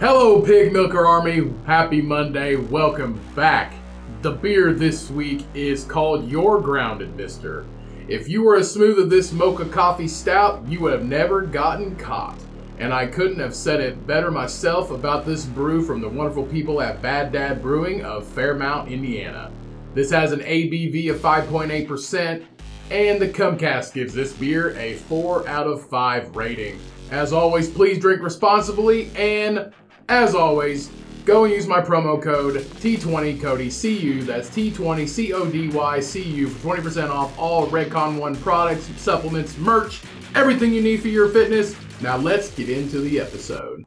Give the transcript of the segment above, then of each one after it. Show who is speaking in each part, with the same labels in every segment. Speaker 1: Hello, Pig Milker Army. Happy Monday. Welcome back. The beer this week is called Your Grounded Mister. If you were a smooth of this mocha coffee stout, you would have never gotten caught. And I couldn't have said it better myself about this brew from the wonderful people at Bad Dad Brewing of Fairmount, Indiana. This has an ABV of 5.8%, and the Cumcast gives this beer a 4 out of 5 rating. As always, please drink responsibly, and as always, go and use my promo code T20CODYCU, that's T20CODYCU for 20% off all Redcon 1 products, supplements, merch, everything you need for your fitness. Now let's get into the episode.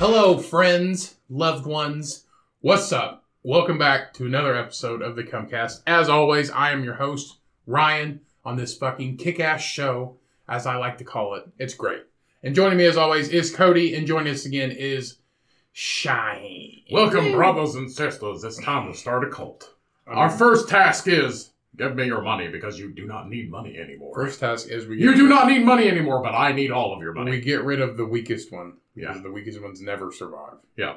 Speaker 1: Hello, friends, loved ones. What's up? Welcome back to another episode of the Cumcast. As always, I am your host, Ryan, on this fucking kick ass show, as I like to call it. It's great. And joining me, as always, is Cody, and joining us again is Shine.
Speaker 2: Welcome, brothers and sisters. It's time to start a cult. Our first task is give me your money because you do not need money anymore.
Speaker 1: First task is we
Speaker 2: you do not need money anymore, but I need all of your money.
Speaker 1: we get rid of the weakest one.
Speaker 2: Yeah.
Speaker 1: because The weakest ones never survive.
Speaker 2: Yeah.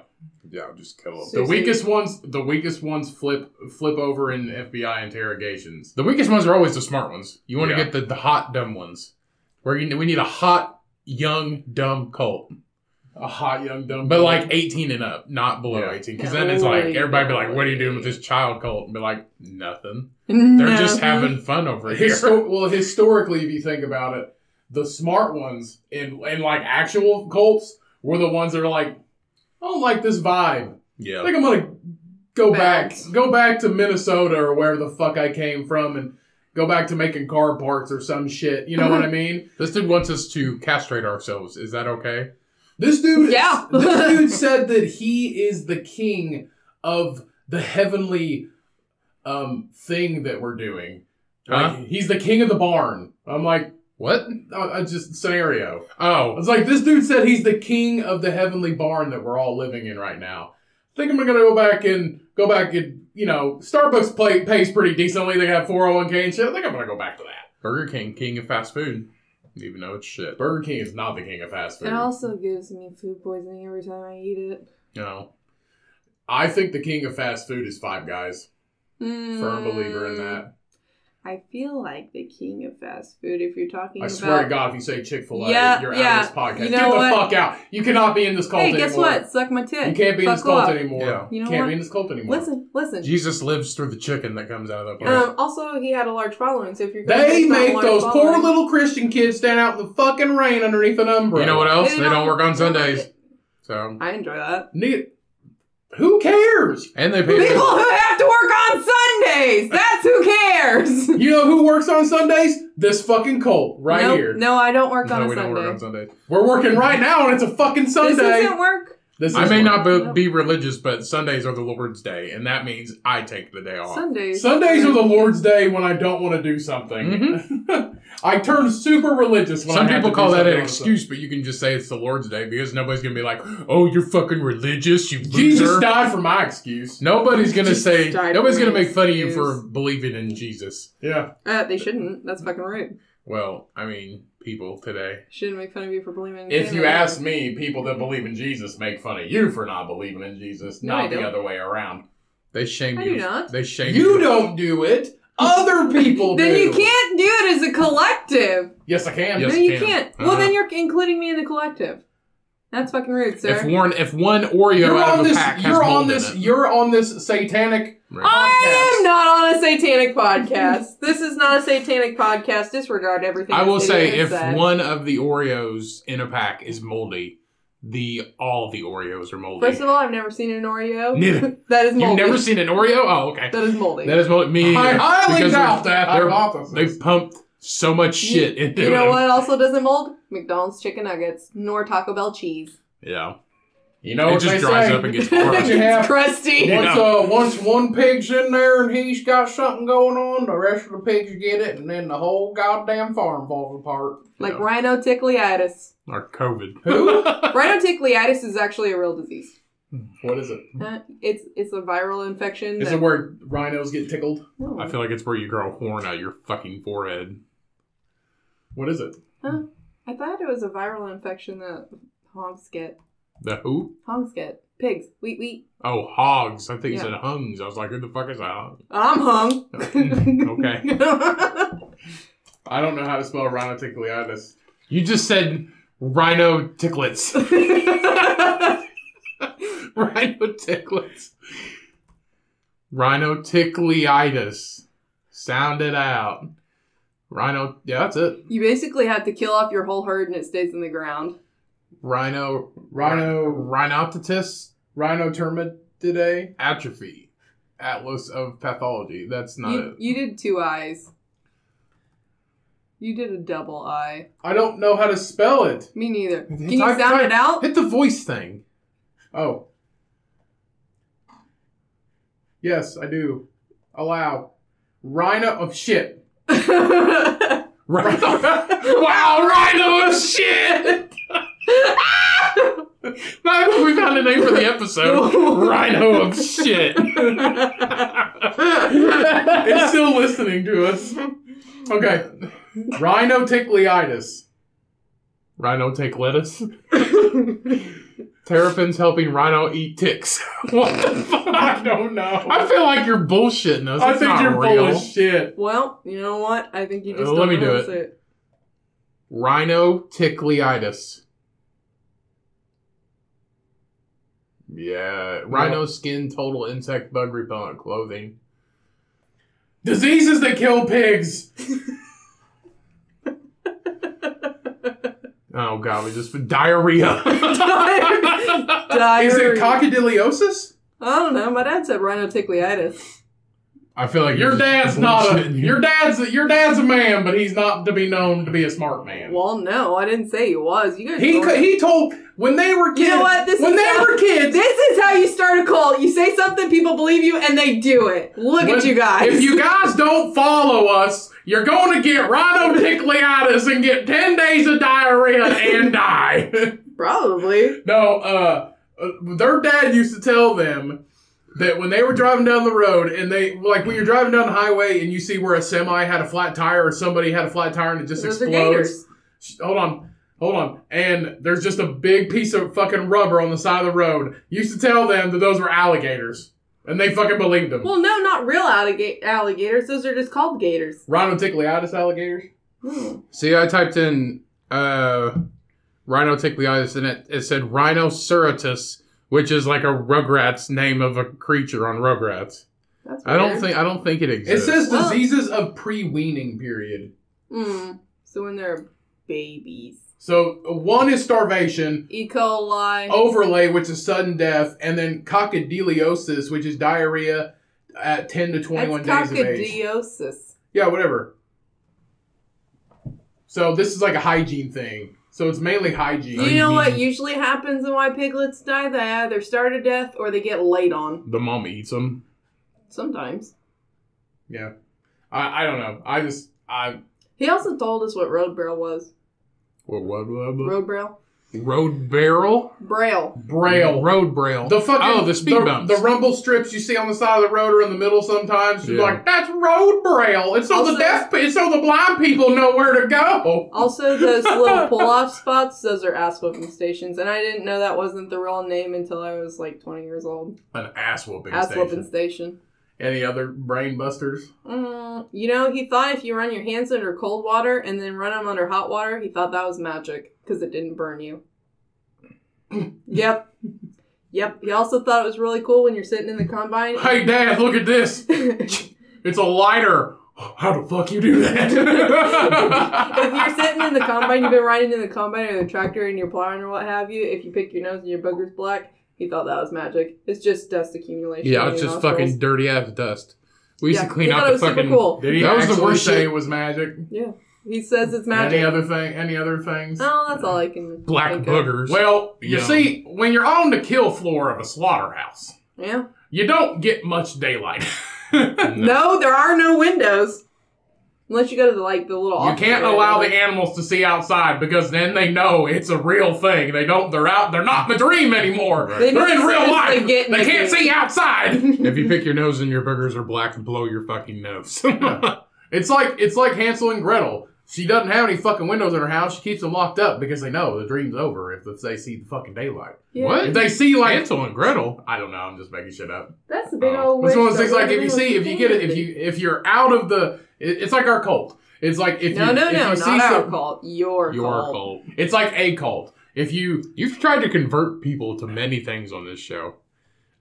Speaker 1: Yeah, just kill them.
Speaker 2: The weakest ones, the weakest ones flip flip over in FBI interrogations.
Speaker 1: The weakest ones are always the smart ones. You want to
Speaker 2: Yeah.
Speaker 1: get the, the hot dumb ones. Where you, we need a hot young dumb cult,
Speaker 2: A hot young dumb.
Speaker 1: but like eighteen and up, not below
Speaker 2: Yeah.
Speaker 1: eighteen, because then it's like everybody be like, "What are you doing with this child cult?" And be like, "Nothing. They're just having fun over here."
Speaker 2: Histo- well, historically, if you think about it, the smart ones in in like actual cults were the ones that are like, I don't like this vibe. I
Speaker 1: yeah,
Speaker 2: think I'm gonna go back.
Speaker 3: Back.
Speaker 2: go back to Minnesota or where the fuck I came from, and go back to making car parts or some shit. You know what I mean?
Speaker 1: this dude wants us to castrate ourselves. Is that okay?
Speaker 2: This dude,
Speaker 3: Yeah.
Speaker 2: this dude said that he is the king of the heavenly um thing that we're doing.
Speaker 1: Huh?
Speaker 2: Like, he's the king of the barn. I'm like,
Speaker 1: What?
Speaker 2: I, I just scenario. I
Speaker 1: Oh,
Speaker 2: was like, this dude said he's the king of the heavenly barn that we're all living in right now. I think I'm gonna go back and go back and you know, Starbucks play, pays pretty decently. They have 401k and shit. I think I'm gonna go back to that.
Speaker 1: Burger King, king of fast food, even though it's shit.
Speaker 2: Burger King is not the king of fast food.
Speaker 3: It also gives me food poisoning every time I eat it.
Speaker 1: You know,
Speaker 2: I think the king of fast food is Five Guys. Firm believer in that.
Speaker 3: Mm. I feel like the king of fast food if you're talking
Speaker 2: I
Speaker 3: about.
Speaker 2: swear to God, if you say Chick Fil A,
Speaker 3: Yeah,
Speaker 2: you're
Speaker 3: yeah.
Speaker 2: out of this podcast.
Speaker 3: You know
Speaker 2: Get the
Speaker 3: what?
Speaker 2: fuck out. You cannot be in this cult
Speaker 3: Hey, guess
Speaker 2: anymore.
Speaker 3: what? Suck my tit.
Speaker 2: You can't be in
Speaker 3: Fuck
Speaker 2: this cult
Speaker 3: off.
Speaker 2: anymore.
Speaker 1: Yeah.
Speaker 3: You know
Speaker 2: can't
Speaker 3: what?
Speaker 2: be in this cult anymore.
Speaker 3: Listen, listen.
Speaker 1: Jesus lives through the chicken that comes out of that place.
Speaker 3: Um, also, he had a large following, so if you're gonna
Speaker 2: They
Speaker 3: pick on a
Speaker 2: make
Speaker 3: large
Speaker 2: those poor
Speaker 3: following-
Speaker 2: little Christian kids stand out in the fucking rain underneath an
Speaker 1: You
Speaker 2: umbrella.
Speaker 1: know what else? They don't work on
Speaker 3: they don't-
Speaker 1: Sundays. So
Speaker 3: I enjoy that.
Speaker 2: Nigga, who cares?
Speaker 1: and they pay.
Speaker 3: People who have to work on Sundays! That's who cares!
Speaker 2: You know who works on Sundays? This fucking cult right
Speaker 3: no,
Speaker 2: here.
Speaker 3: No, I don't work on
Speaker 1: No,
Speaker 3: a
Speaker 1: we don't
Speaker 3: Sunday.
Speaker 1: work on Sundays.
Speaker 2: We're working right now, and it's a fucking
Speaker 3: This
Speaker 2: Sunday.
Speaker 3: isn't work.
Speaker 2: This
Speaker 1: I
Speaker 2: is
Speaker 1: may not
Speaker 2: work.
Speaker 3: Yep.
Speaker 1: be, be religious, but Sundays are the Lord's day, and that means I take the day off.
Speaker 3: Sundays.
Speaker 2: Oh. Sundays are the Lord's day when I don't want to do something.
Speaker 1: Mhm.
Speaker 2: I turn super religious. When
Speaker 1: Some
Speaker 2: I have
Speaker 1: people
Speaker 2: to
Speaker 1: call
Speaker 2: do
Speaker 1: that
Speaker 2: something
Speaker 1: an
Speaker 2: on Sunday.
Speaker 1: excuse, but you can just say it's the Lord's day because nobody's gonna be like, "Oh, you're fucking religious, you loser."
Speaker 2: Jesus died for my excuse.
Speaker 1: Nobody's gonna
Speaker 3: Jesus
Speaker 1: say.
Speaker 3: died
Speaker 1: Nobody's
Speaker 3: for
Speaker 1: gonna
Speaker 3: an
Speaker 1: make fun of you
Speaker 3: excuse.
Speaker 1: for believing in Jesus.
Speaker 2: Yeah,
Speaker 3: Uh, they shouldn't. That's fucking rude.
Speaker 1: Well, I mean, people today.
Speaker 3: Shouldn't make fun of you for believing. in
Speaker 2: if you
Speaker 3: Santa.
Speaker 2: ask me, people that believe in Jesus make fun of you for not believing in Jesus,
Speaker 3: No, I
Speaker 2: not the
Speaker 3: don't.
Speaker 2: other way around.
Speaker 1: They shame
Speaker 3: I
Speaker 1: you.
Speaker 3: do not.
Speaker 1: They shame you.
Speaker 2: You don't do it. Other people
Speaker 3: then
Speaker 2: do.
Speaker 3: you can't do it as a collective.
Speaker 2: Yes, I can.
Speaker 1: Yes,
Speaker 3: no, you
Speaker 1: can.
Speaker 3: can't. Well,
Speaker 1: Uh-huh.
Speaker 3: then you're including me in the collective. That's fucking rude, sir.
Speaker 1: If one, if one Oreo
Speaker 2: You're
Speaker 1: out
Speaker 2: on
Speaker 1: of a
Speaker 2: this.
Speaker 1: pack has
Speaker 2: You're on
Speaker 1: mold in
Speaker 2: this.
Speaker 1: it.
Speaker 2: You're on this satanic.
Speaker 1: Right.
Speaker 3: I am not on a satanic podcast. this is not a satanic podcast. Disregard everything.
Speaker 1: I will
Speaker 3: this
Speaker 1: say
Speaker 3: idiot
Speaker 1: if
Speaker 3: said.
Speaker 1: one of the Oreos in a pack is moldy, the all the Oreos are moldy.
Speaker 3: First of all, I've never seen an Oreo.
Speaker 1: Neither.
Speaker 3: that is
Speaker 1: You've
Speaker 3: moldy.
Speaker 1: never seen an Oreo? Oh, okay.
Speaker 3: That is moldy.
Speaker 1: That is moldy. Me.
Speaker 2: I
Speaker 1: neither.
Speaker 2: highly
Speaker 1: Because
Speaker 2: doubt
Speaker 1: they're-
Speaker 2: that
Speaker 1: they're-
Speaker 2: hypothesis.
Speaker 1: They've pumped so much shit into
Speaker 3: you know
Speaker 1: it.
Speaker 3: what also doesn't mold? McDonald's chicken nuggets nor Taco Bell cheese.
Speaker 1: Yeah. You know
Speaker 2: it
Speaker 1: what
Speaker 2: just
Speaker 1: they
Speaker 2: dries
Speaker 1: say.
Speaker 2: up and gets
Speaker 1: What you
Speaker 2: hard.
Speaker 1: have-
Speaker 3: crusty.
Speaker 2: Yeah.
Speaker 1: Once uh, once one pig's in there and he's got something going on, the rest of the pigs get it, and then the whole goddamn farm falls apart.
Speaker 3: Like
Speaker 2: Yeah.
Speaker 3: rhino tickleitis.
Speaker 2: or COVID.
Speaker 1: Who?
Speaker 3: rhino tickleitis is actually a real disease.
Speaker 1: what is it?
Speaker 2: Mm-hmm.
Speaker 3: Uh, it's it's a viral infection.
Speaker 1: Is
Speaker 3: that-
Speaker 1: it where rhinos get tickled?
Speaker 3: No.
Speaker 2: I feel like it's where you grow a horn out of your fucking forehead.
Speaker 1: What is it?
Speaker 3: I thought it was a viral infection that hogs get.
Speaker 2: The who?
Speaker 3: Hogs get. Pigs. Wheat wheat.
Speaker 2: Oh, hogs. I think you
Speaker 3: Yeah.
Speaker 2: said hungs. I was like, who the fuck is a hung?
Speaker 3: I'm hung.
Speaker 2: Okay.
Speaker 1: I don't know how to spell rhinotickleitis.
Speaker 2: You just said rhino ticklets. rhino ticklets. Rhino tickleitis. Sound it out. Rhino. Yeah, that's it.
Speaker 3: you basically have to kill off your whole herd and it stays in the ground.
Speaker 2: Rhino.
Speaker 1: Rhino
Speaker 2: Rhinoptitis
Speaker 1: rhinotermitidae.
Speaker 2: atrophy. Atlas of pathology. That's not
Speaker 3: You, you did two eyes. You did a double eye.
Speaker 1: I don't know how to spell it.
Speaker 3: Me neither.
Speaker 2: it.
Speaker 3: Can you sound it out?
Speaker 2: Hit the voice thing.
Speaker 1: Oh. Yes, I do. Allow. Rhino of shit.
Speaker 2: Rhino. wow, Rhino of shit! Now that we found a name for the episode. Rhino of shit.
Speaker 1: it's still listening to us. Okay. Rhinotickleitis.
Speaker 2: Rhino take lettuce. Terrapin's helping Rhino eat ticks. what the
Speaker 1: I
Speaker 2: fuck?
Speaker 1: don't know.
Speaker 2: I feel like you're bullshitting us.
Speaker 1: I
Speaker 2: It's
Speaker 1: think
Speaker 2: not
Speaker 1: you're
Speaker 2: real.
Speaker 1: full of shit.
Speaker 3: well, you know what? I think you just
Speaker 2: Uh,
Speaker 3: don't
Speaker 2: let me do
Speaker 3: pronounce
Speaker 2: it. Rhino tickleitis. Yeah, rhino skin total insect bug repellent clothing.
Speaker 1: Diseases that kill pigs.
Speaker 2: Oh god, we just diarrhea.
Speaker 3: Diarrhea.
Speaker 1: Is it coccadiliosis?
Speaker 3: I don't know. My dad said rhino tickleitis.
Speaker 2: I feel like
Speaker 1: Your
Speaker 2: you're
Speaker 1: dad's
Speaker 2: just
Speaker 1: not a
Speaker 2: bullshitting you.
Speaker 1: your dad's your dad's a man, but he's not to be known to be a smart man.
Speaker 3: Well, no, I didn't say he was. You guys.
Speaker 1: He
Speaker 3: don't-
Speaker 1: co- he told when they were
Speaker 3: You
Speaker 1: kids.
Speaker 3: know what? This
Speaker 1: when
Speaker 3: is
Speaker 1: they
Speaker 3: how-
Speaker 1: were kids,
Speaker 3: This is how you start a cult. You say something, people believe you, and they do it. Look
Speaker 1: When-
Speaker 3: at you guys.
Speaker 1: If you guys don't follow us, you're going to get rhinotickleitis and get 10 days of diarrhea and die.
Speaker 3: Probably.
Speaker 1: no, uh, uh, their dad used to tell them that when they were driving down the road and they, like when you're driving down the highway and you see where a semi had a flat tire or somebody had a flat tire and it just
Speaker 3: Those are
Speaker 1: explodes.
Speaker 3: gators.
Speaker 1: Sh- Hold on. Hold on. And there's just a big piece of fucking rubber on the side of the road. Used to tell them that those were alligators. And they fucking believed them.
Speaker 3: Well, no, not real alliga- alligators. Those are just called gators. Hmm,
Speaker 1: Rhinotickleitis alligators?
Speaker 2: See, I typed in uh, rhino tickleitis and it, it said rhinoceratus, which is like a Rugrats name of a creature on Rugrats.
Speaker 3: That's
Speaker 2: I don't
Speaker 3: weird.
Speaker 2: think I don't think it
Speaker 1: It
Speaker 2: exists.
Speaker 1: says
Speaker 3: Well-
Speaker 1: diseases of pre-weaning period.
Speaker 3: Mm. So when they're babies,
Speaker 1: So uh, one is starvation,
Speaker 3: E. coli.
Speaker 1: overlay, which is sudden death, and then coccidiosis, which is diarrhea at 10 to 21
Speaker 3: That's
Speaker 1: days of age.
Speaker 3: coccodiosis.
Speaker 1: Yeah, whatever. So this is like a hygiene thing. So it's mainly hygiene.
Speaker 2: Oh,
Speaker 3: You
Speaker 2: you
Speaker 3: know what
Speaker 2: mean-
Speaker 3: usually happens and why piglets die? They either starve to death or they get laid on.
Speaker 2: the mom eats them.
Speaker 3: Sometimes.
Speaker 1: Yeah. I, I don't know. I just I
Speaker 3: He also told us what road braille was.
Speaker 2: What, what, what, what?
Speaker 3: Road braille?
Speaker 2: Road barrel?
Speaker 3: Braille.
Speaker 1: braille.
Speaker 2: Road braille.
Speaker 1: The fucking
Speaker 2: oh, the speed
Speaker 1: the,
Speaker 2: bumps.
Speaker 1: the rumble strips you see on the side of the road or in the middle sometimes. You're
Speaker 2: Yeah.
Speaker 1: like, that's road braille. It's so
Speaker 3: Also-
Speaker 1: the deaf, it's so the blind people know where to go.
Speaker 3: Also, those little pull-off spots, those are ass whooping stations, and I didn't know that wasn't the real name until I was like 20 years old.
Speaker 1: An ass whooping
Speaker 3: Ass whooping station.
Speaker 1: Any other brain busters?
Speaker 3: Mm, you know, he thought if you run your hands under cold water and then run them under hot water, he thought that was magic because it didn't burn you. yep. Yep. He also thought it was really cool when you're sitting in the combine.
Speaker 1: Hey, Dad, look at this.
Speaker 3: if
Speaker 1: It's a lighter. How the fuck you do
Speaker 3: you're
Speaker 1: that?
Speaker 3: sitting in the combine, you've been riding in the combine or the tractor and you're plowing or what have you, if you pick your nose and your booger's black, he thought that was magic. It's just dust accumulation.
Speaker 2: yeah,
Speaker 3: in
Speaker 2: it's
Speaker 3: your
Speaker 2: just
Speaker 3: nostrils.
Speaker 2: fucking dirty ass dust. We used
Speaker 3: Yeah,
Speaker 2: to clean
Speaker 3: he thought
Speaker 2: out
Speaker 3: it
Speaker 2: the
Speaker 3: was super
Speaker 2: fucking
Speaker 3: cool.
Speaker 1: Did he
Speaker 2: That was the
Speaker 1: actually
Speaker 2: worst
Speaker 1: say
Speaker 2: shit.
Speaker 1: it was magic?
Speaker 3: Yeah. He says it's magic.
Speaker 1: Any other thing? Any other things?
Speaker 3: Oh, that's all I can.
Speaker 2: Black
Speaker 3: think of.
Speaker 2: boogers.
Speaker 1: Well, you
Speaker 2: Yeah.
Speaker 1: see, when you're on the kill floor of a slaughterhouse,
Speaker 3: Yeah.
Speaker 1: you don't get much daylight.
Speaker 3: No, there are no windows. Unless you go to the like the little.
Speaker 1: You
Speaker 3: office
Speaker 1: can't
Speaker 3: area,
Speaker 1: allow the
Speaker 3: like-
Speaker 1: animals to see outside because then they know it's a real thing. They don't. They're out. They're not in the dream anymore.
Speaker 2: Right.
Speaker 1: They
Speaker 3: They
Speaker 1: are in
Speaker 3: know as
Speaker 1: real
Speaker 3: soon as
Speaker 1: life.
Speaker 3: get in
Speaker 1: They
Speaker 3: the
Speaker 1: can't
Speaker 3: game.
Speaker 1: see outside.
Speaker 2: if you pick your nose and your boogers are black, blow your fucking nose.
Speaker 1: It's like it's like Hansel and Gretel. She doesn't have any fucking windows in her house. She keeps them locked up because they know the dream's over if they see the fucking daylight.
Speaker 3: Yeah.
Speaker 2: What?
Speaker 1: If they see like
Speaker 2: Hansel and Gretel.
Speaker 1: I don't know. I'm just making shit up.
Speaker 3: That's a big
Speaker 2: Oh.
Speaker 3: old.
Speaker 1: It's one of
Speaker 3: wish,
Speaker 1: those things
Speaker 3: though.
Speaker 1: like if you
Speaker 3: What
Speaker 1: see if
Speaker 3: do
Speaker 1: you
Speaker 3: think
Speaker 1: get it
Speaker 3: of
Speaker 1: if you if you're out of the it- it's like our cult. It's like if
Speaker 3: No,
Speaker 1: you,
Speaker 3: no,
Speaker 1: if
Speaker 3: no,
Speaker 1: you
Speaker 3: not
Speaker 1: see
Speaker 3: our
Speaker 1: some-
Speaker 3: cult. Your,
Speaker 2: Your
Speaker 3: cult.
Speaker 2: cult.
Speaker 1: It's like a cult. If you
Speaker 2: You've tried to convert people to many things on this show.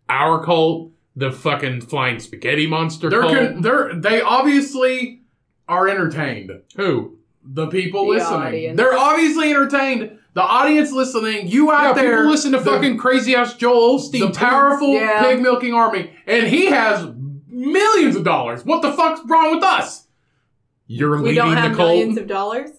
Speaker 2: Our cult, the fucking flying spaghetti monster
Speaker 1: they're
Speaker 2: cult.
Speaker 1: con- they're they obviously are entertained.
Speaker 2: Who?
Speaker 1: The people
Speaker 3: The
Speaker 1: listening.
Speaker 3: audience.
Speaker 1: They're obviously entertained. The audience listening, you out
Speaker 2: yeah,
Speaker 1: there
Speaker 2: people listen to
Speaker 1: the-
Speaker 2: fucking crazy ass Joel Osteen.
Speaker 1: the
Speaker 2: too.
Speaker 1: powerful
Speaker 3: Yeah.
Speaker 1: pig milking army, and he has millions of dollars. What the fuck's wrong with us?
Speaker 2: You're
Speaker 3: We
Speaker 2: leading
Speaker 3: don't have
Speaker 2: the cult.
Speaker 3: millions of dollars.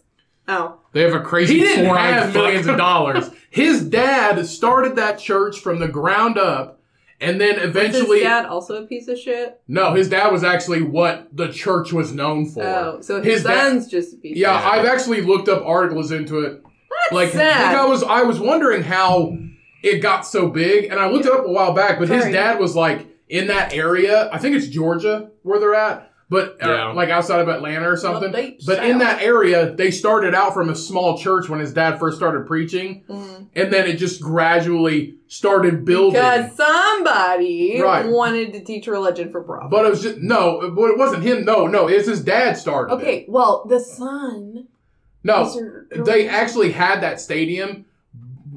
Speaker 3: Oh,
Speaker 2: they have a crazy
Speaker 1: He didn't
Speaker 2: four-eyed
Speaker 1: have
Speaker 2: fuck.
Speaker 1: millions of dollars. His dad started that church from the ground up, and then
Speaker 3: is his
Speaker 1: eventually,
Speaker 3: dad also a piece of shit?
Speaker 1: no, his dad was actually what the church was known for.
Speaker 3: Oh, so his,
Speaker 1: His dad-
Speaker 3: son's just a piece.
Speaker 1: Yeah,
Speaker 2: Yeah.
Speaker 1: I've actually looked up articles into it.
Speaker 3: That's
Speaker 1: like,
Speaker 3: sad.
Speaker 1: like I was I was wondering how it got so big, and I looked it up a while back. But
Speaker 3: Sorry.
Speaker 1: his dad was like in that area. I think it's Georgia where they're at, but uh,
Speaker 2: Yeah.
Speaker 1: like outside of Atlanta or
Speaker 3: Well,
Speaker 1: something.
Speaker 3: deep
Speaker 1: But in
Speaker 3: south.
Speaker 1: that area, they started out from a small church when his dad first started preaching,
Speaker 3: Mhm.
Speaker 1: and then it just gradually started building.
Speaker 3: because somebody
Speaker 1: Right.
Speaker 3: wanted to teach religion for profit.
Speaker 1: But it was just no, but it wasn't him. No, no, it's his dad started. it.
Speaker 3: okay, well, the son.
Speaker 1: no,
Speaker 3: is your-
Speaker 1: Oh, They actually had that stadium.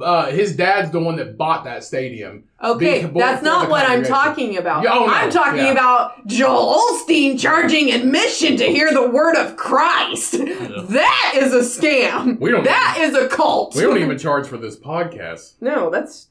Speaker 1: Uh, his dad's the one that bought that stadium.
Speaker 3: Okay,
Speaker 1: Be- born
Speaker 3: that's
Speaker 1: for
Speaker 3: not
Speaker 1: the
Speaker 3: what I'm
Speaker 1: congregation.
Speaker 3: talking about.
Speaker 1: Yeah, oh, no,
Speaker 3: I'm talking
Speaker 1: yeah.
Speaker 3: about Joel Olstein charging admission to hear the word of Christ. That is a scam.
Speaker 1: We don't.
Speaker 3: That is a cult.
Speaker 1: we don't even charge for this podcast.
Speaker 3: No, that's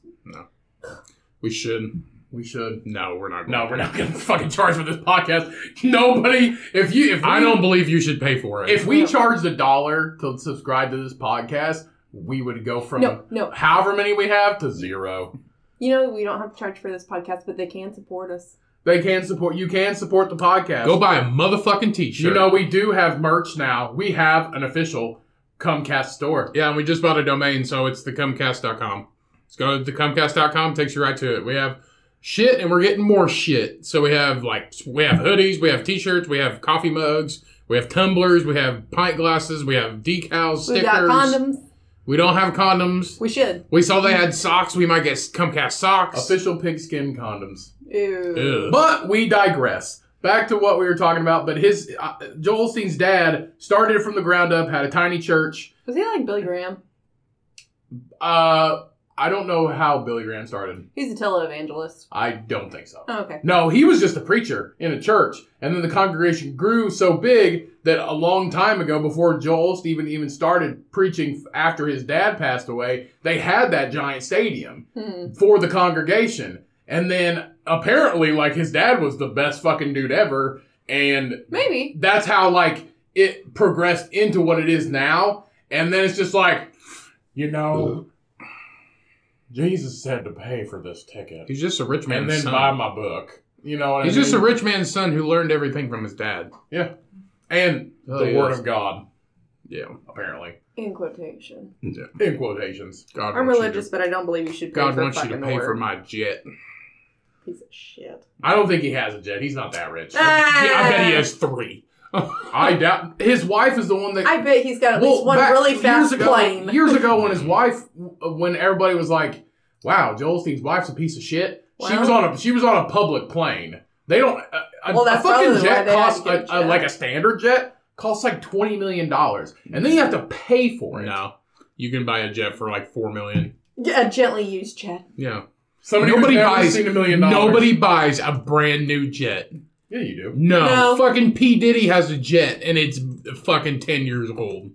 Speaker 2: We should.
Speaker 1: We should.
Speaker 2: No, we're not.
Speaker 1: No, we're not gonna fucking charge for this podcast. Nobody. If you, if we,
Speaker 2: I don't believe you should pay for it.
Speaker 1: If we charged a dollar to subscribe to this podcast, we would go from
Speaker 3: no, no.
Speaker 1: however many we have to zero.
Speaker 3: You know we don't have to charge for this podcast, but they can support us.
Speaker 1: They can support. You can support the podcast.
Speaker 2: go buy a motherfucking t-shirt.
Speaker 1: You know, we do have merch now. We have an official Comcast store.
Speaker 2: Yeah, and we just bought a domain, so it's thecumcast.com. Let's go to thecumcast.com, takes you right to it. We have shit and we're getting more shit. So we have like we have hoodies, we have t-shirts, we have coffee mugs, we have tumblers, we have pint glasses, we have decals, stickers.
Speaker 3: We've got condoms.
Speaker 2: We don't have condoms.
Speaker 3: We should.
Speaker 2: We saw they had socks, we might get Comcast socks.
Speaker 1: Official pigskin condoms.
Speaker 3: Ew.
Speaker 2: Ew.
Speaker 1: But we digress. Back to what we were talking about. But his uh, Joel Osteen's dad started from the ground up, had a tiny church.
Speaker 3: Was he like Billy Graham?
Speaker 1: Uh, I don't know how Billy Graham started.
Speaker 3: He's a televangelist.
Speaker 1: I don't think so.
Speaker 3: Oh, okay.
Speaker 1: No, he was just a preacher in a church, and then the congregation grew so big that a long time ago, before Joel Osteen even even started preaching after his dad passed away, they had that giant stadium.
Speaker 3: Hmm.
Speaker 1: for the congregation. And then apparently, like his dad was the best fucking dude ever, and
Speaker 3: Maybe.
Speaker 1: that's how like it progressed into what it is now. And then it's just like, you know, Jesus said to pay for this ticket,
Speaker 2: He's just a rich man's
Speaker 1: and then
Speaker 2: son.
Speaker 1: buy my book. You know what
Speaker 2: He's
Speaker 1: I mean?
Speaker 2: just a rich man's son who learned everything from his dad.
Speaker 1: and
Speaker 2: Oh,
Speaker 1: the
Speaker 2: he
Speaker 1: word
Speaker 2: is.
Speaker 1: of God,
Speaker 2: Yeah.
Speaker 1: apparently,
Speaker 3: In quotation.
Speaker 1: in quotations.
Speaker 2: God
Speaker 3: I'm
Speaker 2: wants you to-
Speaker 3: religious, but I don't believe you should pay
Speaker 2: God
Speaker 3: for
Speaker 2: wants you
Speaker 3: fucking
Speaker 2: to
Speaker 3: the
Speaker 2: pay
Speaker 3: word.
Speaker 2: for my jet.
Speaker 3: Piece of shit.
Speaker 1: I don't think he has a jet. He's not that rich.
Speaker 2: Yeah, I bet
Speaker 3: Ah.
Speaker 2: he has three.
Speaker 1: I doubt his wife is the one that
Speaker 3: I bet he's got at least one
Speaker 1: back
Speaker 3: really fast
Speaker 1: years ago,
Speaker 3: plane.
Speaker 1: Years ago, when his wife, when everybody was like, "Wow, Joel Steen's wife's a piece of shit," she
Speaker 3: Well-
Speaker 1: was on a she was on a public plane. They don't. uh, A, a,
Speaker 3: Well,
Speaker 1: a
Speaker 3: that's
Speaker 1: fucking
Speaker 3: probably
Speaker 1: jet
Speaker 3: why they had to
Speaker 1: costs
Speaker 3: get
Speaker 1: a,
Speaker 3: a
Speaker 1: a-
Speaker 3: jet.
Speaker 1: uh, like a standard jet costs like twenty million dollars, and then you have to pay for it.
Speaker 2: No, you can buy a jet for like four million.
Speaker 3: Yeah, a gently used jet.
Speaker 2: Yeah,
Speaker 1: Somebody who's
Speaker 2: Nobody
Speaker 1: never
Speaker 2: buys-
Speaker 1: seen a million dollars.
Speaker 2: nobody buys a brand new jet.
Speaker 1: Yeah, you do.
Speaker 2: No,
Speaker 3: No.
Speaker 2: fucking P Diddy has a jet and it's fucking ten years old.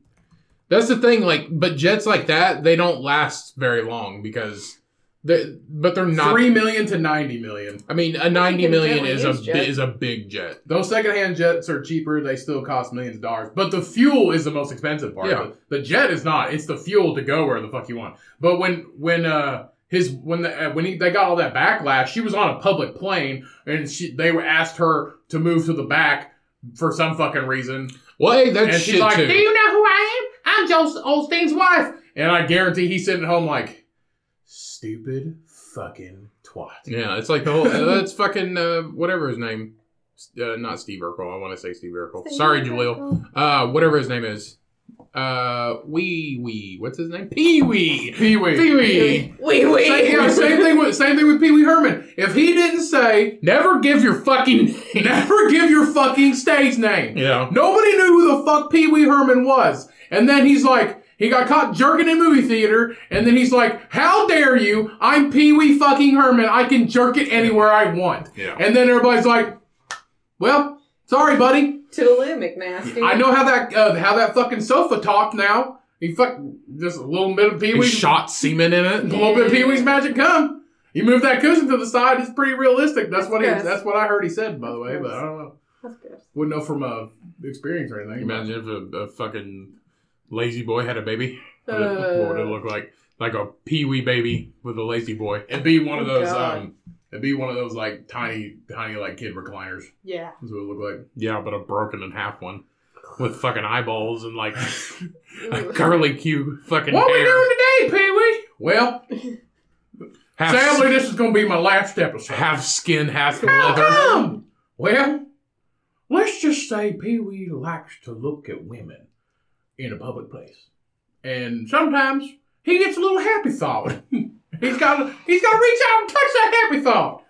Speaker 2: That's the thing. Like, but jets like that, they don't last very long because They, but they're not.
Speaker 1: Three million to ninety million.
Speaker 2: I mean, a ninety
Speaker 3: can
Speaker 2: million
Speaker 3: generally
Speaker 2: is a
Speaker 3: use jet.
Speaker 2: is a big jet.
Speaker 1: Those secondhand jets are cheaper. They still cost millions of dollars. But the fuel is the most expensive part.
Speaker 2: Yeah.
Speaker 1: The, the jet is not. It's the fuel to go where the fuck you want. But when when uh his when the, uh, when he, they got all that backlash, she was on a public plane and she they were asked her to move to the back for some fucking reason.
Speaker 2: Well, hey, that's
Speaker 1: and
Speaker 2: shit
Speaker 1: she's like,
Speaker 2: too.
Speaker 1: "Do you know who I am? I'm Joe Osteen's wife." And I guarantee he's sitting at home like, "Stupid fucking twat."
Speaker 2: Yeah, it's like the whole. That's fucking uh, whatever his name. Uh, not Steve Urkel. I want to say Steve Urkel. Sorry, Jaleel. Uh, whatever his name is. Uh, Wee Wee. What's his name? Pee Wee.
Speaker 1: Pee wee.
Speaker 2: Pee Wee.
Speaker 3: Wee wee.
Speaker 1: Same, yeah, same thing with same thing with Pee Wee Herman. If he didn't say,
Speaker 2: Never give your fucking name.
Speaker 1: never give your fucking stage name.
Speaker 2: yeah.
Speaker 1: Nobody knew who the fuck Pee Wee Herman was, and then he's like, he got caught jerking in movie theater, and then he's like, "How dare you? I'm Pee Wee fucking Herman. I can jerk it anywhere I want."
Speaker 2: Yeah.
Speaker 1: And then everybody's like, "Well, sorry, buddy.
Speaker 3: Toodaloo, McNasty.
Speaker 1: I know how that uh, how that fucking sofa talked now. He fuck just a little bit of Pee
Speaker 2: He
Speaker 1: Wee
Speaker 2: shot semen in
Speaker 1: a
Speaker 2: it.
Speaker 1: little bit of Pee Wee's Magic come. You move that cushion to the side; it's pretty realistic. That's,
Speaker 3: That's
Speaker 1: what he,
Speaker 3: gross.
Speaker 1: that's what I heard he said, by the way.
Speaker 3: That's
Speaker 1: But I
Speaker 3: gross.
Speaker 1: don't know.
Speaker 3: That's gross.
Speaker 1: Wouldn't know from uh, experience or anything.
Speaker 2: Imagine if a, a fucking lazy boy had a baby.
Speaker 3: Uh,
Speaker 2: What would it- what would it look like? Like a Pee Wee baby with a lazy boy.
Speaker 1: It'd be one of
Speaker 3: Oh,
Speaker 1: those.
Speaker 3: God.
Speaker 1: um It'd be one of those like tiny, tiny like kid recliners.
Speaker 3: yeah.
Speaker 1: That's what it looked like.
Speaker 2: Yeah, but a broken in half one with fucking eyeballs and like a
Speaker 3: Ooh.
Speaker 2: curly cue fucking
Speaker 1: what we
Speaker 2: hair.
Speaker 1: doing today, Pee Wee? Well,
Speaker 2: half,
Speaker 1: sadly, this is going to be my last episode.
Speaker 2: half skin, half
Speaker 1: How
Speaker 2: leather.
Speaker 1: come? Well, let's just say Pee Wee likes to look at women in a public place, and sometimes he gets a little happy thought. he's got he's got to reach out and touch that happy thought,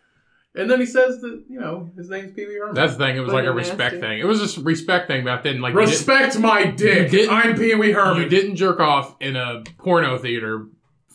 Speaker 1: and then he says that you know his name's Pee Wee Herman.
Speaker 2: That's the thing. It was like a
Speaker 3: Fucking
Speaker 2: respect
Speaker 3: nasty.
Speaker 2: thing. It was a respect thing back then. Like you didn't-
Speaker 1: Respect my dick.
Speaker 2: You did-
Speaker 1: I'm Pee Wee Herman.
Speaker 2: you didn't jerk off in a porno theater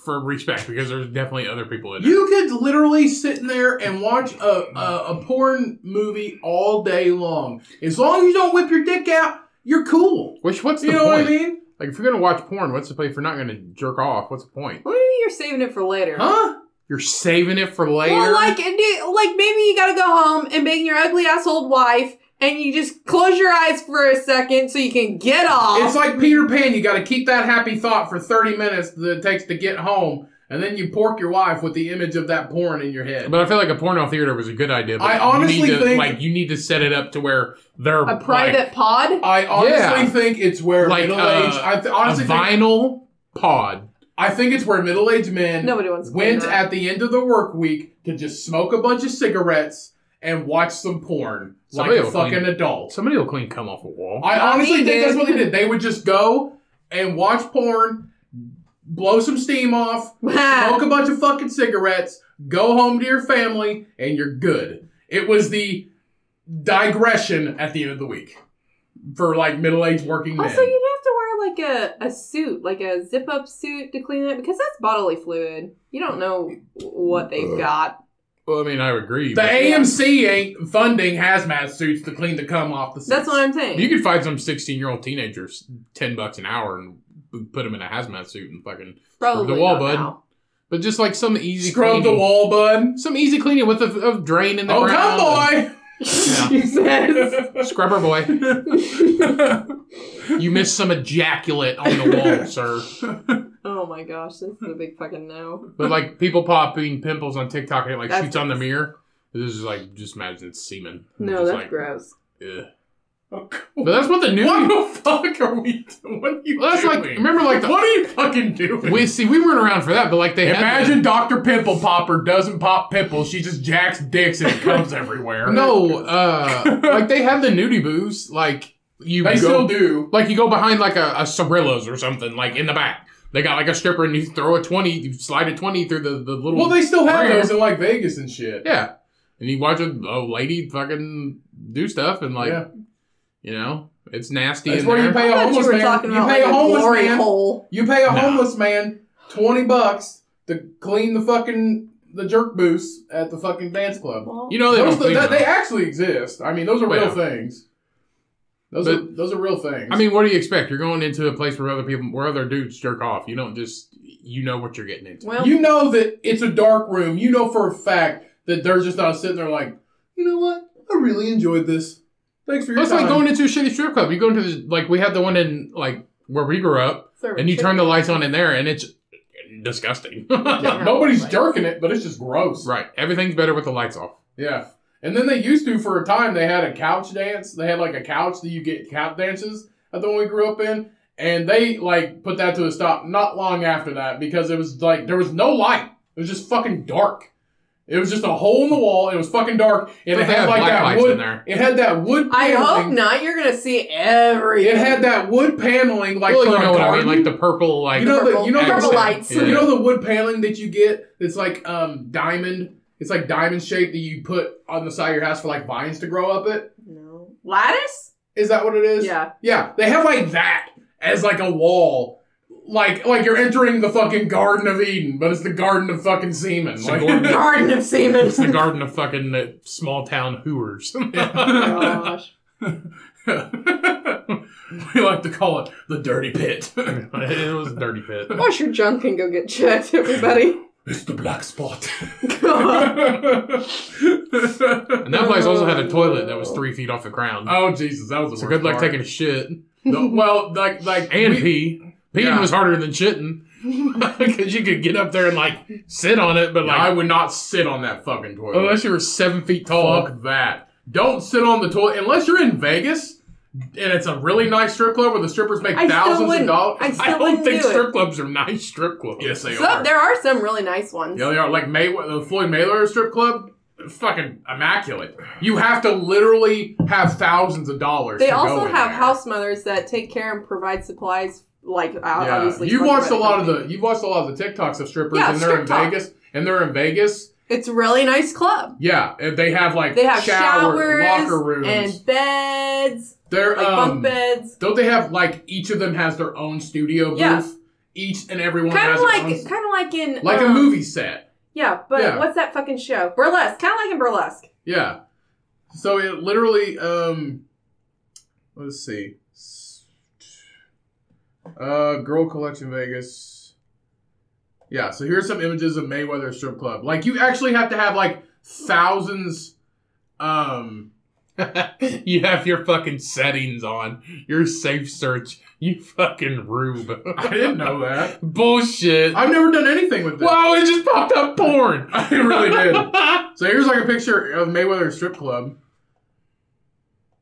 Speaker 2: for respect because there's definitely other people in there.
Speaker 1: You could literally sit in there and watch a, a, a porn movie all day long. As long as you don't whip your dick out, you're cool.
Speaker 2: Which what's the
Speaker 1: You know
Speaker 2: point?
Speaker 1: what I mean?
Speaker 2: Like if you're gonna watch porn, what's the point? If you're not gonna jerk off, what's the point?
Speaker 3: What do you mean you're saving it for later?
Speaker 1: Huh?
Speaker 2: You're saving it for later.
Speaker 3: Well, like, and do- like maybe you gotta go home and bang your ugly ass old wife, and you just close your eyes for a second so you can get off.
Speaker 1: It's like Peter Pan. You got to keep that happy thought for 30 minutes that it takes to get home, and then you pork your wife with the image of that porn in your head.
Speaker 2: but I feel like a porno theater was a good idea. But
Speaker 1: I
Speaker 2: you
Speaker 1: honestly
Speaker 2: need to,
Speaker 1: think-
Speaker 2: like you need to set it up to where they're
Speaker 3: a private pod.
Speaker 1: I honestly
Speaker 2: Yeah.
Speaker 1: think it's where
Speaker 2: Like,
Speaker 1: middle-aged.
Speaker 2: uh,
Speaker 1: I th-
Speaker 2: like, a
Speaker 1: honestly think,
Speaker 2: vinyl pod.
Speaker 1: I think it's where middle-aged men
Speaker 3: Nobody wants to
Speaker 1: went
Speaker 3: clean that.
Speaker 1: at the end of the work week to just smoke a bunch of cigarettes and watch some porn
Speaker 2: Somebody
Speaker 1: like a
Speaker 2: will clean
Speaker 1: fucking adult.
Speaker 2: Somebody will clean cum off a wall.
Speaker 1: I
Speaker 3: Not
Speaker 1: honestly
Speaker 3: me,
Speaker 1: think that's
Speaker 3: dude.
Speaker 1: what they did. They would just go and watch porn, blow some steam off, smoke
Speaker 3: Um,
Speaker 1: a bunch of fucking cigarettes, go home to your family, and you're good. It was the digression at the end of the week for like middle aged working men.
Speaker 3: also, you'd have to wear like a, a suit, like a zip up suit to clean it because that's bodily fluid. You don't know what
Speaker 1: Uh,
Speaker 3: they've got.
Speaker 2: Well, I mean, I agree.
Speaker 1: the
Speaker 2: but-
Speaker 1: AMC ain't funding hazmat suits to clean the cum off the suits.
Speaker 3: That's what I'm saying.
Speaker 2: You could find some 16 year old teenagers, 10 bucks an hour, and b- put them in a hazmat suit and fucking.
Speaker 3: Probably
Speaker 2: the wall,
Speaker 3: not
Speaker 2: bud.
Speaker 3: now.
Speaker 2: But just like some easy
Speaker 1: Scrub
Speaker 2: cleaning.
Speaker 1: the wall, bud.
Speaker 2: Some easy cleaning with a, a drain in the
Speaker 1: Oh,
Speaker 2: ground.
Speaker 1: come boy.
Speaker 3: Jesus.
Speaker 2: boy! Scrubber boy, you missed some ejaculate on the wall, sir.
Speaker 3: oh my gosh, this is a big fucking no.
Speaker 2: But like people popping pimples on TikTok and it like
Speaker 3: That's
Speaker 2: shoots on the
Speaker 3: gross.
Speaker 2: mirror. This is like just imagine it's semen.
Speaker 3: No,
Speaker 2: Just
Speaker 3: that's
Speaker 2: like,
Speaker 3: gross.
Speaker 2: ugh. But
Speaker 1: what
Speaker 2: that's what the new.
Speaker 1: the fuck are we doing? What are you
Speaker 2: Well, that's
Speaker 1: doing?
Speaker 2: like remember like the
Speaker 1: what are you fucking doing?
Speaker 2: we see we weren't around for that, but like they had the-
Speaker 1: Imagine Dr. Pimple Popper doesn't pop pimples. She just jacks dicks and it comes everywhere.
Speaker 2: No, uh, like they have the nudie booths. Like you
Speaker 1: They still
Speaker 2: go,
Speaker 1: do.
Speaker 2: like you go behind like a, a Cirillos or something, like in the back. They got like a stripper and you throw a twenty, you slide a twenty through the, the little.
Speaker 1: Well, they still have
Speaker 2: Rare.
Speaker 1: those in like Vegas and shit.
Speaker 2: yeah, and you watch a, a lady fucking do stuff and like
Speaker 1: Yeah.
Speaker 2: you know it's nasty.
Speaker 1: That's
Speaker 2: in
Speaker 1: where you
Speaker 2: there.
Speaker 1: pay
Speaker 3: I
Speaker 1: a
Speaker 3: thought you
Speaker 1: homeless
Speaker 3: were
Speaker 1: man.
Speaker 3: talking
Speaker 1: You
Speaker 3: about
Speaker 1: pay
Speaker 3: like
Speaker 1: a homeless
Speaker 3: glory
Speaker 1: man.
Speaker 3: hole.
Speaker 1: You pay a
Speaker 2: Nah.
Speaker 1: homeless man twenty bucks to clean the fucking the jerk booths at the fucking dance club.
Speaker 3: Well,
Speaker 2: You know they
Speaker 1: Those
Speaker 2: don't clean
Speaker 1: that- they
Speaker 2: them.
Speaker 1: actually exist. I mean, those are
Speaker 2: Well.
Speaker 1: real things. Those
Speaker 2: But-
Speaker 1: are those are real things.
Speaker 2: I mean, what do you expect? You're going into a place where other people, where other dudes jerk off. You don't just you know what you're getting into.
Speaker 3: Well,
Speaker 1: You know that it's a dark room. You know for a fact that they're just not sitting there like, you know what? I really enjoyed this. Thanks for your
Speaker 2: That's
Speaker 1: time.
Speaker 2: like going into a shitty strip club. You go into the, like we had the one in like where we grew up,
Speaker 3: sorry,
Speaker 2: and you
Speaker 3: chicken.
Speaker 2: turn the lights on in there, and it's disgusting.
Speaker 1: Yeah, nobody's jerking it, but it's just gross.
Speaker 2: right, everything's better with the lights off.
Speaker 1: Yeah. And then they used to, for a time, they had a couch dance. They had like a couch that you get couch dances at the one we grew up in. And they like put that to a stop not long after that because it was like there was no light. It was just fucking dark. It was just a hole in the wall. It was fucking dark. And it
Speaker 2: But they
Speaker 1: had
Speaker 2: have
Speaker 1: like
Speaker 2: black
Speaker 1: that
Speaker 2: lights in
Speaker 1: wood.
Speaker 2: there.
Speaker 1: It had that wood.
Speaker 3: I hope
Speaker 1: paneling.
Speaker 3: not. You're gonna see every.
Speaker 1: It had that wood paneling like
Speaker 2: well,
Speaker 1: for
Speaker 2: you
Speaker 1: a
Speaker 2: know what I mean,
Speaker 1: garden.
Speaker 2: like the purple, like
Speaker 1: You know the-
Speaker 3: purple,
Speaker 1: you know the-
Speaker 3: purple
Speaker 2: Yeah.
Speaker 3: lights.
Speaker 2: Yeah.
Speaker 1: You know the wood paneling that you get that's like um diamond? It's like diamond shaped that you put on the side of your house for like vines to grow up it.
Speaker 3: No lattice.
Speaker 1: Is that what it is?
Speaker 3: Yeah,
Speaker 1: Yeah. They have like that as like a wall. Like like you're entering the fucking Garden of Eden, but it's the Garden of fucking semen.
Speaker 2: It's the
Speaker 1: Like,
Speaker 2: Garden of-
Speaker 3: Garden of Semen.
Speaker 2: it's the garden of fucking uh, small town hooers.
Speaker 3: Gosh.
Speaker 1: we like to call it the dirty pit.
Speaker 2: it was a dirty pit.
Speaker 3: Wash your junk and go get checked, everybody.
Speaker 1: it's the black spot.
Speaker 3: God.
Speaker 1: oh
Speaker 2: And that place also had a toilet that was three feet off the ground.
Speaker 1: Oh, Jesus, that was a
Speaker 2: so good luck taking a shit
Speaker 1: No, well, like, like,
Speaker 2: and
Speaker 1: we-
Speaker 2: pee. Peeing
Speaker 1: Yeah.
Speaker 2: was harder than shitting because you could get up there and like sit on it, but
Speaker 1: Yeah, I
Speaker 2: like
Speaker 1: would not sit on that fucking toilet.
Speaker 2: unless you were seven feet tall,
Speaker 1: Fuck that. Don't sit on the toilet unless you're in Vegas and it's a really nice strip club where the strippers make
Speaker 3: I still
Speaker 1: thousands of
Speaker 3: wouldn't.
Speaker 1: dollars.
Speaker 3: I still
Speaker 2: I don't
Speaker 3: wouldn't
Speaker 2: think
Speaker 3: do it.
Speaker 2: strip clubs are nice strip clubs.
Speaker 1: yes, they
Speaker 3: So,
Speaker 1: are.
Speaker 3: there are some really nice ones.
Speaker 1: Yeah, they are. Like May- the Floyd Mayweather strip club, fucking immaculate. You have to literally have thousands of dollars.
Speaker 3: They
Speaker 1: to go
Speaker 3: also
Speaker 1: in
Speaker 3: have
Speaker 1: there.
Speaker 3: house mothers that take care and provide supplies, like out-
Speaker 1: Yeah.
Speaker 3: obviously.
Speaker 1: You've
Speaker 3: from the
Speaker 1: watched a
Speaker 3: Reddit
Speaker 1: lot of
Speaker 3: company.
Speaker 1: the you've watched a lot of the TikToks of strippers
Speaker 3: Yeah,
Speaker 1: and they're
Speaker 3: strip
Speaker 1: in
Speaker 3: talk.
Speaker 1: Vegas and they're in Vegas.
Speaker 3: It's a really nice club.
Speaker 1: Yeah, and they have like
Speaker 3: They have
Speaker 1: shower,
Speaker 3: showers
Speaker 1: locker rooms.
Speaker 3: and beds,
Speaker 1: they're
Speaker 3: like
Speaker 1: um,
Speaker 3: bunk beds.
Speaker 1: Don't they have like each of them has their own studio booth?
Speaker 3: Yeah.
Speaker 1: Each and everyone
Speaker 3: Kind
Speaker 1: has
Speaker 3: of
Speaker 1: their
Speaker 3: like,
Speaker 1: own-
Speaker 3: kind of like in
Speaker 1: like a
Speaker 3: um,
Speaker 1: movie set.
Speaker 3: Yeah, but
Speaker 1: Yeah.
Speaker 3: what's that fucking show? Burlesque, kind of like in Burlesque.
Speaker 1: Yeah. So it literally um let's see. Uh Girl Collection Vegas. Yeah, so here's some images of Mayweather strip club. Like you actually have to have like thousands um
Speaker 2: you have your fucking settings on, your safe search, you fucking rube.
Speaker 1: I didn't know that.
Speaker 2: Bullshit.
Speaker 1: I've never done anything with this.
Speaker 2: wow, it just popped up porn.
Speaker 1: I really did. So here's like a picture of Mayweather strip club.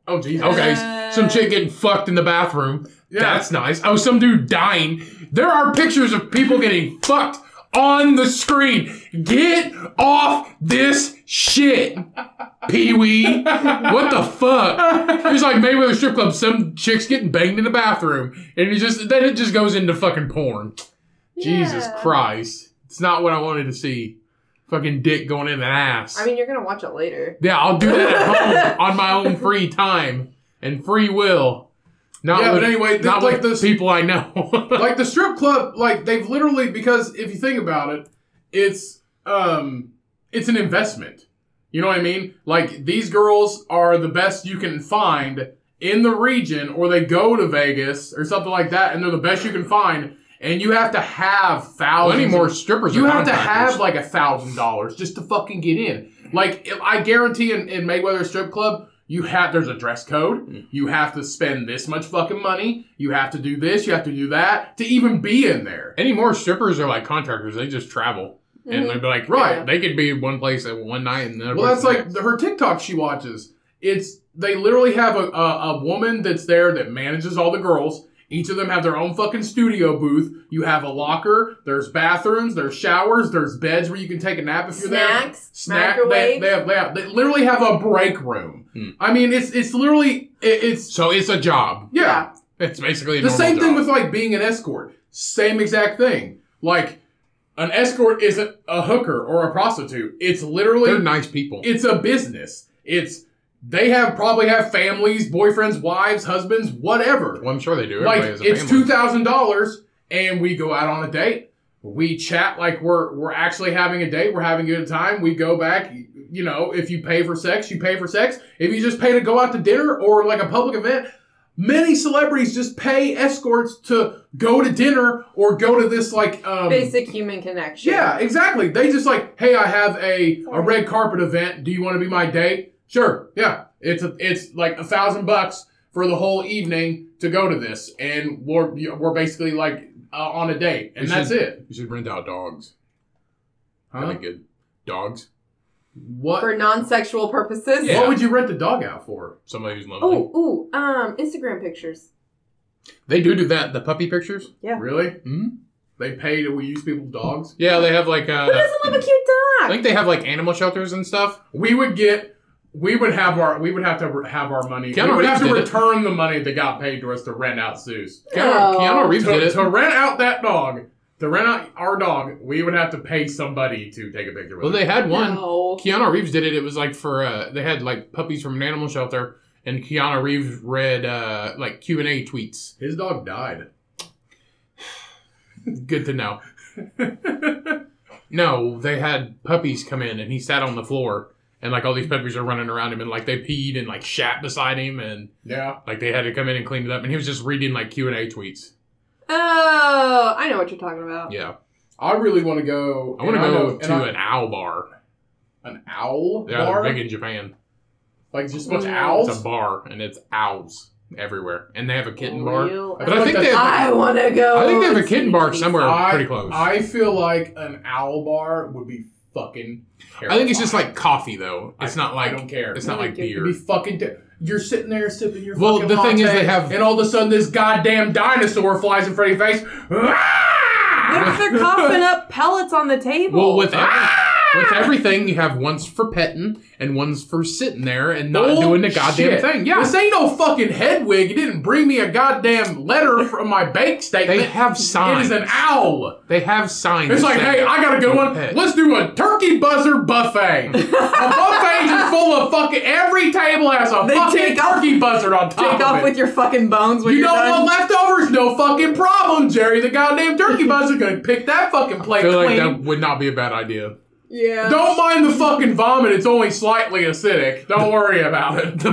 Speaker 1: Oh Jesus.
Speaker 2: Okay,
Speaker 3: Uh,
Speaker 2: some chick getting fucked in the bathroom.
Speaker 1: Yeah.
Speaker 2: That's nice. Oh, some dude dying. There are pictures of people getting fucked on the screen. Get off this shit, Pee Wee. What the fuck? It's like Mayweather strip club. Some chicks getting banged in the bathroom, and it just then it just goes into fucking porn. Jesus
Speaker 3: yeah.
Speaker 2: Christ, it's not what I wanted to see. Fucking dick going in an ass.
Speaker 3: I mean, you're gonna watch it later.
Speaker 2: Yeah, I'll do that at home on my own free time and free will. Not
Speaker 1: Yeah,
Speaker 2: with,
Speaker 1: but anyway, th-
Speaker 2: not
Speaker 1: like
Speaker 2: like
Speaker 1: this-
Speaker 2: those people I know.
Speaker 1: like the strip club, like they've literally because if you think about it, it's um it's an investment. You know what I mean? Like these girls are the best you can find in the region or they go to Vegas or something like that and they're the best you can find and you have to have thousands
Speaker 2: Plenty more strippers.
Speaker 1: you
Speaker 2: are
Speaker 1: have to
Speaker 2: contractors.
Speaker 1: have like a thousand dollars just to fucking get in. Like if I guarantee in, in Mayweather strip club, you have there's a dress code. You have to spend this much fucking money. You have to do this. You have to do that to even be in there.
Speaker 2: any more strippers are like contractors. They just travel and
Speaker 3: Mhm.
Speaker 2: they'd be like,
Speaker 1: Right.
Speaker 2: They could be one place at one night and another.
Speaker 1: Well, that's
Speaker 2: place the
Speaker 1: like
Speaker 2: next.
Speaker 1: the, her TikTok she watches. It's they literally have a, a a woman that's there that manages all the girls. Each of them have their own fucking studio booth. You have a locker. There's bathrooms. There's showers. There's beds where you can take a nap if you're there.
Speaker 3: Snacks,
Speaker 1: snack. They,
Speaker 3: microwave.
Speaker 1: they have they, have, they literally have a break room.
Speaker 2: Hmm.
Speaker 1: I mean, it's it's literally it, it's
Speaker 2: so it's a job.
Speaker 1: yeah.
Speaker 2: It's basically a
Speaker 1: The
Speaker 2: normal
Speaker 1: same thing
Speaker 2: job.
Speaker 1: with like being an escort. Same exact thing. Like an escort isn't a hooker or a prostitute. It's literally
Speaker 2: They're nice people.
Speaker 1: it's a business. It's they have probably have families, boyfriends, wives, husbands, whatever
Speaker 2: well, I'm sure they do.
Speaker 1: like
Speaker 2: Everybody has a
Speaker 1: it's
Speaker 2: family.
Speaker 1: two thousand dollars, and we go out on a date. We chat like we're we're actually having a date. We're having a good time. We go back. You know, if you pay for sex, you pay for sex. If you just pay to go out to dinner or like a public event, Many celebrities just pay escorts to go to dinner or go to this like um,
Speaker 3: Basic human connection.
Speaker 1: yeah, exactly. They just like, hey, I have a a red carpet event. Do you want to be my date? Sure. Yeah. It's a, it's like a thousand bucks for the whole evening to go to this, and we're we're basically like uh, on a date, and
Speaker 2: We
Speaker 1: that's
Speaker 2: should-
Speaker 1: it.
Speaker 2: You should rent out dogs.
Speaker 1: Huh?
Speaker 2: That'd be good. Dogs.
Speaker 1: What
Speaker 3: For non-sexual purposes.
Speaker 2: Yeah.
Speaker 1: what would you rent the dog out for?
Speaker 2: Somebody who's lonely.
Speaker 3: Oh, ooh, um, Instagram pictures.
Speaker 2: They do do that. The puppy pictures.
Speaker 3: Yeah.
Speaker 1: Really?
Speaker 2: Mhm.
Speaker 1: They pay to use people's dogs.
Speaker 2: Yeah, they have like.
Speaker 3: Who
Speaker 2: Uh,
Speaker 3: doesn't love a cute
Speaker 2: I
Speaker 3: dog?
Speaker 2: think they have like animal shelters and stuff.
Speaker 1: We would get. We would have our we would have to re- have our money.
Speaker 2: Keanu
Speaker 1: we would
Speaker 2: Reeves
Speaker 1: have to
Speaker 2: did it.
Speaker 1: return the money that got paid to us to rent out zoos.
Speaker 2: Keanu,
Speaker 3: Oh.
Speaker 2: Keanu Reeves did
Speaker 1: to,
Speaker 2: it.
Speaker 1: to rent out that dog, to rent out our dog, we would have to pay somebody to take a picture with
Speaker 2: Well,
Speaker 1: it.
Speaker 2: they had one.
Speaker 3: No.
Speaker 2: Keanu Reeves did it. It was like for uh, they had like puppies from an animal shelter, and Keanu Reeves read uh, like Q and A tweets.
Speaker 1: His dog died.
Speaker 2: Good to know. no, they had puppies come in, and he sat on the floor, and like all these puppies are running around him, and like they peed and like shat beside him, and
Speaker 1: Yeah.
Speaker 2: like they had to come in and clean it up, and he was just reading like Q and A tweets.
Speaker 3: Oh, I know what you're talking about.
Speaker 2: Yeah,
Speaker 1: I really want to go.
Speaker 2: I want to
Speaker 1: and
Speaker 2: go
Speaker 1: know-
Speaker 2: to
Speaker 1: and I-
Speaker 2: an owl bar.
Speaker 1: an owl
Speaker 2: Yeah,
Speaker 1: bar,
Speaker 2: they're big in Japan.
Speaker 1: like just a bunch of
Speaker 3: Mm.
Speaker 2: It's a
Speaker 1: owls.
Speaker 2: bar, and it's owls everywhere, and they have a
Speaker 3: Oh,
Speaker 2: kitten bar.
Speaker 3: Real-
Speaker 2: But I think they have
Speaker 3: I want to go.
Speaker 2: I think they have a
Speaker 3: and
Speaker 2: kitten
Speaker 3: see
Speaker 2: bar
Speaker 3: these.
Speaker 2: somewhere
Speaker 1: I-
Speaker 2: pretty close. I,
Speaker 1: I feel like an owl bar would be fucking. Terrifying.
Speaker 2: think it's just like coffee though. It's not
Speaker 1: I
Speaker 2: like
Speaker 1: don't care.
Speaker 2: it's not
Speaker 3: Really
Speaker 2: like
Speaker 3: good.
Speaker 1: It'd be
Speaker 2: beer.
Speaker 1: fucking. Ter- you're sitting there sipping your.
Speaker 2: Well,
Speaker 1: fucking
Speaker 2: the thing is
Speaker 1: latte,
Speaker 2: they have-
Speaker 1: and all of a sudden this goddamn dinosaur flies in front of your face.
Speaker 3: What if they're coughing up pellets on the table?
Speaker 2: Well, with every, with everything you have one's for petting and one's for sitting there and not doing the goddamn
Speaker 1: Bullshit.
Speaker 2: thing. Yeah,
Speaker 1: This ain't no fucking Hedwig. You didn't bring me a goddamn letter from my bank statement.
Speaker 2: they have
Speaker 1: it
Speaker 2: signs.
Speaker 1: is an owl.
Speaker 2: They have signs.
Speaker 1: It's
Speaker 2: that
Speaker 1: like,
Speaker 2: say-
Speaker 1: hey, I got a good one.
Speaker 2: Pet.
Speaker 1: Let's do a turkey buzzer buffet. a buffet just full of fucking. Every table has a
Speaker 3: They
Speaker 1: fucking
Speaker 3: take off-
Speaker 1: turkey buzzard on top
Speaker 3: Take
Speaker 1: of
Speaker 3: off
Speaker 1: it.
Speaker 3: with your fucking bones when
Speaker 1: you
Speaker 3: are
Speaker 1: don't
Speaker 3: done.
Speaker 1: want leftovers? No fucking problem, Jerry. The goddamn turkey buzzard's gonna pick that fucking
Speaker 2: I
Speaker 1: plate
Speaker 2: feel like
Speaker 1: clean.
Speaker 2: that would not be a bad idea.
Speaker 3: yeah.
Speaker 1: Don't mind the fucking vomit. It's only slightly acidic. Don't worry about it.
Speaker 2: The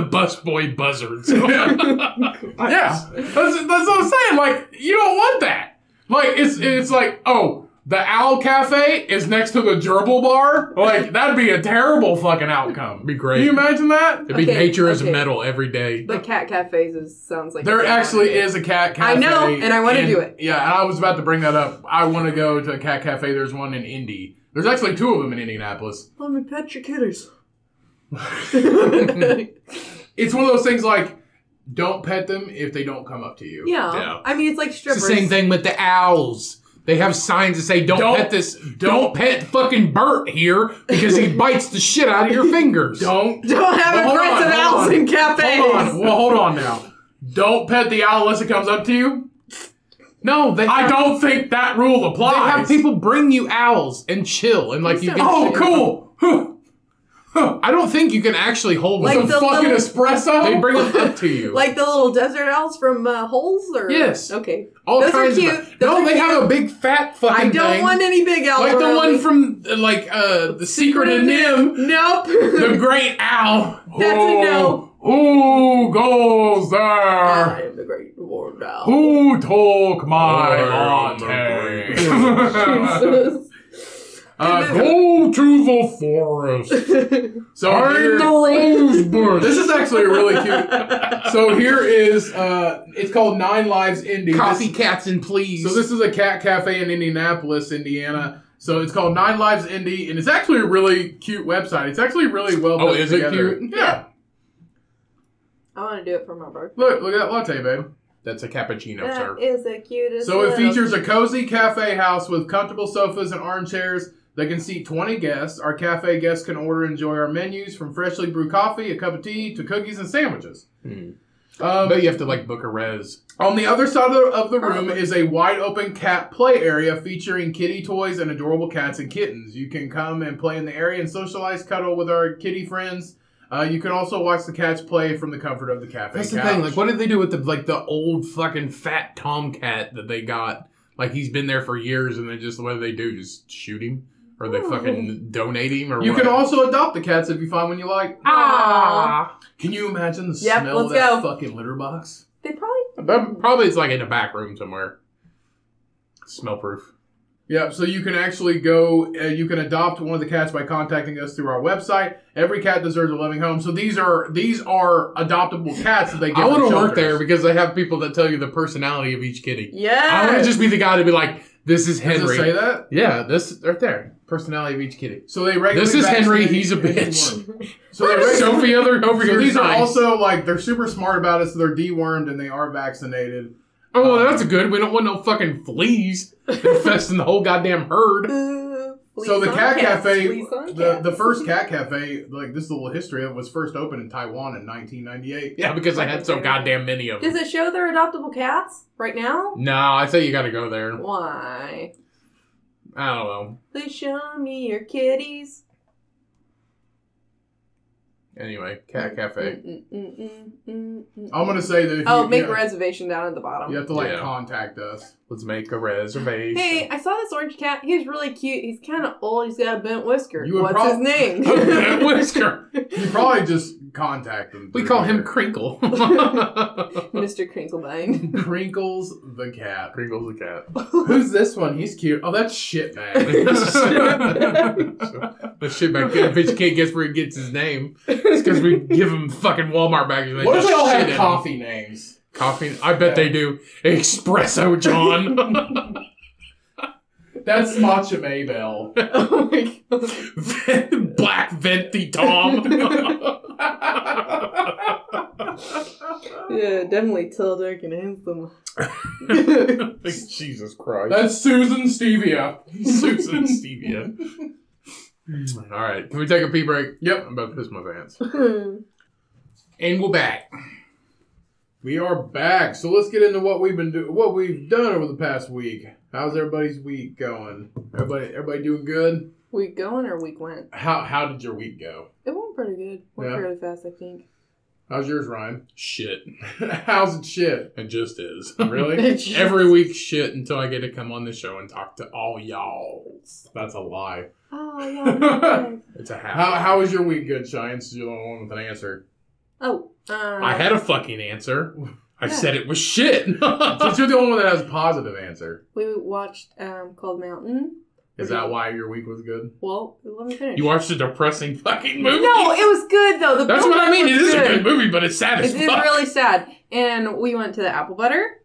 Speaker 2: busboy buzzards.
Speaker 1: Yeah, that's, that's what I'm saying. Like, you don't want that. Like, it's it's like, oh, the Owl Cafe is next to the Gerbil Bar. Like, that'd be a terrible fucking outcome.
Speaker 2: be great.
Speaker 1: Can you imagine that?
Speaker 2: It'd be
Speaker 3: Okay,
Speaker 2: nature as
Speaker 3: okay.
Speaker 2: metal every day.
Speaker 3: But cat cafes is, sounds like
Speaker 1: There actually is a cat cafe.
Speaker 3: I know, and I wanna
Speaker 1: in-
Speaker 3: do it.
Speaker 1: Yeah, and I was about to bring that up. I want to go to a cat cafe. There's one in Indy. There's actually two of them in Indianapolis.
Speaker 3: Let me pet your kitties. yeah.
Speaker 1: It's one of those things like, don't pet them if they don't come up to you.
Speaker 2: Yeah.
Speaker 3: I mean, it's like strippers.
Speaker 2: It's the same thing with the owls. They have signs that say, "Don't,
Speaker 1: Don't-
Speaker 2: pet this. Don't, pet fucking Bert here because he bites the shit out of your fingers."
Speaker 1: Don't
Speaker 3: Don't have
Speaker 1: Well, hold
Speaker 3: aggressive
Speaker 1: on, hold
Speaker 3: owls
Speaker 1: on.
Speaker 3: in cafes.
Speaker 1: Hold on. Well, hold on now. Don't pet the owl unless it comes up to you.
Speaker 2: No, they.
Speaker 1: I
Speaker 2: have,
Speaker 1: don't think that rule
Speaker 2: They
Speaker 1: applies.
Speaker 2: have people bring you owls and chill and like you.
Speaker 3: Please
Speaker 2: Can,
Speaker 3: don't.
Speaker 1: Oh, cool. Huh.
Speaker 2: I don't think you can actually hold
Speaker 3: Like
Speaker 2: them.
Speaker 1: Some
Speaker 3: the
Speaker 1: fucking
Speaker 3: little-
Speaker 1: espresso.
Speaker 2: They bring them up to you.
Speaker 3: Like the little desert owls from uh, Holes, or
Speaker 2: Yes.
Speaker 3: okay.
Speaker 2: all
Speaker 3: those are
Speaker 2: kinds
Speaker 3: cute.
Speaker 2: of.
Speaker 3: Those
Speaker 2: no,
Speaker 3: are
Speaker 2: they
Speaker 3: cute.
Speaker 2: have a big fat fucking.
Speaker 3: I don't
Speaker 2: thing.
Speaker 3: want any big owls.
Speaker 2: Like the
Speaker 3: around
Speaker 2: one
Speaker 3: me.
Speaker 2: from uh, like uh the Secret of Nim,
Speaker 3: Nope.
Speaker 2: the Great Owl.
Speaker 3: That's a
Speaker 2: Oh.
Speaker 3: no.
Speaker 1: Who goes
Speaker 3: I
Speaker 1: there?
Speaker 3: am the great war owl.
Speaker 1: Who took my
Speaker 2: Oh,
Speaker 1: latte?
Speaker 3: Jesus.
Speaker 1: uh, go-
Speaker 2: Go to the forest.
Speaker 1: so here- this is actually really cute. So here is uh, it's called Nine Lives Indie. This-
Speaker 2: Coffee cats and please.
Speaker 1: So this is a cat cafe in Indianapolis, Indiana. So it's called Nine Lives Indie, and it's actually a really cute website. It's actually really well.
Speaker 2: Oh,
Speaker 1: put
Speaker 2: is it
Speaker 1: together.
Speaker 2: cute?
Speaker 1: Yeah.
Speaker 3: I want to do it for my birthday.
Speaker 1: Look, look at that latte, babe.
Speaker 2: that's a cappuccino, sir.
Speaker 3: That is the cutest.
Speaker 1: So it
Speaker 3: little-
Speaker 1: features a cozy cafe house with comfortable sofas and armchairs that can seat 20 guests. Our cafe guests can order and enjoy our menus from freshly brewed coffee, a cup of tea, to cookies and sandwiches.
Speaker 2: Hmm. I
Speaker 1: Um,
Speaker 2: bet you have to like book a res.
Speaker 1: On the other side of the, of the room is a wide open cat play area featuring kitty toys and adorable cats and kittens. You can come and play in the area and socialize, cuddle with our kitty friends. Uh, you can also watch the cats play from the comfort of the cafe.
Speaker 2: That's the
Speaker 1: couch.
Speaker 2: thing. Like, what did they do with the like the old fucking fat tomcat that they got? Like he's been there for years, and they just what do they do? Just shoot him, or they fucking donate him, or
Speaker 1: you
Speaker 2: what?
Speaker 1: can also adopt the cats if you find one you like.
Speaker 3: Aw.
Speaker 1: Ah. Can you imagine the
Speaker 3: Yep,
Speaker 1: smell of
Speaker 3: let's
Speaker 1: that
Speaker 3: go.
Speaker 1: fucking litter box?
Speaker 3: They probably
Speaker 2: But probably it's like in a back room somewhere. Smell proof.
Speaker 1: Yep. So you can actually go, uh, you can adopt one of the cats by contacting us through our website. Every cat deserves a loving home. So these are these are adoptable cats that they get.
Speaker 2: I want
Speaker 1: from
Speaker 2: to work
Speaker 1: shelters.
Speaker 2: there because they have people that tell you the personality of each kitty. I want
Speaker 3: yeah.
Speaker 2: to just be the guy to be like, "This is
Speaker 1: Does it
Speaker 2: Henry."
Speaker 1: say that?
Speaker 2: Yeah, this right there. Personality of each kitty.
Speaker 1: So they regularly.
Speaker 2: This is Henry,
Speaker 1: vaccinate
Speaker 2: he's a
Speaker 1: each
Speaker 2: bitch.
Speaker 1: one. So they regularly.
Speaker 2: Sophie other over
Speaker 1: So
Speaker 2: here.
Speaker 1: these
Speaker 2: is
Speaker 1: are
Speaker 2: nice.
Speaker 1: also like they're super smart about it, so they're dewormed and they are vaccinated.
Speaker 2: Oh, well,
Speaker 1: Um,
Speaker 2: that's good. We don't want no fucking fleas infesting the whole goddamn herd.
Speaker 3: Uh, please
Speaker 1: so the
Speaker 3: on
Speaker 1: cat
Speaker 3: cats,
Speaker 1: cafe,
Speaker 3: please on
Speaker 1: the,
Speaker 3: cats.
Speaker 1: the first cat cafe, like this little history of, it, was first opened in Taiwan in 1998.
Speaker 2: Yeah, because I had so goddamn many of
Speaker 3: Does
Speaker 2: them.
Speaker 3: it show their adoptable cats right now?
Speaker 2: No, I say you gotta go there.
Speaker 3: Why?
Speaker 2: I don't know.
Speaker 3: Please show me your kitties.
Speaker 2: Anyway, Cat Cafe.
Speaker 3: Mm, mm, mm, mm, mm, mm.
Speaker 1: I'm gonna say that if
Speaker 3: Oh,
Speaker 1: you,
Speaker 3: make
Speaker 1: you,
Speaker 3: a reservation down at the bottom.
Speaker 1: you have to like
Speaker 2: Yeah.
Speaker 1: contact us.
Speaker 2: Let's make a reservation.
Speaker 3: Hey, I saw this orange cat. He was really cute. He's kind of old. He's got a bent whisker.
Speaker 1: You would
Speaker 3: What's
Speaker 1: prob-
Speaker 3: his name?
Speaker 2: Oh, Okay, Whisker.
Speaker 1: You probably just contact them.
Speaker 2: We
Speaker 1: through
Speaker 2: call him
Speaker 1: here.
Speaker 2: Crinkle.
Speaker 3: Mr. Crinklebine.
Speaker 1: Crinkles the cat.
Speaker 2: Crinkle's the cat.
Speaker 1: Who's this one? He's cute. Oh, that's shit, man.
Speaker 2: the shit back there. Bitch can't guess where he gets his name. It's because we give him fucking Walmart bags. and they
Speaker 1: what if
Speaker 2: just
Speaker 1: they all
Speaker 2: shit in
Speaker 1: have
Speaker 2: 'em.
Speaker 1: coffee names?
Speaker 2: Coffee? I bet they do. Espresso John.
Speaker 1: That's Matcha Maybell.
Speaker 3: oh my god.
Speaker 2: Black Venti Tom.
Speaker 3: Yeah, definitely tall, dark, and handsome.
Speaker 2: Jesus Christ.
Speaker 1: That's Susan Stevia.
Speaker 2: Susan Stevia. All right. Can we take a pee break?
Speaker 1: Yep.
Speaker 2: I'm about to piss my pants.
Speaker 3: Wait,
Speaker 2: And we're back.
Speaker 1: We are back, so let's get into what we've been do- what we've done over the past week. How's everybody's week going? Everybody, everybody doing good?
Speaker 3: going or week went?
Speaker 1: How how did your week go?
Speaker 3: It went pretty good. Went
Speaker 1: Yeah.
Speaker 3: fairly fast, I think.
Speaker 1: How's yours, Ryan?
Speaker 2: Shit.
Speaker 1: How's it shit?
Speaker 2: It just is.
Speaker 1: Really?
Speaker 2: Every week shit until I get to come on the show and talk to all y'all.
Speaker 1: That's a lie.
Speaker 3: Oh yeah.
Speaker 2: It's a half.
Speaker 1: How how was your week, good Giants? You're the only one with an answer.
Speaker 3: oh. Uh,
Speaker 2: I had a fucking answer. I
Speaker 3: Yeah.
Speaker 2: said it was shit.
Speaker 1: Since you're the only one that has a positive answer,
Speaker 3: We watched um, Cold Mountain.
Speaker 1: is that why your week was good?
Speaker 3: Well, let me finish.
Speaker 2: you watched a depressing fucking movie.
Speaker 3: No, it was good though. The
Speaker 2: That's what I
Speaker 3: build-up
Speaker 2: mean. It
Speaker 3: was
Speaker 2: is a good movie, but it's sad as
Speaker 3: It is
Speaker 2: fuck.
Speaker 3: really sad. And we went to the apple butter,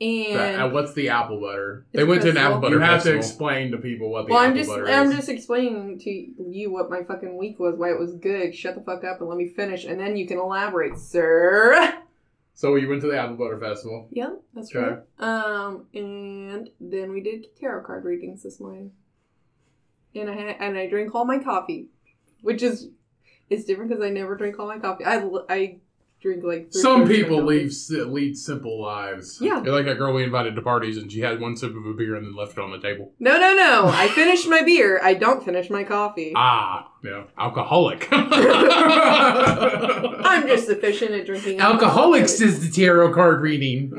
Speaker 3: and
Speaker 1: That- uh, what's the apple butter?
Speaker 2: They went to an
Speaker 3: It's
Speaker 2: apple
Speaker 3: festival.
Speaker 2: butter
Speaker 1: you have to
Speaker 2: festival.
Speaker 1: explain to people what the
Speaker 3: Well,
Speaker 1: apple
Speaker 3: I'm just
Speaker 1: butter
Speaker 3: I'm
Speaker 1: is.
Speaker 3: just explaining to you what my fucking week was, why it was good. Shut the fuck up and let me finish, and then you can elaborate, sir.
Speaker 1: so you went to the apple butter festival.
Speaker 3: Yeah, that's
Speaker 1: Okay.
Speaker 3: right. Um, and then we did tarot card readings this morning, and I had, and I drank all my coffee, which is it's different because I never drink all my coffee. I l- I drink like three
Speaker 1: Some
Speaker 3: quarters of my
Speaker 1: people
Speaker 3: coffee.
Speaker 1: leave si- lead simple lives.
Speaker 3: Yeah,
Speaker 2: You're like that girl we invited to parties and she had one sip of a beer and then left it on the table.
Speaker 3: no, no, no. I finished my beer. I don't finish my coffee.
Speaker 2: Ah,
Speaker 1: Yeah.
Speaker 2: alcoholic.
Speaker 3: I'm just efficient at drinking.
Speaker 2: Alcoholics is the tarot card reading.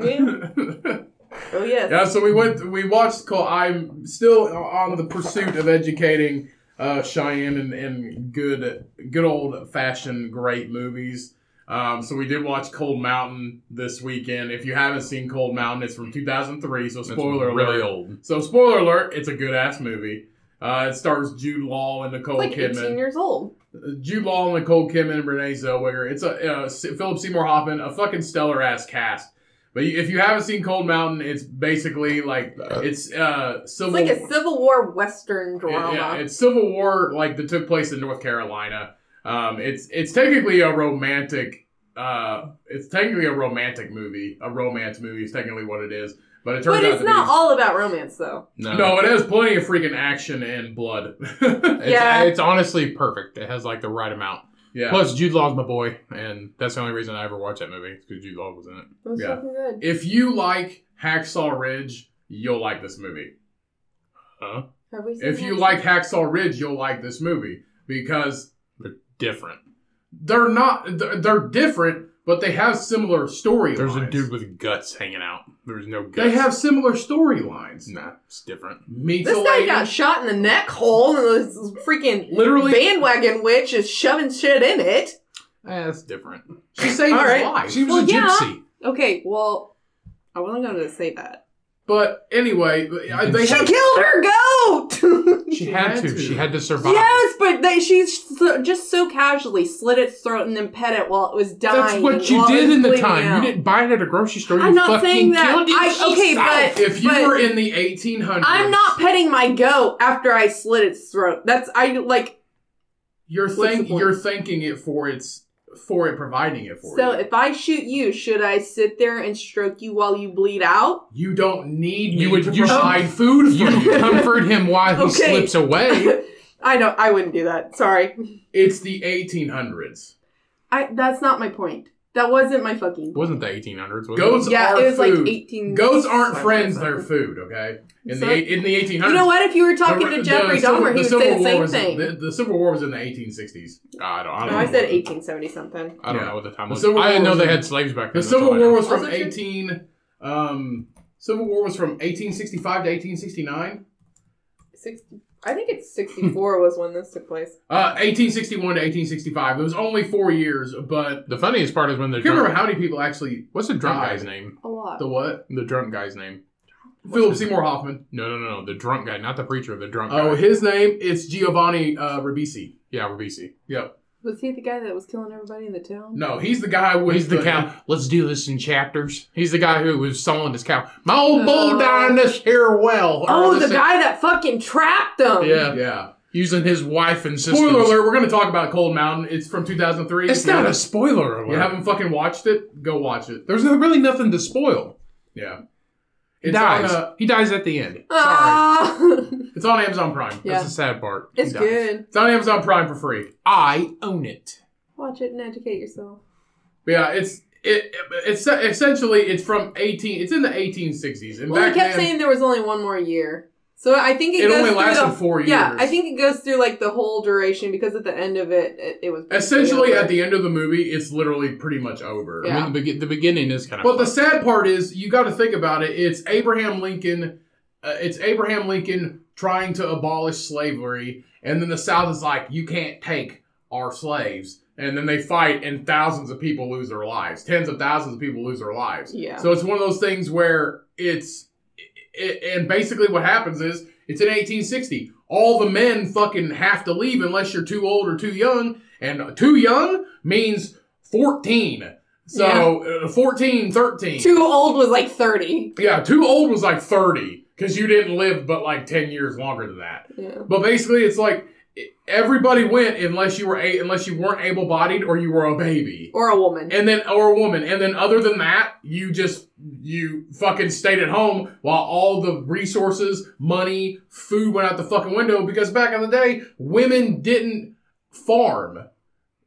Speaker 3: Yeah. Oh yes.
Speaker 1: Yeah, so we went. We watched. Col- I'm still on the pursuit of educating uh, Cheyenne and, and good, good old fashioned great movies. Um, so we did watch Cold Mountain this weekend. If you haven't seen Cold Mountain, it's from 2003. So spoiler alert.
Speaker 2: really old.
Speaker 1: So spoiler alert. It's a good ass movie. Uh, it stars Jude Law and Nicole
Speaker 3: like 18
Speaker 1: Kidman.
Speaker 3: years old.
Speaker 1: Jude Law and Nicole Kidman and Renee Zellweger. It's a uh, Philip Seymour Hoffman, a fucking stellar ass cast. But you- if you haven't seen Cold Mountain, it's basically like it's uh
Speaker 3: It's
Speaker 1: civil.
Speaker 3: like a Civil War Western
Speaker 1: yeah,
Speaker 3: drama.
Speaker 1: yeah, it's Civil War like that took place in North Carolina. Um, it's it's technically a romantic. Uh, it's technically a romantic movie. A romance movie is technically what it is. But it turns
Speaker 3: but
Speaker 1: out
Speaker 3: it's
Speaker 1: to
Speaker 3: not
Speaker 1: be.
Speaker 3: all about romance, though.
Speaker 2: No.
Speaker 1: no, it has plenty of freaking action and blood.
Speaker 2: It's,
Speaker 3: Yeah.
Speaker 2: it's honestly perfect. It has like the right amount.
Speaker 1: yeah.
Speaker 2: Plus, Jude Law's my boy, and that's the only reason I ever watched that movie because Jude Law was in it.
Speaker 3: It was
Speaker 1: Yeah.
Speaker 3: fucking good.
Speaker 1: if you like Hacksaw Ridge, you'll like this movie.
Speaker 2: Huh?
Speaker 3: Have we seen
Speaker 1: If you
Speaker 3: that?
Speaker 1: like Hacksaw Ridge, you'll like this movie because
Speaker 2: Different.
Speaker 1: they're not they're, they're different, but they have similar storylines.
Speaker 2: There's a dude with guts hanging out. There's no guts.
Speaker 1: They have similar storylines.
Speaker 2: Nah, it's different.
Speaker 1: Meets
Speaker 3: this
Speaker 1: a
Speaker 3: guy
Speaker 1: lady.
Speaker 3: got shot in the neck hole, and this freaking
Speaker 1: literally,
Speaker 3: bandwagon witch is shoving shit in it.
Speaker 2: Eh, it's different.
Speaker 1: she saved
Speaker 3: All
Speaker 1: his
Speaker 3: right.
Speaker 1: life.
Speaker 2: She was
Speaker 3: Well,
Speaker 2: a
Speaker 3: yeah.
Speaker 2: gypsy.
Speaker 3: Okay, well, I wasn't going to say that.
Speaker 1: But anyway, I- they
Speaker 3: She
Speaker 1: have.
Speaker 3: killed her goat!
Speaker 2: She had to. She had to survive.
Speaker 3: yes, but they, she so, just so casually slit its throat and then pet it while it was dying.
Speaker 2: That's what
Speaker 3: while
Speaker 2: you
Speaker 3: it
Speaker 2: did
Speaker 3: was
Speaker 2: in the
Speaker 3: bleeding
Speaker 2: time.
Speaker 3: out.
Speaker 2: You didn't buy it at a grocery store.
Speaker 3: I'm
Speaker 2: you
Speaker 3: not
Speaker 2: fucking
Speaker 3: saying that.
Speaker 2: killed it
Speaker 3: I- okay,
Speaker 2: yourself.
Speaker 3: but-
Speaker 1: If you
Speaker 3: but-
Speaker 1: were in the 1800s,
Speaker 3: I'm not petting my goat after I slit its throat. That's I like.
Speaker 1: You're
Speaker 3: What's the
Speaker 1: think
Speaker 3: point?
Speaker 1: you're thanking it for its for it providing it for
Speaker 3: So
Speaker 1: you.
Speaker 3: if I shoot you, should I sit there and stroke you while you bleed out?
Speaker 1: you don't need
Speaker 2: You
Speaker 1: me
Speaker 2: would-
Speaker 1: to
Speaker 2: you should-
Speaker 1: provide food for you.
Speaker 2: you comfort him while he
Speaker 3: Okay.
Speaker 2: slips away.
Speaker 3: I don't. I wouldn't do that. Sorry.
Speaker 1: It's the 1800s.
Speaker 3: I. That's not my point. That wasn't my fucking.
Speaker 2: It wasn't the 1800s. Was
Speaker 1: Goats
Speaker 3: yeah,
Speaker 1: are
Speaker 3: it was
Speaker 1: food.
Speaker 3: like 18.
Speaker 1: Goats aren't
Speaker 3: something.
Speaker 1: friends; they're food. Okay, in
Speaker 3: So-
Speaker 1: the eight- in the 1800s.
Speaker 3: You know what? If you were talking
Speaker 1: the-
Speaker 3: to Jeffrey
Speaker 1: the
Speaker 3: Dahmer,
Speaker 1: Civil-
Speaker 3: he would
Speaker 1: Civil
Speaker 3: say the
Speaker 1: War
Speaker 3: same
Speaker 1: was-
Speaker 3: thing.
Speaker 1: The, the Civil War was in the 1860s.
Speaker 2: it? I don't. I don't
Speaker 3: no,
Speaker 2: know.
Speaker 3: I said 1870 something.
Speaker 2: I don't
Speaker 1: Yeah.
Speaker 2: know what the time
Speaker 1: The
Speaker 2: was.
Speaker 1: Civil
Speaker 2: I didn't
Speaker 1: War
Speaker 2: know they
Speaker 1: was-
Speaker 2: had slaves back
Speaker 1: The
Speaker 2: then.
Speaker 1: Civil War was from
Speaker 3: Also true.
Speaker 1: 18. Um, Civil War was from 1865 to 1869.
Speaker 3: Six, I think it's 64 was when this took place.
Speaker 1: Uh, 1861 to 1865. It was only four years, but
Speaker 2: The funniest part is when
Speaker 1: I
Speaker 2: the
Speaker 1: can't remember
Speaker 2: drunk,
Speaker 1: how many people actually.
Speaker 2: what's the drunk
Speaker 1: died.
Speaker 2: guy's name?
Speaker 3: A lot.
Speaker 1: The what?
Speaker 2: The drunk guy's name?
Speaker 1: Philip Seymour Hoffman.
Speaker 2: No, no, no, no. The drunk guy, not the preacher. The drunk
Speaker 1: Oh,
Speaker 2: guy.
Speaker 1: his name is Giovanni uh, Ribisi.
Speaker 2: yeah, Rabisi.
Speaker 1: Yep.
Speaker 3: Was he the guy that was killing everybody in the town?
Speaker 1: No, he's the guy with
Speaker 2: He's the cow. Let's do this in chapters. He's the guy who was selling his cow. My old bull
Speaker 3: Oh.
Speaker 2: died in this here well. or
Speaker 3: Oh, the
Speaker 2: this-
Speaker 3: guy that fucking trapped him.
Speaker 2: Yeah,
Speaker 1: Yeah.
Speaker 2: using his wife and sister.
Speaker 1: Spoiler alert, we're going to talk about Cold Mountain. It's from 2003.
Speaker 2: It's
Speaker 1: If you
Speaker 2: not a
Speaker 1: haven't-
Speaker 2: spoiler alert.
Speaker 1: You haven't fucking watched it? Go watch it.
Speaker 2: There's no- really nothing to spoil.
Speaker 1: Yeah.
Speaker 2: He
Speaker 1: It's
Speaker 2: dies.
Speaker 1: on, uh,
Speaker 2: he dies at the end. Sorry.
Speaker 3: Ah.
Speaker 1: it's on Amazon Prime.
Speaker 3: Yeah.
Speaker 2: That's the sad part. He
Speaker 3: it's
Speaker 2: dies.
Speaker 3: good.
Speaker 1: It's on Amazon Prime for free.
Speaker 2: I own it.
Speaker 3: Watch it and educate yourself.
Speaker 1: But yeah, it's it, it's essentially it's from 18 it's in the 1860s and
Speaker 3: Well, he
Speaker 1: back
Speaker 3: kept
Speaker 1: then
Speaker 3: saying there was only one more year, so I think it,
Speaker 1: it
Speaker 3: goes
Speaker 1: only
Speaker 3: through
Speaker 1: lasted
Speaker 3: the,
Speaker 1: 4 years.
Speaker 3: Yeah, I think it goes through like the whole duration because at the end of it, it, it was
Speaker 1: essentially at the end of the movie it's literally pretty much over.
Speaker 3: Yeah.
Speaker 2: I mean, the, begi- the beginning is kind of.
Speaker 1: But the sad part is, you got to think about it. It's Abraham Lincoln. Uh, it's Abraham Lincoln trying to abolish slavery, and then the South is like, "You can't take our slaves." And then they fight, and thousands of people lose their lives. Tens of thousands of people lose their lives.
Speaker 3: yeah.
Speaker 1: So it's one of those things where it's, it, and basically what happens is it's in 1860. All the men fucking have to leave unless you're too old or too young, and too young means 14. So uh, 14, 13.
Speaker 3: Too old was like thirty.
Speaker 1: yeah, too old was like 30 because you didn't live but like 10 years longer than that.
Speaker 3: Yeah.
Speaker 1: But basically, it's like everybody went unless you were a- unless you weren't able bodied or you were a baby
Speaker 3: Or a woman.
Speaker 1: and then or a woman and then other than that you just you fucking stayed at home while all the resources money food went out the fucking window because back in the day women didn't farm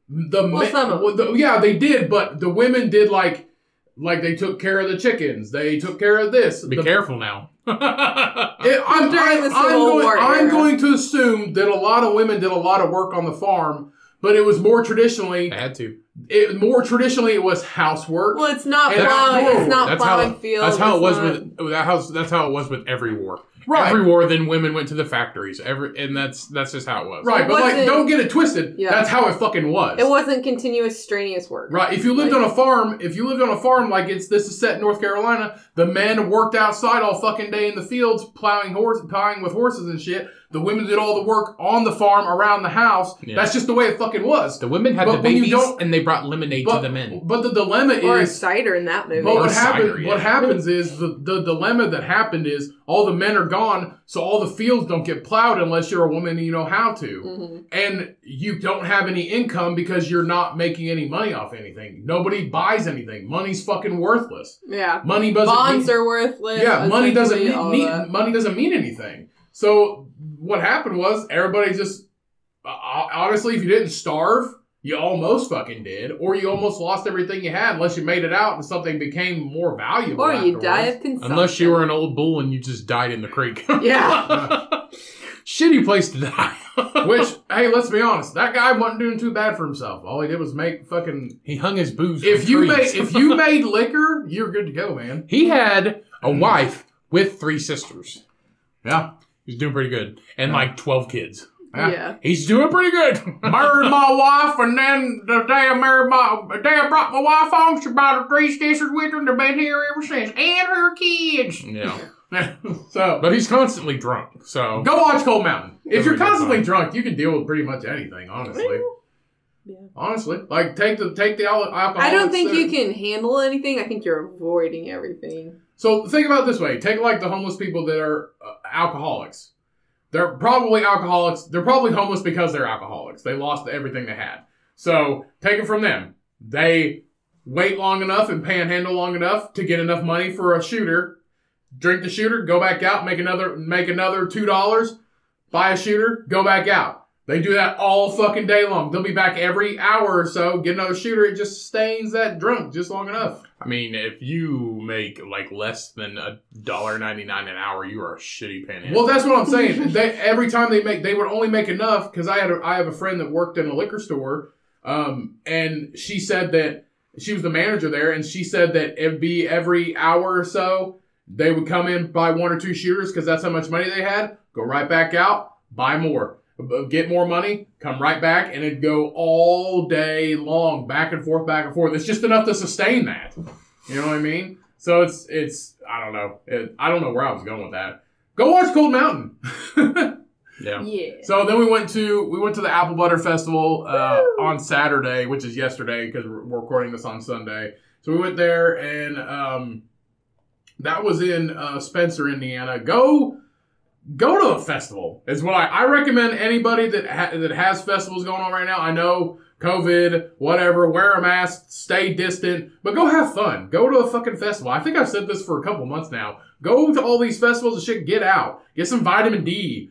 Speaker 1: the
Speaker 3: Well,
Speaker 1: men-
Speaker 3: some of them.
Speaker 1: well, the- yeah they did but the women did like like they took care of the chickens they took care of this
Speaker 2: be
Speaker 1: The-
Speaker 2: careful now.
Speaker 1: it- I'm,
Speaker 3: During
Speaker 1: I'm-
Speaker 3: the
Speaker 1: I'm
Speaker 3: Civil
Speaker 1: going,
Speaker 3: War
Speaker 1: I'm
Speaker 3: era.
Speaker 1: going to assume that a lot of women did a lot of work on the farm but it was more traditionally
Speaker 2: I had to.
Speaker 1: it more traditionally it was housework
Speaker 3: well, it's not
Speaker 1: And
Speaker 3: plowing.
Speaker 1: that's-
Speaker 3: It's not
Speaker 2: that's how-
Speaker 3: plowing fields.
Speaker 2: That's how it
Speaker 3: it's
Speaker 2: was
Speaker 3: not-
Speaker 2: with that house. That's how it was with every war.
Speaker 1: Right.
Speaker 2: Every war, then women went to the factories. Every and that's that's just how it was.
Speaker 1: Right,
Speaker 3: It
Speaker 1: but like,
Speaker 3: wasn't-
Speaker 1: don't get it twisted.
Speaker 3: Yeah.
Speaker 1: That's how it fucking was.
Speaker 3: It wasn't continuous strenuous work.
Speaker 1: Right. If you lived
Speaker 3: Like-
Speaker 1: on a farm, if you lived on a farm, like it's this is set in North Carolina, the men worked outside all fucking day in the fields, plowing horse, plowing with horses and shit. The women did all the work on the farm, around the house.
Speaker 2: Yeah.
Speaker 1: That's just the way it fucking was.
Speaker 2: The women had
Speaker 1: But
Speaker 2: the
Speaker 1: when you
Speaker 2: babies,
Speaker 1: don't-
Speaker 2: and they brought lemonade
Speaker 1: But
Speaker 2: to the men.
Speaker 1: but the dilemma
Speaker 3: Or a
Speaker 1: is
Speaker 3: cider in that movie.
Speaker 1: But
Speaker 2: Or
Speaker 1: what
Speaker 2: cider,
Speaker 1: happened?
Speaker 2: yeah.
Speaker 1: What happens is the, the dilemma that happened is all the men are gone, so all the fields don't get plowed unless you're a woman and you know how to,
Speaker 3: Mhm.
Speaker 1: and you don't have any income because you're not making any money off anything. Nobody buys anything. Money's fucking worthless.
Speaker 3: Yeah.
Speaker 1: Money doesn't.
Speaker 3: Bonds
Speaker 1: mean,
Speaker 3: are worthless.
Speaker 1: yeah, money doesn't
Speaker 3: essentially,
Speaker 1: mean,
Speaker 3: all
Speaker 1: mean-
Speaker 3: that.
Speaker 1: money doesn't mean anything. So what happened was everybody just uh, honestly, if you didn't starve. You almost fucking did, or you almost lost everything you had, unless you made it out and something became more valuable.
Speaker 3: Or you
Speaker 1: afterwards.
Speaker 3: die of consumption.
Speaker 2: Unless you were an old bull and you just died in the creek.
Speaker 3: Yeah.
Speaker 2: Shitty place to die.
Speaker 1: Which, hey, let's be honest, that guy wasn't doing too bad for himself. All he did was make fucking.
Speaker 2: he hung his booze.
Speaker 1: If
Speaker 2: on
Speaker 1: you made
Speaker 2: trees.
Speaker 1: if you made liquor, you're good to go, man.
Speaker 2: he had a wife with three sisters.
Speaker 1: Yeah.
Speaker 2: He was doing pretty good, and
Speaker 1: Yeah.
Speaker 2: like twelve kids.
Speaker 1: Yeah.
Speaker 3: Yeah.
Speaker 2: He's doing pretty good.
Speaker 1: Married my wife, and then the day I married my, the day I brought my wife home, she brought her three sisters with her, and they've been here ever since, and her kids.
Speaker 2: yeah.
Speaker 1: so,
Speaker 2: But he's constantly drunk, so
Speaker 1: go watch Cold Mountain. If
Speaker 2: That's
Speaker 1: you're
Speaker 2: a good
Speaker 1: constantly
Speaker 2: time.
Speaker 1: drunk, you can deal with pretty much anything, honestly.
Speaker 3: Yeah.
Speaker 1: Honestly, like take the take the al- alcohol.
Speaker 3: I don't think
Speaker 1: instead.
Speaker 3: you can handle anything. I think you're avoiding everything.
Speaker 1: So think about it this way: take like the homeless people that are uh, alcoholics. They're probably alcoholics. They're probably homeless because they're alcoholics. They lost everything they had. So take it from them. They wait long enough and panhandle long enough to get enough money for a shooter. Drink the shooter, go back out, make another make another two dollars, buy a shooter, go back out. They do that all fucking day long. They'll be back every hour or so, get another shooter. It just stains that drunk just long enough.
Speaker 2: I mean, if you make like less than a dollar ninety nine an hour, you are a shitty panhandler.
Speaker 1: Well, that's what I'm saying. they, every time they make, they would only make enough because I had a, I have a friend that worked in a liquor store, um, and she said that she was the manager there, and she said that it'd be every hour or so they would come in buy one or two shooters because that's how much money they had. Go right back out, buy more, b- get more money, come right back, and it'd go all day long, back and forth, back and forth. It's just enough to sustain that. You know what I mean? So it's it's I don't know. It, I don't know where I was going with that go watch Cold Mountain.
Speaker 2: yeah.
Speaker 3: Yeah.
Speaker 1: so then we went to we went to the Apple Butter Festival uh,
Speaker 3: Woo!
Speaker 1: on Saturday, which is yesterday because we're we're recording this on Sunday. So we went there, and um, that was in uh, Spencer, Indiana. Go. Go to the festival is what I, I recommend anybody that ha- that has festivals going on right now. I know COVID, whatever, wear a mask, stay distant, but go have fun. Go to a fucking festival. I think I've said this for a couple months now. Go to all these festivals and shit. Get out. Get some vitamin D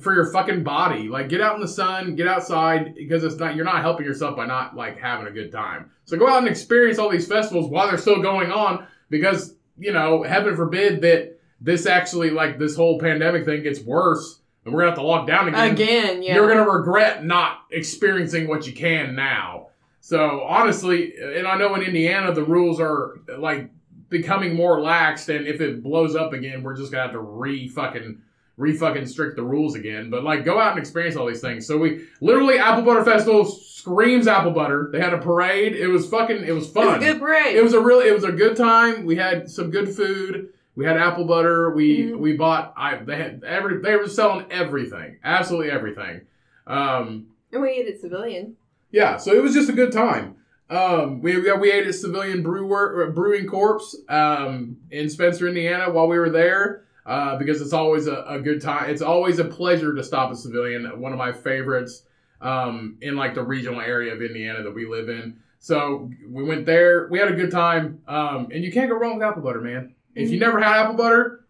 Speaker 1: for your fucking body. Like get out in the sun, get outside because it's not you're not helping yourself by not like having a good time. So go out and experience all these festivals while they're still going on because, you know, heaven forbid that this actually like this whole pandemic thing gets worse and we're going to have to lock down again
Speaker 3: Again, yeah.
Speaker 1: you're going to regret not experiencing what you can now. So honestly, and I know in Indiana the rules are like becoming more laxed, and if it blows up again, we're just gonna have to re fucking re fucking strict the rules again. But like, go out and experience all these things. So we literally Apple Butter Festival screams apple butter. They had a parade. It was fucking. It was
Speaker 3: It's a
Speaker 1: fun.
Speaker 3: good break.
Speaker 1: It was a really, it was a good time. We had some good food. We had apple butter. We
Speaker 3: Mhm.
Speaker 1: we bought. I they had every they were selling everything, absolutely everything. Um,
Speaker 3: and we ate at Civilian.
Speaker 1: yeah, so it was just a good time. Um, we, we we ate at Civilian Brewer uh, Brewing Corpse um, in Spencer, Indiana, while we were there uh, because it's always a, a good time. It's always a pleasure to stop at Civilian, one of my favorites um, in like the regional area of Indiana that we live in. So we went there. We had a good time, um, and you can't go wrong with apple butter, man. If you
Speaker 3: Mhm.
Speaker 1: never had apple butter,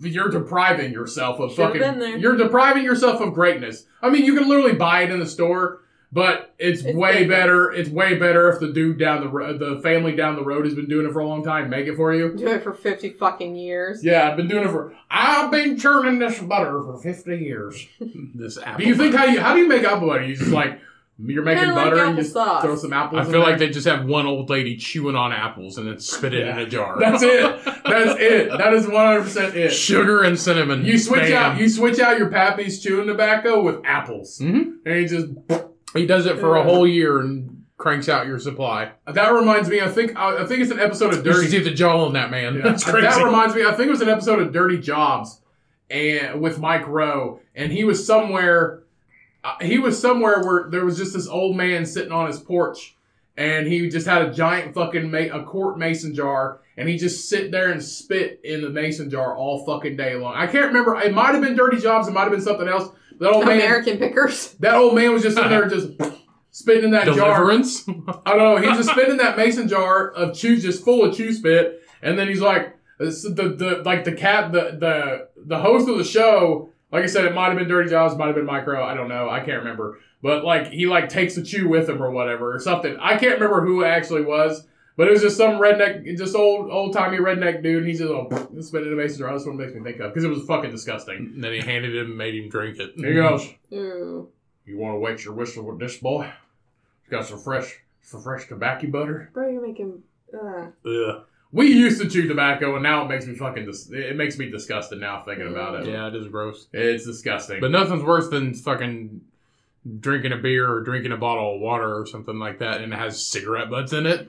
Speaker 1: you're depriving yourself of
Speaker 3: Should've
Speaker 1: fucking.
Speaker 3: been there.
Speaker 1: You're depriving yourself of greatness. I mean, you can literally buy it in the store, but it's,
Speaker 3: It's
Speaker 1: way
Speaker 3: different.
Speaker 1: better. It's way better if the dude down the road, the family down the road, has been doing it for a long time. Make it for you.
Speaker 3: Do it for 50 fucking years.
Speaker 1: Yeah, I've been doing it for. I've been churning this butter for fifty years.
Speaker 2: This apple.
Speaker 1: Do you think
Speaker 2: butter.
Speaker 1: how you how do you make apple butter? You just like you're making
Speaker 3: Kinda like
Speaker 1: butter and you just
Speaker 3: applesauce.
Speaker 1: throw some apples.
Speaker 2: I
Speaker 1: in
Speaker 2: feel
Speaker 1: there?
Speaker 2: like they just have one old lady chewing on apples and then spit it in a jar.
Speaker 1: That's it. That's it. That is one hundred percent it.
Speaker 2: Sugar and cinnamon.
Speaker 1: You switch
Speaker 2: Bam.
Speaker 1: out. You switch out your pappy's chewing tobacco with apples,
Speaker 2: Mhm.
Speaker 1: and you just
Speaker 2: He does it for a whole year and cranks out your supply.
Speaker 1: That reminds me. I think I, I think it's an episode of
Speaker 2: You should
Speaker 1: Dirty.
Speaker 2: see the jaw on that man.
Speaker 1: Yeah.
Speaker 2: That's crazy.
Speaker 1: That reminds me. I think it was an episode of Dirty Jobs, and with Mike Rowe, and he was somewhere. Uh, he was somewhere where there was just this old man sitting on his porch, and he just had a giant fucking ma- a quart mason jar, and he just sit there and spit in the mason jar all fucking day long. I can't remember. It might have been Dirty Jobs. It might have been something else. That old man.
Speaker 3: American Pickers.
Speaker 1: That old man was just sitting there just spitting in that jar.
Speaker 2: Deliverance.
Speaker 1: I don't know. He's just spitting that mason jar of chew, just full of chew spit, and then he's like, this- the the like the cat, the the the host of the show. Like I said, it might have been Dirty Jobs, might have been Micro. I don't know. I can't remember. But like he like takes the chew with him or whatever or something. I can't remember who it actually was. But it was just some redneck, just old old timey redneck dude, and he's just all spitting in a mason jar. That's what it makes me think of because it was fucking disgusting.
Speaker 2: And then he handed him, and made him drink it.
Speaker 1: Here he goes.
Speaker 3: Ooh.
Speaker 1: You want to wet your whistle with this boy? It's got some fresh, some fresh tobacco butter.
Speaker 3: Bro, you're making. Uh,
Speaker 2: Ugh.
Speaker 1: We used to chew tobacco, and now it makes me fucking. Dis- it makes me disgusted now thinking about it.
Speaker 2: Yeah, it is gross.
Speaker 1: It's disgusting.
Speaker 2: But nothing's worse than fucking drinking a beer or drinking a bottle of water or something like that, and it has cigarette butts in it.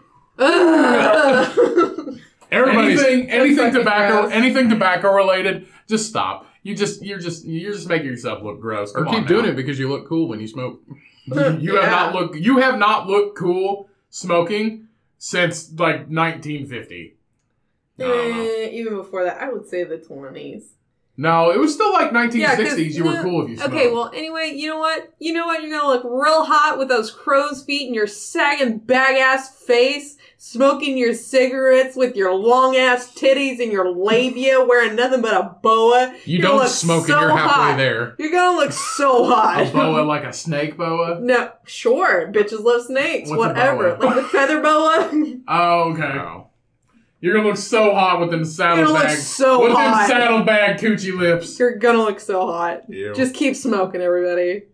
Speaker 3: Ugh.
Speaker 2: Everybody's
Speaker 1: anything, anything
Speaker 3: fucking
Speaker 1: tobacco,
Speaker 3: gross.
Speaker 1: anything tobacco related, just stop. You just, you're just, you're just making yourself look gross.
Speaker 2: or
Speaker 1: Come
Speaker 2: keep
Speaker 1: on
Speaker 2: doing
Speaker 1: now.
Speaker 2: it because you look cool when you smoke.
Speaker 1: You have not looked. You have not looked cool smoking since like 1950. I don't know.
Speaker 3: Eh, even before that, I would say the twenties.
Speaker 1: No, it was still like 1960s. you were
Speaker 3: no-
Speaker 1: cool if you smoked.
Speaker 3: Okay, well, anyway, you know what? You know what? You're gonna look real hot with those crow's feet and your sagging bag ass face, smoking your cigarettes with your long ass titties and your labia, wearing nothing but a boa.
Speaker 2: You
Speaker 3: You
Speaker 2: don't
Speaker 3: look
Speaker 2: smoke
Speaker 3: so
Speaker 2: and you're halfway
Speaker 3: hot.
Speaker 2: there.
Speaker 3: You're gonna look so
Speaker 1: a
Speaker 3: hot.
Speaker 1: boa like a snake boa.
Speaker 3: No, sure, bitches love snakes,
Speaker 1: What's a
Speaker 3: whatever.
Speaker 1: boa?
Speaker 3: Like the feather boa. You're
Speaker 1: Oh, okay.
Speaker 2: Oh.
Speaker 1: You're gonna look so hot with them
Speaker 3: gonna look
Speaker 1: saddlebags.
Speaker 3: so
Speaker 1: with them
Speaker 3: hot.
Speaker 1: saddlebag coochie lips.
Speaker 3: You're gonna look so hot.
Speaker 2: Ew.
Speaker 3: Just keep smoking, everybody.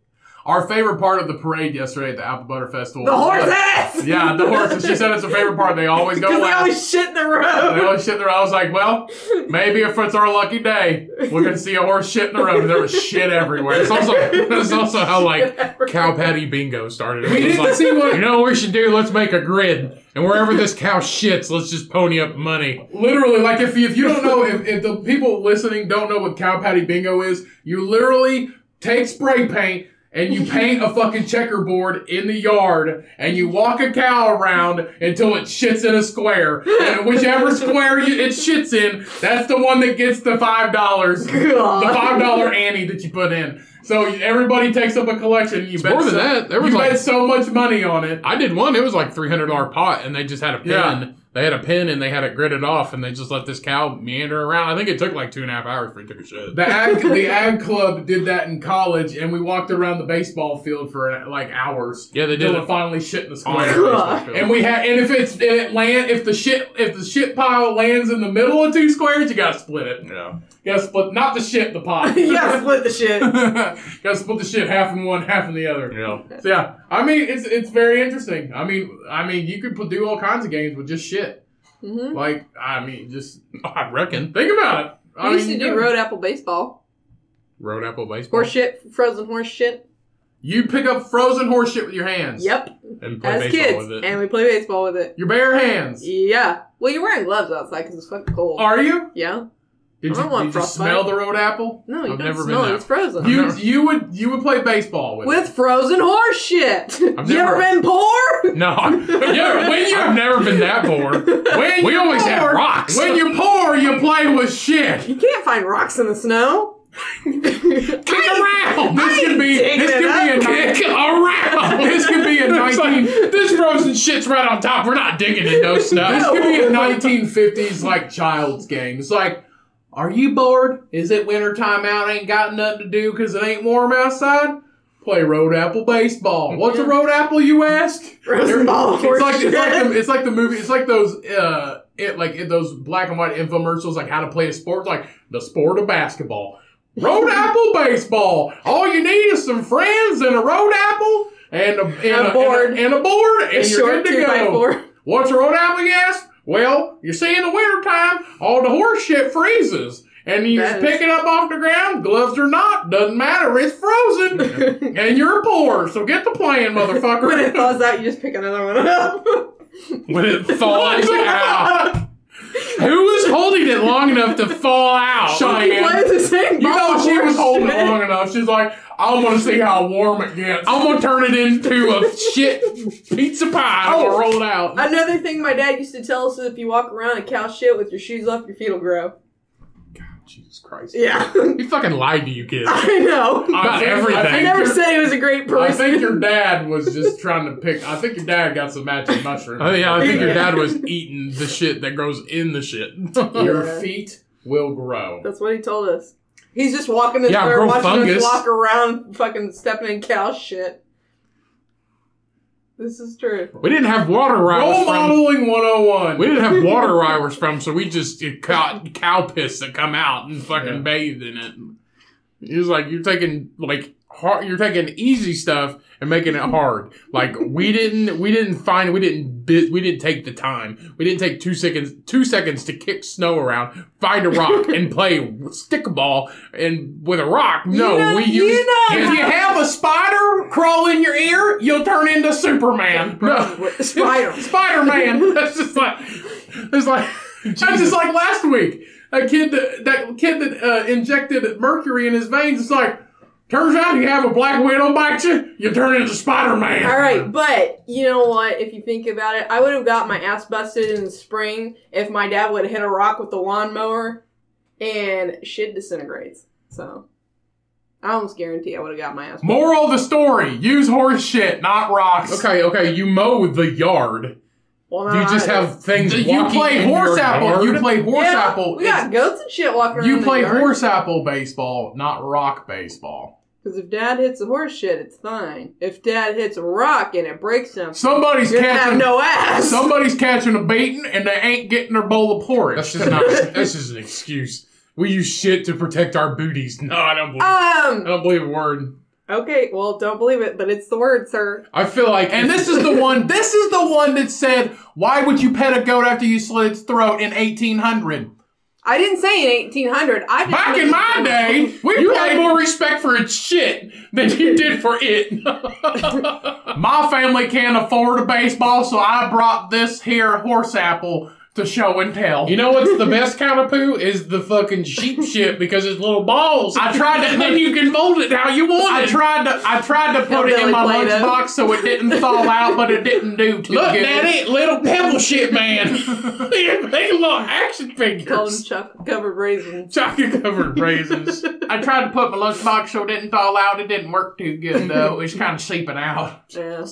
Speaker 1: Our favorite part of the parade yesterday at the Apple Butter Festival.
Speaker 3: The
Speaker 1: was-
Speaker 3: horse ass!
Speaker 1: Yeah, the horse. She said it's her favorite part. They always go
Speaker 3: Because they
Speaker 1: last.
Speaker 3: always shit in the road.
Speaker 1: They always shit in the road. I was like, well, maybe if it's our lucky day, we're gonna see a horse shit in the road. And there was shit everywhere.
Speaker 2: It's
Speaker 1: It's also
Speaker 2: also that's also how like cow patty bingo started. It was just like, you know what we should do? Let's make a grid, and wherever this cow shits, let's just pony up money.
Speaker 1: literally like if you, if you don't know if, if the people listening don't know what cow patty bingo is, you literally take spray paint. And you paint a fucking checkerboard in the yard, and you walk a cow around until it shits in a square. And whichever square you, it shits in, that's the one that gets the five dollars. the
Speaker 3: Uh,
Speaker 1: five dollar Annie that you put in. So everybody takes up a collection. You
Speaker 2: It's
Speaker 1: bet
Speaker 2: more than
Speaker 1: so,
Speaker 2: that. There was
Speaker 1: you
Speaker 2: like-
Speaker 1: bet so much money on it.
Speaker 2: I did one. It was like three hundred dollar pot, and they just had a pin.
Speaker 1: Yeah.
Speaker 2: They had a pin and they had it gridded off, and they just let this cow meander around. I think it took like two and a half hours for it to take a shit.
Speaker 1: The ag, the ag club did that in college, and we walked around the baseball field for like hours.
Speaker 2: Yeah, they did
Speaker 1: Till
Speaker 2: it. Oh,
Speaker 1: it finally shit in the square.
Speaker 2: On a
Speaker 1: And
Speaker 2: baseball field.
Speaker 1: we had, and if it's and it land, if the shit, if the shit pile lands in the middle of two squares, you gotta split it.
Speaker 2: yeah.
Speaker 1: You gotta split, not the shit, the pot.
Speaker 3: you gotta split the shit.
Speaker 1: gotta split the shit half in one, half in the other.
Speaker 2: Yeah.
Speaker 1: So, yeah, I mean it's it's very interesting. I mean, I mean you could put- do all kinds of games with just shit.
Speaker 3: Mm-hmm.
Speaker 1: Like I mean, just
Speaker 2: I reckon.
Speaker 1: think about it. I
Speaker 3: We used to
Speaker 1: mean,
Speaker 3: do
Speaker 1: you-
Speaker 3: road apple baseball.
Speaker 2: Road apple baseball.
Speaker 3: Horse shit, frozen horse shit.
Speaker 1: You pick up frozen horse shit with your hands.
Speaker 3: Yep.
Speaker 2: and play
Speaker 3: As
Speaker 2: baseball
Speaker 3: kids.
Speaker 2: with it.
Speaker 3: And we play baseball with it.
Speaker 1: Your bare hands.
Speaker 3: Yeah. Well, you're wearing gloves outside because it's fucking cold.
Speaker 1: Are you?
Speaker 3: yeah.
Speaker 1: Did
Speaker 3: I
Speaker 1: you,
Speaker 3: don't want
Speaker 1: did you
Speaker 3: frostbite.
Speaker 1: smell the road apple?
Speaker 3: No, you
Speaker 2: I've
Speaker 3: don't
Speaker 2: never
Speaker 3: smell
Speaker 2: been
Speaker 3: it.
Speaker 2: there.
Speaker 3: It's frozen.
Speaker 1: You
Speaker 2: never-
Speaker 1: you would you would play baseball with.
Speaker 3: with
Speaker 1: it.
Speaker 3: frozen horse shit. You
Speaker 2: I've never-
Speaker 3: ever been poor?
Speaker 2: no, I've, yeah, when you- I've never been that bored.
Speaker 1: When
Speaker 2: We
Speaker 1: you're
Speaker 2: always have
Speaker 1: poor-
Speaker 2: rocks.
Speaker 1: When you're poor, you play with shit.
Speaker 3: You can't find rocks in the snow.
Speaker 1: Kick around. This could be
Speaker 3: taking
Speaker 1: this
Speaker 3: it
Speaker 1: could
Speaker 3: up.
Speaker 1: be a
Speaker 2: Kick around.
Speaker 1: This could be a
Speaker 2: It's like,
Speaker 1: 19
Speaker 2: this frozen shit's right on top. We're not digging in no
Speaker 1: This
Speaker 2: snow.
Speaker 1: could be a 1950s like child's game. It's like, are you bored? Is it winter time out? Ain't got nothing to do because it ain't warm outside? Play road apple baseball. What's a road apple, you ask?
Speaker 3: Frozen ball of
Speaker 1: It's
Speaker 3: horse
Speaker 1: like
Speaker 3: shit.
Speaker 1: it's like, the, it's like the movie. It's like those uh, it like it, those black and white infomercials, like how to play a sport, like the sport of basketball, road apple baseball. All you need is some friends and a road apple and a, and
Speaker 3: A
Speaker 1: and
Speaker 3: board.
Speaker 1: and a, board, and
Speaker 3: It's
Speaker 1: you're good
Speaker 3: short
Speaker 1: to
Speaker 3: two
Speaker 1: go.
Speaker 3: by four.
Speaker 1: What's a road apple, you ask? Well, you see, in the wintertime, all the horse shit freezes. And you
Speaker 3: That
Speaker 1: just pick
Speaker 3: is-
Speaker 1: it up off the ground, gloves or not, doesn't matter, it's frozen. and you're poor, so get to playing,
Speaker 3: When it
Speaker 1: motherfucker.
Speaker 3: thaws out, you just pick another one up.
Speaker 2: When it thaws out.
Speaker 1: Who was
Speaker 2: Holding it long enough to fall out.
Speaker 1: Cheyenne?
Speaker 3: Why is the same
Speaker 1: You know she was holding it
Speaker 3: on.
Speaker 1: long enough. She's like, I want to see how warm it gets.
Speaker 2: I'm gonna turn it into a shit pizza pie. I'm gonna
Speaker 1: Oh.
Speaker 2: roll it out.
Speaker 3: Another thing my dad used to tell us is if you walk around in cow shit with your shoes off, your feet will grow.
Speaker 2: Jesus Christ.
Speaker 3: Yeah,
Speaker 2: He fucking lied to you kids.
Speaker 3: I
Speaker 1: I
Speaker 3: know.
Speaker 2: About
Speaker 1: think- I
Speaker 2: everything.
Speaker 3: I
Speaker 1: think
Speaker 3: never
Speaker 1: you're-
Speaker 3: said he was a great
Speaker 1: I
Speaker 3: person.
Speaker 1: think your dad was just trying to pick. I think your dad got some magic mushrooms.
Speaker 2: Oh yeah, I think your
Speaker 3: Yeah.
Speaker 2: dad was eating the shit that grows in the shit.
Speaker 1: Your
Speaker 3: Yeah.
Speaker 1: feet will grow.
Speaker 3: That's what he told us. He's just walking this
Speaker 2: Yeah,
Speaker 3: yeah,
Speaker 2: grow
Speaker 3: watching
Speaker 2: fungus.
Speaker 3: us walk around, fucking stepping in cow shit. This is true.
Speaker 2: we didn't have water where I
Speaker 1: Role
Speaker 2: was from.
Speaker 1: modeling 101.
Speaker 2: We didn't have water where I was from, so we just it caught cow piss that come out and fucking
Speaker 1: Yeah.
Speaker 2: bathed in it. It was like you're taking like hard, you're taking easy stuff and making it hard. Like we didn't, we didn't find, we didn't, bi- we didn't take the time. We didn't take two seconds, two seconds to kick snow around, find a rock, and play stickball and with a rock. No,
Speaker 3: You know-
Speaker 2: we
Speaker 3: you
Speaker 2: used.
Speaker 3: know
Speaker 2: Yeah.
Speaker 1: If you have a spider crawl in your ear, you'll turn into Superman.
Speaker 2: No.
Speaker 3: Spider.
Speaker 2: Spider Man. That's just like, it's like,
Speaker 1: That's just like last week. A kid that, that kid that uh, injected mercury in his veins. It's like turns out you have a black widow bite you, you turn into Spider Man.
Speaker 3: All right, but you know what? If you think about it, I would have got my ass busted in the spring if my dad would have hit a rock with the lawnmower and shit disintegrates. So I almost guarantee I would have got my ass.
Speaker 1: Moral of the story: Use horse shit, not rocks.
Speaker 2: okay, okay, you mow the yard.
Speaker 3: Well,
Speaker 2: You
Speaker 3: no,
Speaker 2: just
Speaker 3: I-
Speaker 2: have things.
Speaker 1: You
Speaker 2: walking
Speaker 1: play
Speaker 2: in your
Speaker 1: horse apple.
Speaker 2: yard.
Speaker 1: You play horse
Speaker 3: Yeah,
Speaker 1: apple.
Speaker 3: We got goats and shit walking around.
Speaker 1: You
Speaker 3: the
Speaker 1: play
Speaker 3: yard.
Speaker 1: horse apple baseball, not rock baseball.
Speaker 3: Because if dad hits a horse shit, it's fine. If dad hits a rock and it breaks him,
Speaker 1: Somebody's
Speaker 3: you're gonna have
Speaker 1: catching
Speaker 3: no ass.
Speaker 1: somebody's catching a beating and they ain't getting their bowl of porridge.
Speaker 2: That's just not. that's just an excuse. We use shit to protect our booties. No, I don't believe. I
Speaker 3: um.
Speaker 2: don't believe a word.
Speaker 3: Okay. Well, don't believe it, but it's the word, sir.
Speaker 2: I feel like,
Speaker 1: and this is the one. This is the one that said, "Why would you pet a goat after you slit its throat in 1800?"
Speaker 3: I didn't say in 1800. I just
Speaker 1: Back in my day, we
Speaker 2: you
Speaker 1: played.
Speaker 2: had more respect for its shit than you did for it.
Speaker 1: My family can't afford a baseball, so I brought this here horse apple to show and tell.
Speaker 2: you know what's the best kind of poo is the fucking sheep shit because it's little balls.
Speaker 1: I tried to.
Speaker 2: and then you can mold it how you want
Speaker 1: I
Speaker 2: it.
Speaker 1: tried to. I tried to put it in my
Speaker 3: Hillbilly Play-Doh.
Speaker 1: lunchbox so it didn't thaw out, but it didn't do too
Speaker 2: Look,
Speaker 1: good.
Speaker 2: Daddy, little pebble shit man. They're making little action
Speaker 3: Call them
Speaker 2: figures.
Speaker 3: chocolate covered raisins.
Speaker 2: Chocolate covered raisins.
Speaker 1: I tried to put my lunchbox so it didn't thaw out. It didn't work too good though. It's kind of seeping out.
Speaker 3: Yeah.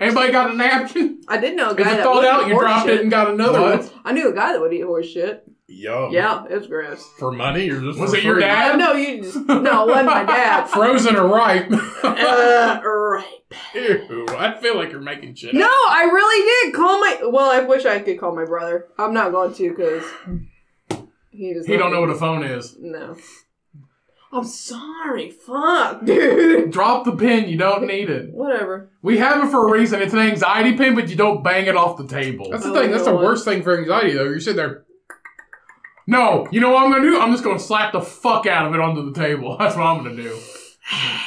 Speaker 1: Anybody got a napkin?
Speaker 3: I did know a
Speaker 2: If
Speaker 3: guy
Speaker 2: it
Speaker 3: that
Speaker 2: thawed
Speaker 3: would
Speaker 2: out,
Speaker 3: eat
Speaker 2: you
Speaker 3: horse
Speaker 2: dropped
Speaker 3: shit.
Speaker 2: it and got another
Speaker 1: What?
Speaker 2: one.
Speaker 3: I knew a guy that would eat horse shit.
Speaker 2: Yum.
Speaker 3: Yeah, it was gross.
Speaker 2: For money or just
Speaker 1: Was
Speaker 2: for
Speaker 1: it your
Speaker 2: free?
Speaker 1: dad?
Speaker 3: I no, you just no. It wasn't my dad.
Speaker 2: Frozen or ripe?
Speaker 3: Uh, right.
Speaker 2: Ew, I feel like you're making shit.
Speaker 3: No,
Speaker 2: up.
Speaker 3: I really did call my. Well, I wish I could call my brother. I'm not going to because he does.
Speaker 1: He don't know what a phone is.
Speaker 3: No. I'm sorry. Fuck, dude.
Speaker 1: Drop the pin. You don't need it.
Speaker 3: Whatever.
Speaker 1: We have it for a reason. It's an anxiety pin, but you don't bang it off the table.
Speaker 2: That's the
Speaker 3: Oh,
Speaker 2: thing. That's the
Speaker 3: God.
Speaker 2: worst thing for anxiety, though. You're sitting there.
Speaker 1: No, you know what I'm gonna do? I'm just gonna slap the fuck out of it onto the table. That's what I'm gonna do.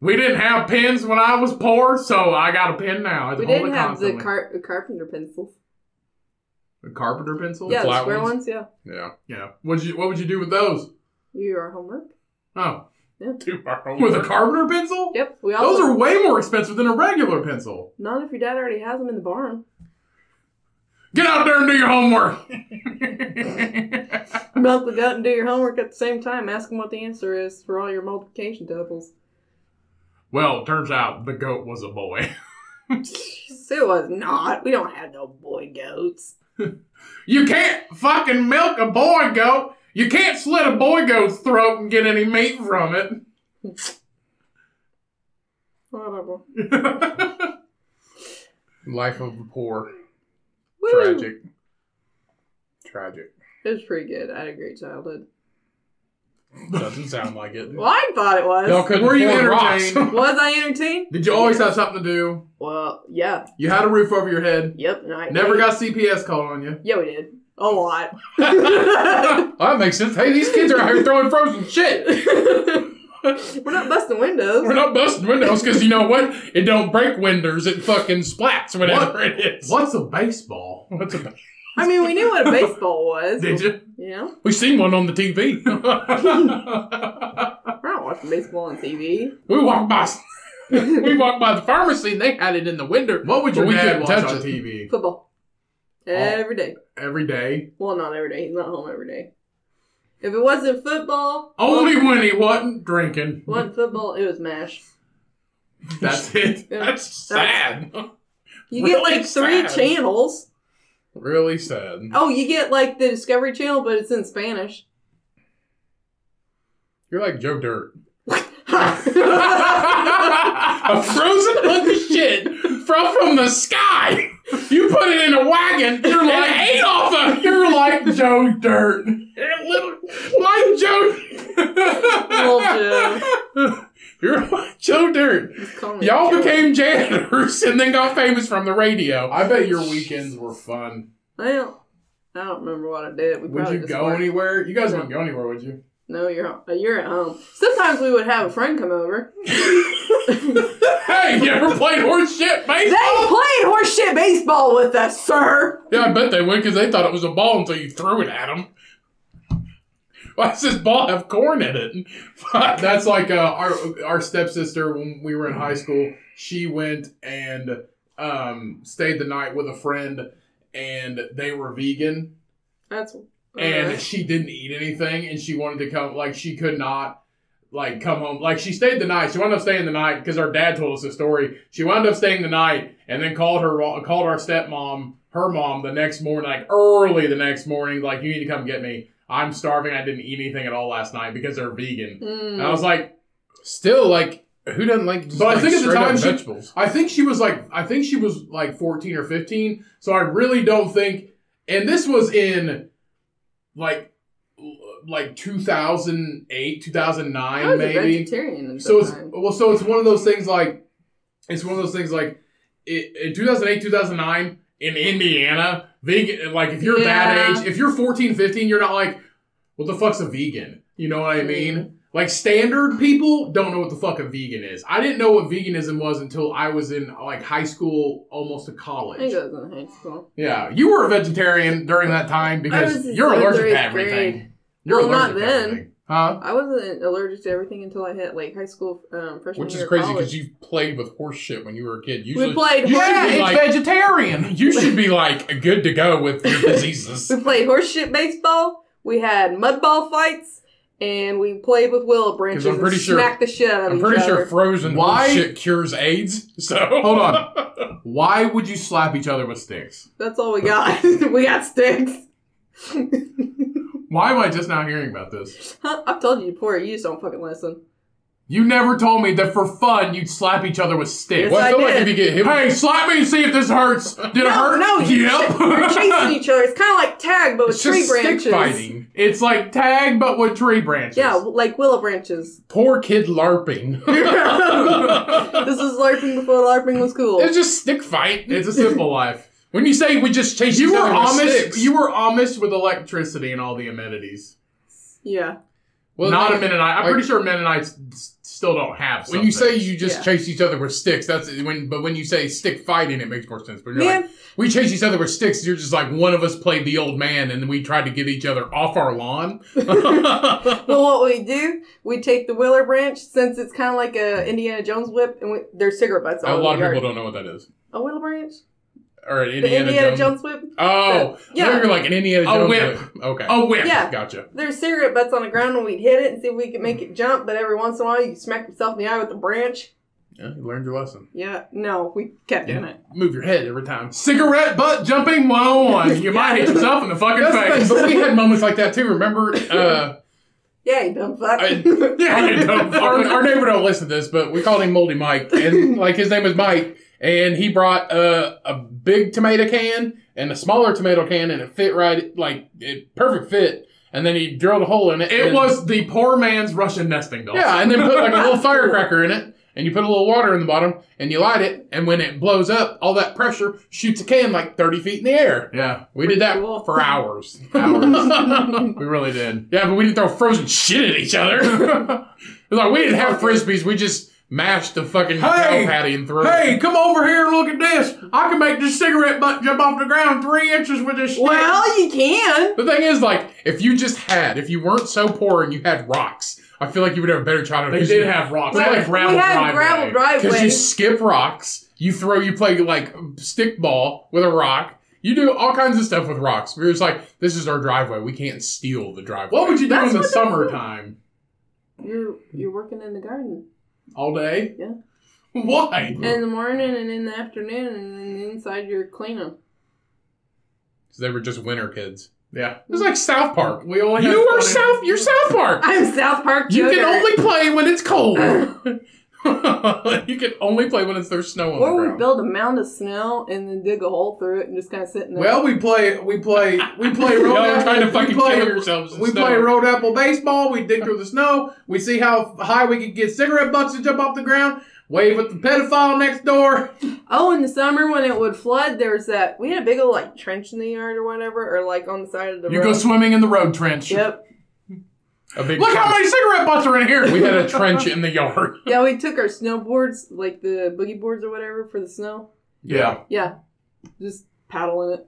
Speaker 1: We didn't have pins when I was poor, so I got a pin now. I
Speaker 3: We
Speaker 1: hold
Speaker 3: didn't
Speaker 1: it
Speaker 3: have the,
Speaker 1: constantly.
Speaker 3: car- the carpenter pencils.
Speaker 1: The carpenter pencil.
Speaker 3: yeah, the
Speaker 2: flat
Speaker 3: square
Speaker 2: ones?
Speaker 3: ones. Yeah.
Speaker 2: Yeah.
Speaker 1: yeah. What you What would you do with those?
Speaker 3: You are homework.
Speaker 1: Oh,
Speaker 2: Too far
Speaker 1: with a carpenter pencil?
Speaker 3: Yep. We also
Speaker 1: Those are way more expensive than a regular pencil.
Speaker 3: Not if your dad already has them in the barn.
Speaker 1: Get out there and do your homework.
Speaker 3: Milk the goat and do your homework at the same time. Ask him what the answer is for all your multiplication doubles.
Speaker 1: well, turns out the goat was a boy.
Speaker 3: It was not. We don't have no boy goats.
Speaker 1: You can't fucking milk a boy goat. You can't slit a boy goat's throat and get any meat from it.
Speaker 3: Whatever.
Speaker 2: Life of the poor.
Speaker 3: Woo!
Speaker 2: Tragic. Tragic.
Speaker 3: It was pretty good. I had a great childhood.
Speaker 2: Doesn't sound like it.
Speaker 3: Well, I thought it was.
Speaker 2: Y'all couldn't
Speaker 1: Were you
Speaker 2: afford rocks.
Speaker 1: entertained?
Speaker 3: Was I entertained?
Speaker 1: Did you always have something to do?
Speaker 3: Well, yeah.
Speaker 1: You had a roof over your head.
Speaker 3: Yep. And I
Speaker 1: Never got CPS called on you.
Speaker 3: Yeah, we did. A lot.
Speaker 2: Oh, that makes sense. Hey, these kids are out here throwing frozen shit.
Speaker 3: We're not busting windows.
Speaker 2: We're not busting windows because you know what? It don't break windows. It fucking splats whatever it is.
Speaker 1: What's a baseball?
Speaker 2: What's a,
Speaker 3: I mean, we knew what a baseball was.
Speaker 1: Did you?
Speaker 3: Yeah.
Speaker 2: we seen one on the TV.
Speaker 3: We're not watching baseball on TV.
Speaker 2: we walked by. we walked by the pharmacy and they had it in the window.
Speaker 1: What would your
Speaker 2: But we
Speaker 1: dad
Speaker 2: couldn't
Speaker 1: watch
Speaker 2: touch
Speaker 1: on
Speaker 2: it.
Speaker 1: TV
Speaker 3: Football.
Speaker 1: Oh.
Speaker 3: Every day.
Speaker 1: every day?
Speaker 3: Well, not every day. He's not home every day. If it wasn't football,
Speaker 1: Only when he wasn't drinking.
Speaker 3: wasn't football, it was mash.
Speaker 1: That's it.
Speaker 2: That's sad.
Speaker 3: You get like
Speaker 2: Really
Speaker 3: three
Speaker 2: sad.
Speaker 3: channels.
Speaker 2: Really sad.
Speaker 3: Oh, you get like the Discovery Channel, but it's in Spanish.
Speaker 2: You're like Joe Dirt.
Speaker 3: I
Speaker 2: A frozen hunk of shit from from the sky. You put it in a wagon. You're like and ate off of. it.
Speaker 1: You're like Joe Dirt.
Speaker 2: You're a little like Joe.
Speaker 3: Little Joe.
Speaker 1: You're like Joe Dirt.
Speaker 3: He's calling me
Speaker 1: Y'all
Speaker 3: Joe.
Speaker 1: became janitors and then got famous from the radio.
Speaker 2: I bet your weekends were fun.
Speaker 3: Well, I don't remember what I did. We
Speaker 2: Would
Speaker 3: probably
Speaker 2: you
Speaker 3: just
Speaker 2: go
Speaker 3: worked.
Speaker 2: anywhere? You guys wouldn't go anywhere, would you?
Speaker 3: No, you're uh, you're at home. Sometimes we would have a friend come over.
Speaker 1: Hey, you ever played horse shit,
Speaker 3: They
Speaker 1: mate?
Speaker 2: oh!
Speaker 3: played horseshit baseball with us, sir.
Speaker 1: Yeah, I bet they would because they thought it was a ball until you threw it at them. Why does this ball have corn in it? Fuck.
Speaker 2: That's like uh, our our stepsister when we were in high school. She went and um, stayed the night with a friend, and they were vegan,
Speaker 3: That's
Speaker 2: and
Speaker 3: Uh-huh.
Speaker 2: she didn't eat anything, and she wanted to come. Like she could not. Like come home. Like she stayed the night. She wound up staying the night because our dad told us the story. She wound up staying the night, and then called her called our stepmom, her mom, the next morning, like early the next morning. Like you need to come get me. I'm starving. I didn't eat anything at all last night because they're vegan.
Speaker 3: Mm.
Speaker 2: And I was like,
Speaker 1: Still, like, who doesn't like? Just,
Speaker 2: But I
Speaker 1: like,
Speaker 2: think at the
Speaker 1: straight up
Speaker 2: time she-
Speaker 1: vegetables.
Speaker 2: I think she was like I think she was like 14 or 15. So I really don't think and this was in like like 2008,
Speaker 3: I
Speaker 2: 2009
Speaker 3: was a
Speaker 2: maybe.
Speaker 3: vegetarian at
Speaker 2: So
Speaker 3: the
Speaker 2: it's
Speaker 3: time.
Speaker 2: well so it's one of those things like it's one of those things like it, in 2008, 2009 in Indiana, vegan like if you're
Speaker 3: Yeah.
Speaker 2: that age, if you're 14, 15, you're not like what the fuck's a vegan? You know what I mean? Like standard people don't know what the fuck a vegan is. I didn't know what veganism was until I was in like high school, almost to
Speaker 3: I think
Speaker 2: college.
Speaker 3: I was in high school.
Speaker 2: Yeah, you were a vegetarian during that time
Speaker 3: I was
Speaker 2: because
Speaker 3: in
Speaker 2: you're
Speaker 3: seventh or
Speaker 2: allergic to
Speaker 3: eighth grade.
Speaker 2: everything. You're
Speaker 3: Well, not
Speaker 2: allergic to
Speaker 3: then.
Speaker 2: everything. Huh?
Speaker 3: I wasn't allergic to everything until I hit like high school um, freshman
Speaker 1: Which
Speaker 3: year
Speaker 1: is
Speaker 3: of
Speaker 1: crazy
Speaker 3: college.
Speaker 1: because you played with horse shit when you were a kid. Usually,
Speaker 3: we played
Speaker 1: you
Speaker 3: horse,
Speaker 1: should be like,
Speaker 2: vegetarian.
Speaker 1: you should be like good to go with your diseases.
Speaker 3: we played horseshit baseball. We had mudball fights, and we played with willow branches.
Speaker 1: I'm pretty
Speaker 3: and
Speaker 1: sure-
Speaker 3: smacked the shit out of
Speaker 1: I'm
Speaker 3: each
Speaker 1: pretty
Speaker 3: other.
Speaker 1: sure frozen
Speaker 2: Why-
Speaker 1: horse shit cures AIDS. So
Speaker 2: Hold on. Why would you slap each other with sticks?
Speaker 3: That's all we got. we got sticks.
Speaker 2: Why am I just now hearing about this?
Speaker 3: Huh? I've told you before. You just don't fucking listen.
Speaker 2: You never told me that for fun you'd slap each other with sticks.
Speaker 1: Well, I
Speaker 3: I
Speaker 1: feel like
Speaker 3: did.
Speaker 1: if you get hit, with,
Speaker 2: Hey, slap me and see if this hurts. Did it
Speaker 3: No,
Speaker 2: hurt?
Speaker 3: no, you
Speaker 2: Yep.
Speaker 3: We're chasing each other. It's kind of like tag, but with
Speaker 1: it's
Speaker 3: tree
Speaker 1: just
Speaker 3: branches.
Speaker 1: stick fighting.
Speaker 2: It's like tag, but with tree branches.
Speaker 3: Yeah, like willow branches.
Speaker 1: Poor kid larping.
Speaker 3: This is LARPing before LARPing was cool.
Speaker 1: it's just stick fight.
Speaker 2: It's a simple life.
Speaker 1: when you say we just chase
Speaker 2: You
Speaker 1: each
Speaker 2: were
Speaker 1: other with
Speaker 2: Amish.
Speaker 1: sticks.
Speaker 2: You were Amish with electricity and all the amenities.
Speaker 3: yeah.
Speaker 1: well,
Speaker 2: Not
Speaker 1: no,
Speaker 2: a Mennonite. I'm
Speaker 1: like-
Speaker 2: pretty sure Mennonites s- still don't have.
Speaker 1: When you say
Speaker 2: something.
Speaker 1: you just
Speaker 3: Yeah.
Speaker 1: chase each other with sticks, that's when. But when you say stick fighting, it makes more sense. But you're like,
Speaker 3: Man,
Speaker 1: we chase each other with sticks. You're just like one of us played the old man, and we tried to get each other off our lawn.
Speaker 3: well, what we do, we take the willow branch since it's kind of like a Indiana Jones whip, and we, there's cigarette butts
Speaker 1: a lot
Speaker 3: all over
Speaker 1: of
Speaker 3: the yard.
Speaker 1: people don't know what that is.
Speaker 3: A willow branch?
Speaker 1: Or an Indiana,
Speaker 3: the Indiana
Speaker 1: Jones.
Speaker 3: Jones whip?
Speaker 1: Oh,
Speaker 3: Yeah.
Speaker 1: yeah. You're like an Indiana
Speaker 2: A
Speaker 1: Jones.
Speaker 2: whip.
Speaker 1: Okay.
Speaker 2: a whip.
Speaker 3: Yeah.
Speaker 1: Gotcha.
Speaker 3: There's cigarette butts on the ground, and we'd hit it and see if we could make it jump. But every once in a while, you smack yourself in the eye with a branch.
Speaker 1: Yeah, you learned your lesson.
Speaker 3: Yeah, no, we kept doing it.
Speaker 1: Move your head every time.
Speaker 2: Cigarette butt jumping 101. You might hit yourself in the fucking
Speaker 1: That's the
Speaker 2: face.
Speaker 1: thing, but we had moments like that too. Remember, uh,
Speaker 3: Yeah, you dumb fuck.
Speaker 1: I-
Speaker 2: Yeah, you dumb fuck.
Speaker 1: our, our neighbor don't listen to this, but we called him Moldy Mike, and like his name is Mike, and he brought uh, a big tomato can and a smaller tomato can, and it fit right, like it perfect fit. And then he drilled a hole in it.
Speaker 2: It
Speaker 1: and-
Speaker 2: was the poor man's Russian nesting doll.
Speaker 1: Yeah, and then put like a little firecracker in it, and you put a little water in the bottom, and you light it, and when it blows up, all that pressure shoots a can like 30 feet in the air.
Speaker 2: Yeah.
Speaker 1: We did that
Speaker 3: Cool.
Speaker 1: for hours.
Speaker 2: Hours. we really did.
Speaker 1: yeah, but we didn't throw frozen shit at each other. It was like we didn't have frisbees, we just mashed the fucking
Speaker 2: Hey!
Speaker 1: cow patty and threw
Speaker 2: Hey,
Speaker 1: it.
Speaker 2: come over here and look at this. I can make this cigarette butt jump off the ground three inches with this. stick.
Speaker 3: well, you can.
Speaker 1: The thing is, like, if you just had, if you weren't so poor and you had rocks, I feel like you would have a better childhood.
Speaker 2: they
Speaker 1: 'cause
Speaker 2: did
Speaker 1: you-
Speaker 2: have rocks.
Speaker 1: We
Speaker 2: They had a
Speaker 1: had-
Speaker 2: gravel
Speaker 3: we had
Speaker 2: driveway.
Speaker 3: gravel
Speaker 1: Because
Speaker 3: driveway.
Speaker 1: you skip rocks, you throw, you play like stick ball with a rock. You do all kinds of stuff with rocks. We were just like, this is our driveway. We can't steal the driveway.
Speaker 2: What would you do
Speaker 3: That's
Speaker 2: in the
Speaker 3: what the-
Speaker 2: summertime?
Speaker 3: You're you're working in the garden
Speaker 2: All day?
Speaker 3: Yeah.
Speaker 2: Why?
Speaker 3: in the morning and in the afternoon, and then inside you're cleaning.
Speaker 1: Because they were just winter kids.
Speaker 2: Yeah.
Speaker 1: It was like South Park.
Speaker 2: We only had
Speaker 1: You are
Speaker 2: fun in-
Speaker 1: South. You're South Park.
Speaker 3: I'm South Park.
Speaker 1: You can
Speaker 3: Joker.
Speaker 1: only play when it's cold. you can only play when it's there's snow on the
Speaker 3: Or we
Speaker 1: ground.
Speaker 3: build a mound of snow and then dig a hole through it and just kind of sit in there.
Speaker 2: Well, we play, we play, we play road
Speaker 1: Y'all are
Speaker 2: apple.
Speaker 1: trying to fucking
Speaker 2: we play,
Speaker 1: kill yourselves. in
Speaker 2: we
Speaker 1: snow.
Speaker 2: play road apple baseball. We dig through the snow. We see how high we can get cigarette butts to jump off the ground. Wave at the pedophile next door.
Speaker 3: oh, in the summer when it would flood, there was that we had a big old like trench in the yard or whatever, or like on the side of the
Speaker 2: You
Speaker 3: road.
Speaker 2: go swimming in the road trench.
Speaker 3: Yep.
Speaker 1: A big
Speaker 2: Look how many cigarette butts are in here.
Speaker 1: we had a trench in the yard.
Speaker 3: Yeah, we took our snowboards, like the boogie boards or whatever, for the snow.
Speaker 2: Yeah.
Speaker 3: Yeah, just paddle in it.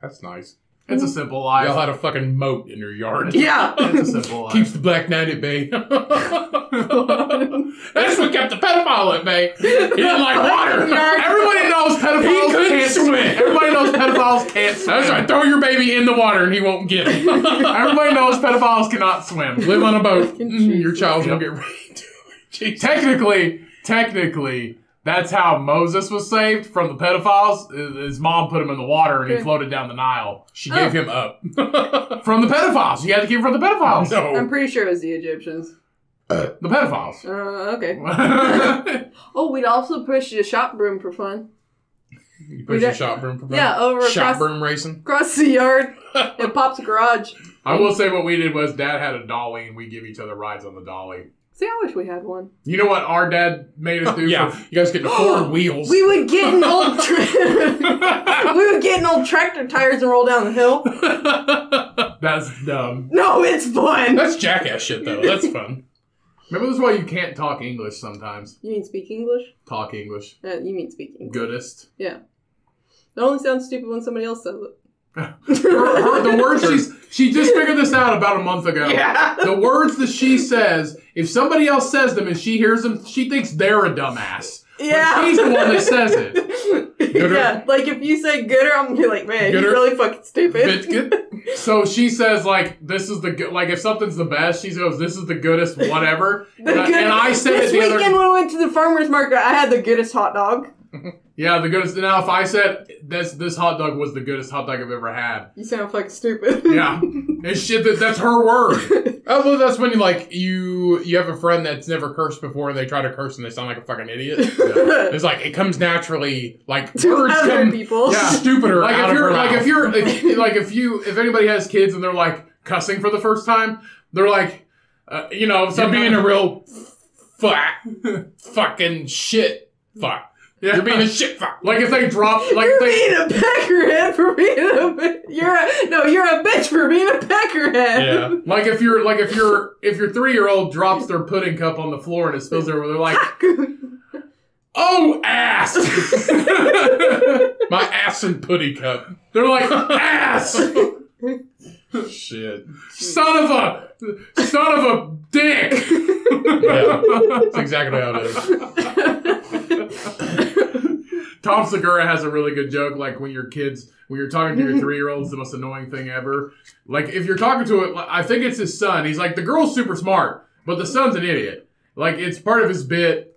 Speaker 1: That's nice.
Speaker 2: It's a simple
Speaker 1: Y'all
Speaker 2: life.
Speaker 1: had a fucking moat in your yard.
Speaker 3: Yeah.
Speaker 2: It's a simple life.
Speaker 1: Keeps the black knight at bay. That's what kept the pedophile at bay. He
Speaker 2: Oh.
Speaker 1: didn't like water.
Speaker 2: Everybody knows pedophiles
Speaker 1: He couldn't
Speaker 2: can't
Speaker 1: swim.
Speaker 2: swim. Everybody knows pedophiles can't swim.
Speaker 1: That's right. Throw your baby in the water and he won't get it.
Speaker 2: Everybody knows pedophiles cannot swim.
Speaker 1: Live on a boat.
Speaker 2: Mm-hmm.
Speaker 1: Mm, your child will
Speaker 2: Yep.
Speaker 1: get raped. Jesus.
Speaker 2: Technically, technically, that's how Moses was saved from the pedophiles. His mom put him in the water and he
Speaker 3: Okay.
Speaker 2: floated down the Nile.
Speaker 1: She gave
Speaker 3: Oh.
Speaker 1: him up. no.
Speaker 2: From the pedophiles. You had to keep him from the pedophiles.
Speaker 3: I'm pretty sure it was the Egyptians.
Speaker 2: The pedophiles.
Speaker 3: Uh, okay. Oh, we'd also push a shop broom for fun.
Speaker 1: You
Speaker 3: We
Speaker 1: push your
Speaker 3: did-
Speaker 1: shop broom for fun?
Speaker 3: Yeah, over
Speaker 1: Shop
Speaker 3: across,
Speaker 1: broom racing.
Speaker 3: across the yard and Pop's garage.
Speaker 2: I will say what we did was dad had a dolly and we give each other rides on the dolly.
Speaker 3: See, I wish we had one.
Speaker 2: You know what our dad made us do?
Speaker 1: Yeah,
Speaker 2: for-
Speaker 1: you guys get four wheels.
Speaker 3: Oh, We would get an old tra- we would get an old tractor tires and roll down the hill.
Speaker 2: That's dumb.
Speaker 3: No, it's fun.
Speaker 1: That's jackass shit though. That's fun.
Speaker 2: Remember this is why you can't talk English sometimes.
Speaker 3: You mean speak English?
Speaker 2: Talk English.
Speaker 3: Uh, you mean speak English?
Speaker 2: Goodest.
Speaker 3: It only sounds stupid when somebody else says
Speaker 2: Her,
Speaker 3: it.
Speaker 2: her- the words she's she just figured this out about a month ago.
Speaker 3: yeah.
Speaker 2: The words that she says, if somebody else says them and she hears them, she thinks they're a dumbass.
Speaker 3: Yeah.
Speaker 2: But she's the one that says it.
Speaker 1: Gooder.
Speaker 3: Yeah, like if you say gooder, I'm gonna be like, man,
Speaker 1: Gooder.
Speaker 3: you're really fucking stupid.
Speaker 2: So she says like this is the good like if something's the best, she goes this is the goodest whatever.
Speaker 3: The
Speaker 2: and, I,
Speaker 3: good-
Speaker 2: and I said
Speaker 3: this
Speaker 2: it the
Speaker 3: weekend
Speaker 2: other
Speaker 3: when we went to the farmer's market, I had the goodest hot dog.
Speaker 2: Yeah, the goodest now if I said this this hot dog was the goodest hot dog I've ever had.
Speaker 3: You sound fucking stupid.
Speaker 2: Yeah. and shit that, that's her word.
Speaker 1: Oh well, that's when you like you you have a friend that's never cursed before, and they try to curse and they sound like a fucking idiot. It's like it comes naturally, like
Speaker 3: to
Speaker 1: words
Speaker 3: other
Speaker 1: come
Speaker 3: people.
Speaker 2: Yeah.
Speaker 1: stupider
Speaker 2: like
Speaker 1: out
Speaker 2: if
Speaker 1: of
Speaker 2: you're
Speaker 1: her
Speaker 2: like
Speaker 1: mouth.
Speaker 2: if you're if, like if you if anybody has kids and they're like cussing for the first time, they're like uh, you know,
Speaker 1: you're
Speaker 2: some
Speaker 1: being a real fuck, fucking shit fuck.
Speaker 2: yeah.
Speaker 1: You're being a shit fuck.
Speaker 2: like if they drop like
Speaker 3: you're
Speaker 2: if they
Speaker 3: being a peckerhead for being a you're a, no you're a bitch for being a peckerhead.
Speaker 1: Yeah,
Speaker 2: Like if you're like if you're if your three year old drops their pudding cup on the floor and it spills everywhere, they're like, "Oh ass!"
Speaker 1: my ass and putty cup.
Speaker 2: they're like, "Ass,
Speaker 1: Shit.
Speaker 2: son of a, son of a dick."
Speaker 1: Yeah, that's exactly how it is.
Speaker 2: Tom Segura has a really good joke. Like when your kids, when you're talking to your three year olds, the most annoying thing ever. Like if you're talking to it, I think it's his son. He's like, the girl's super smart, but the son's an idiot. Like it's part of his bit.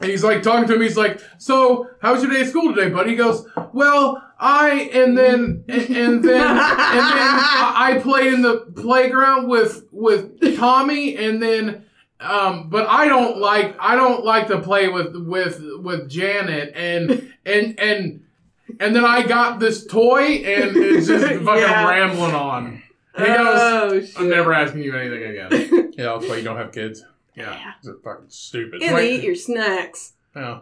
Speaker 2: And he's like talking to him. He's like, "So, how was your day at school today, buddy?" He goes, "Well, I and then and, and then and then I I played in the playground with with Tommy, and then um, but I don't like I don't like to play with with with Janet, and and and and then I got this toy, and it's just fucking
Speaker 3: Yeah.
Speaker 2: rambling on. He goes,
Speaker 3: oh shit!
Speaker 2: "I'm never asking you anything again."
Speaker 1: Yeah, that's why you don't have kids.
Speaker 2: Yeah,
Speaker 1: They're fucking stupid.
Speaker 3: and
Speaker 1: Like-
Speaker 3: they eat your snacks.
Speaker 1: Yeah.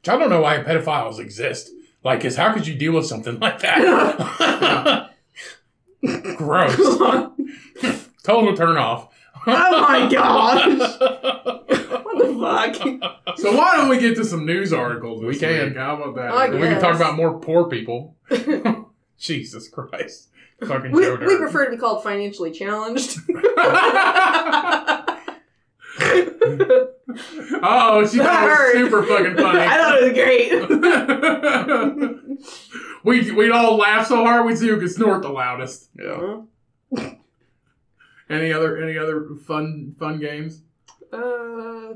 Speaker 1: Which I don't know why pedophiles exist. Like, is how could you deal with something like that? Gross.
Speaker 3: oh
Speaker 1: Total turn off.
Speaker 3: my gosh! what the fuck?
Speaker 2: so why don't we get to some news articles?
Speaker 1: We
Speaker 2: this
Speaker 1: can.
Speaker 2: week? How about that?
Speaker 3: I
Speaker 1: We can talk
Speaker 3: Yes.
Speaker 1: about more poor people. Jesus Christ. Fucking
Speaker 3: We,
Speaker 1: Joe
Speaker 3: we
Speaker 1: Dirt.
Speaker 3: prefer to be called financially challenged.
Speaker 2: Oh, she thought it was
Speaker 3: Hurt.
Speaker 2: super fucking
Speaker 3: I
Speaker 2: funny.
Speaker 3: thought it was great.
Speaker 2: we we'd all laugh so hard we'd see who could snort the loudest.
Speaker 1: Yeah.
Speaker 2: Any other any other fun fun games?
Speaker 3: Uh,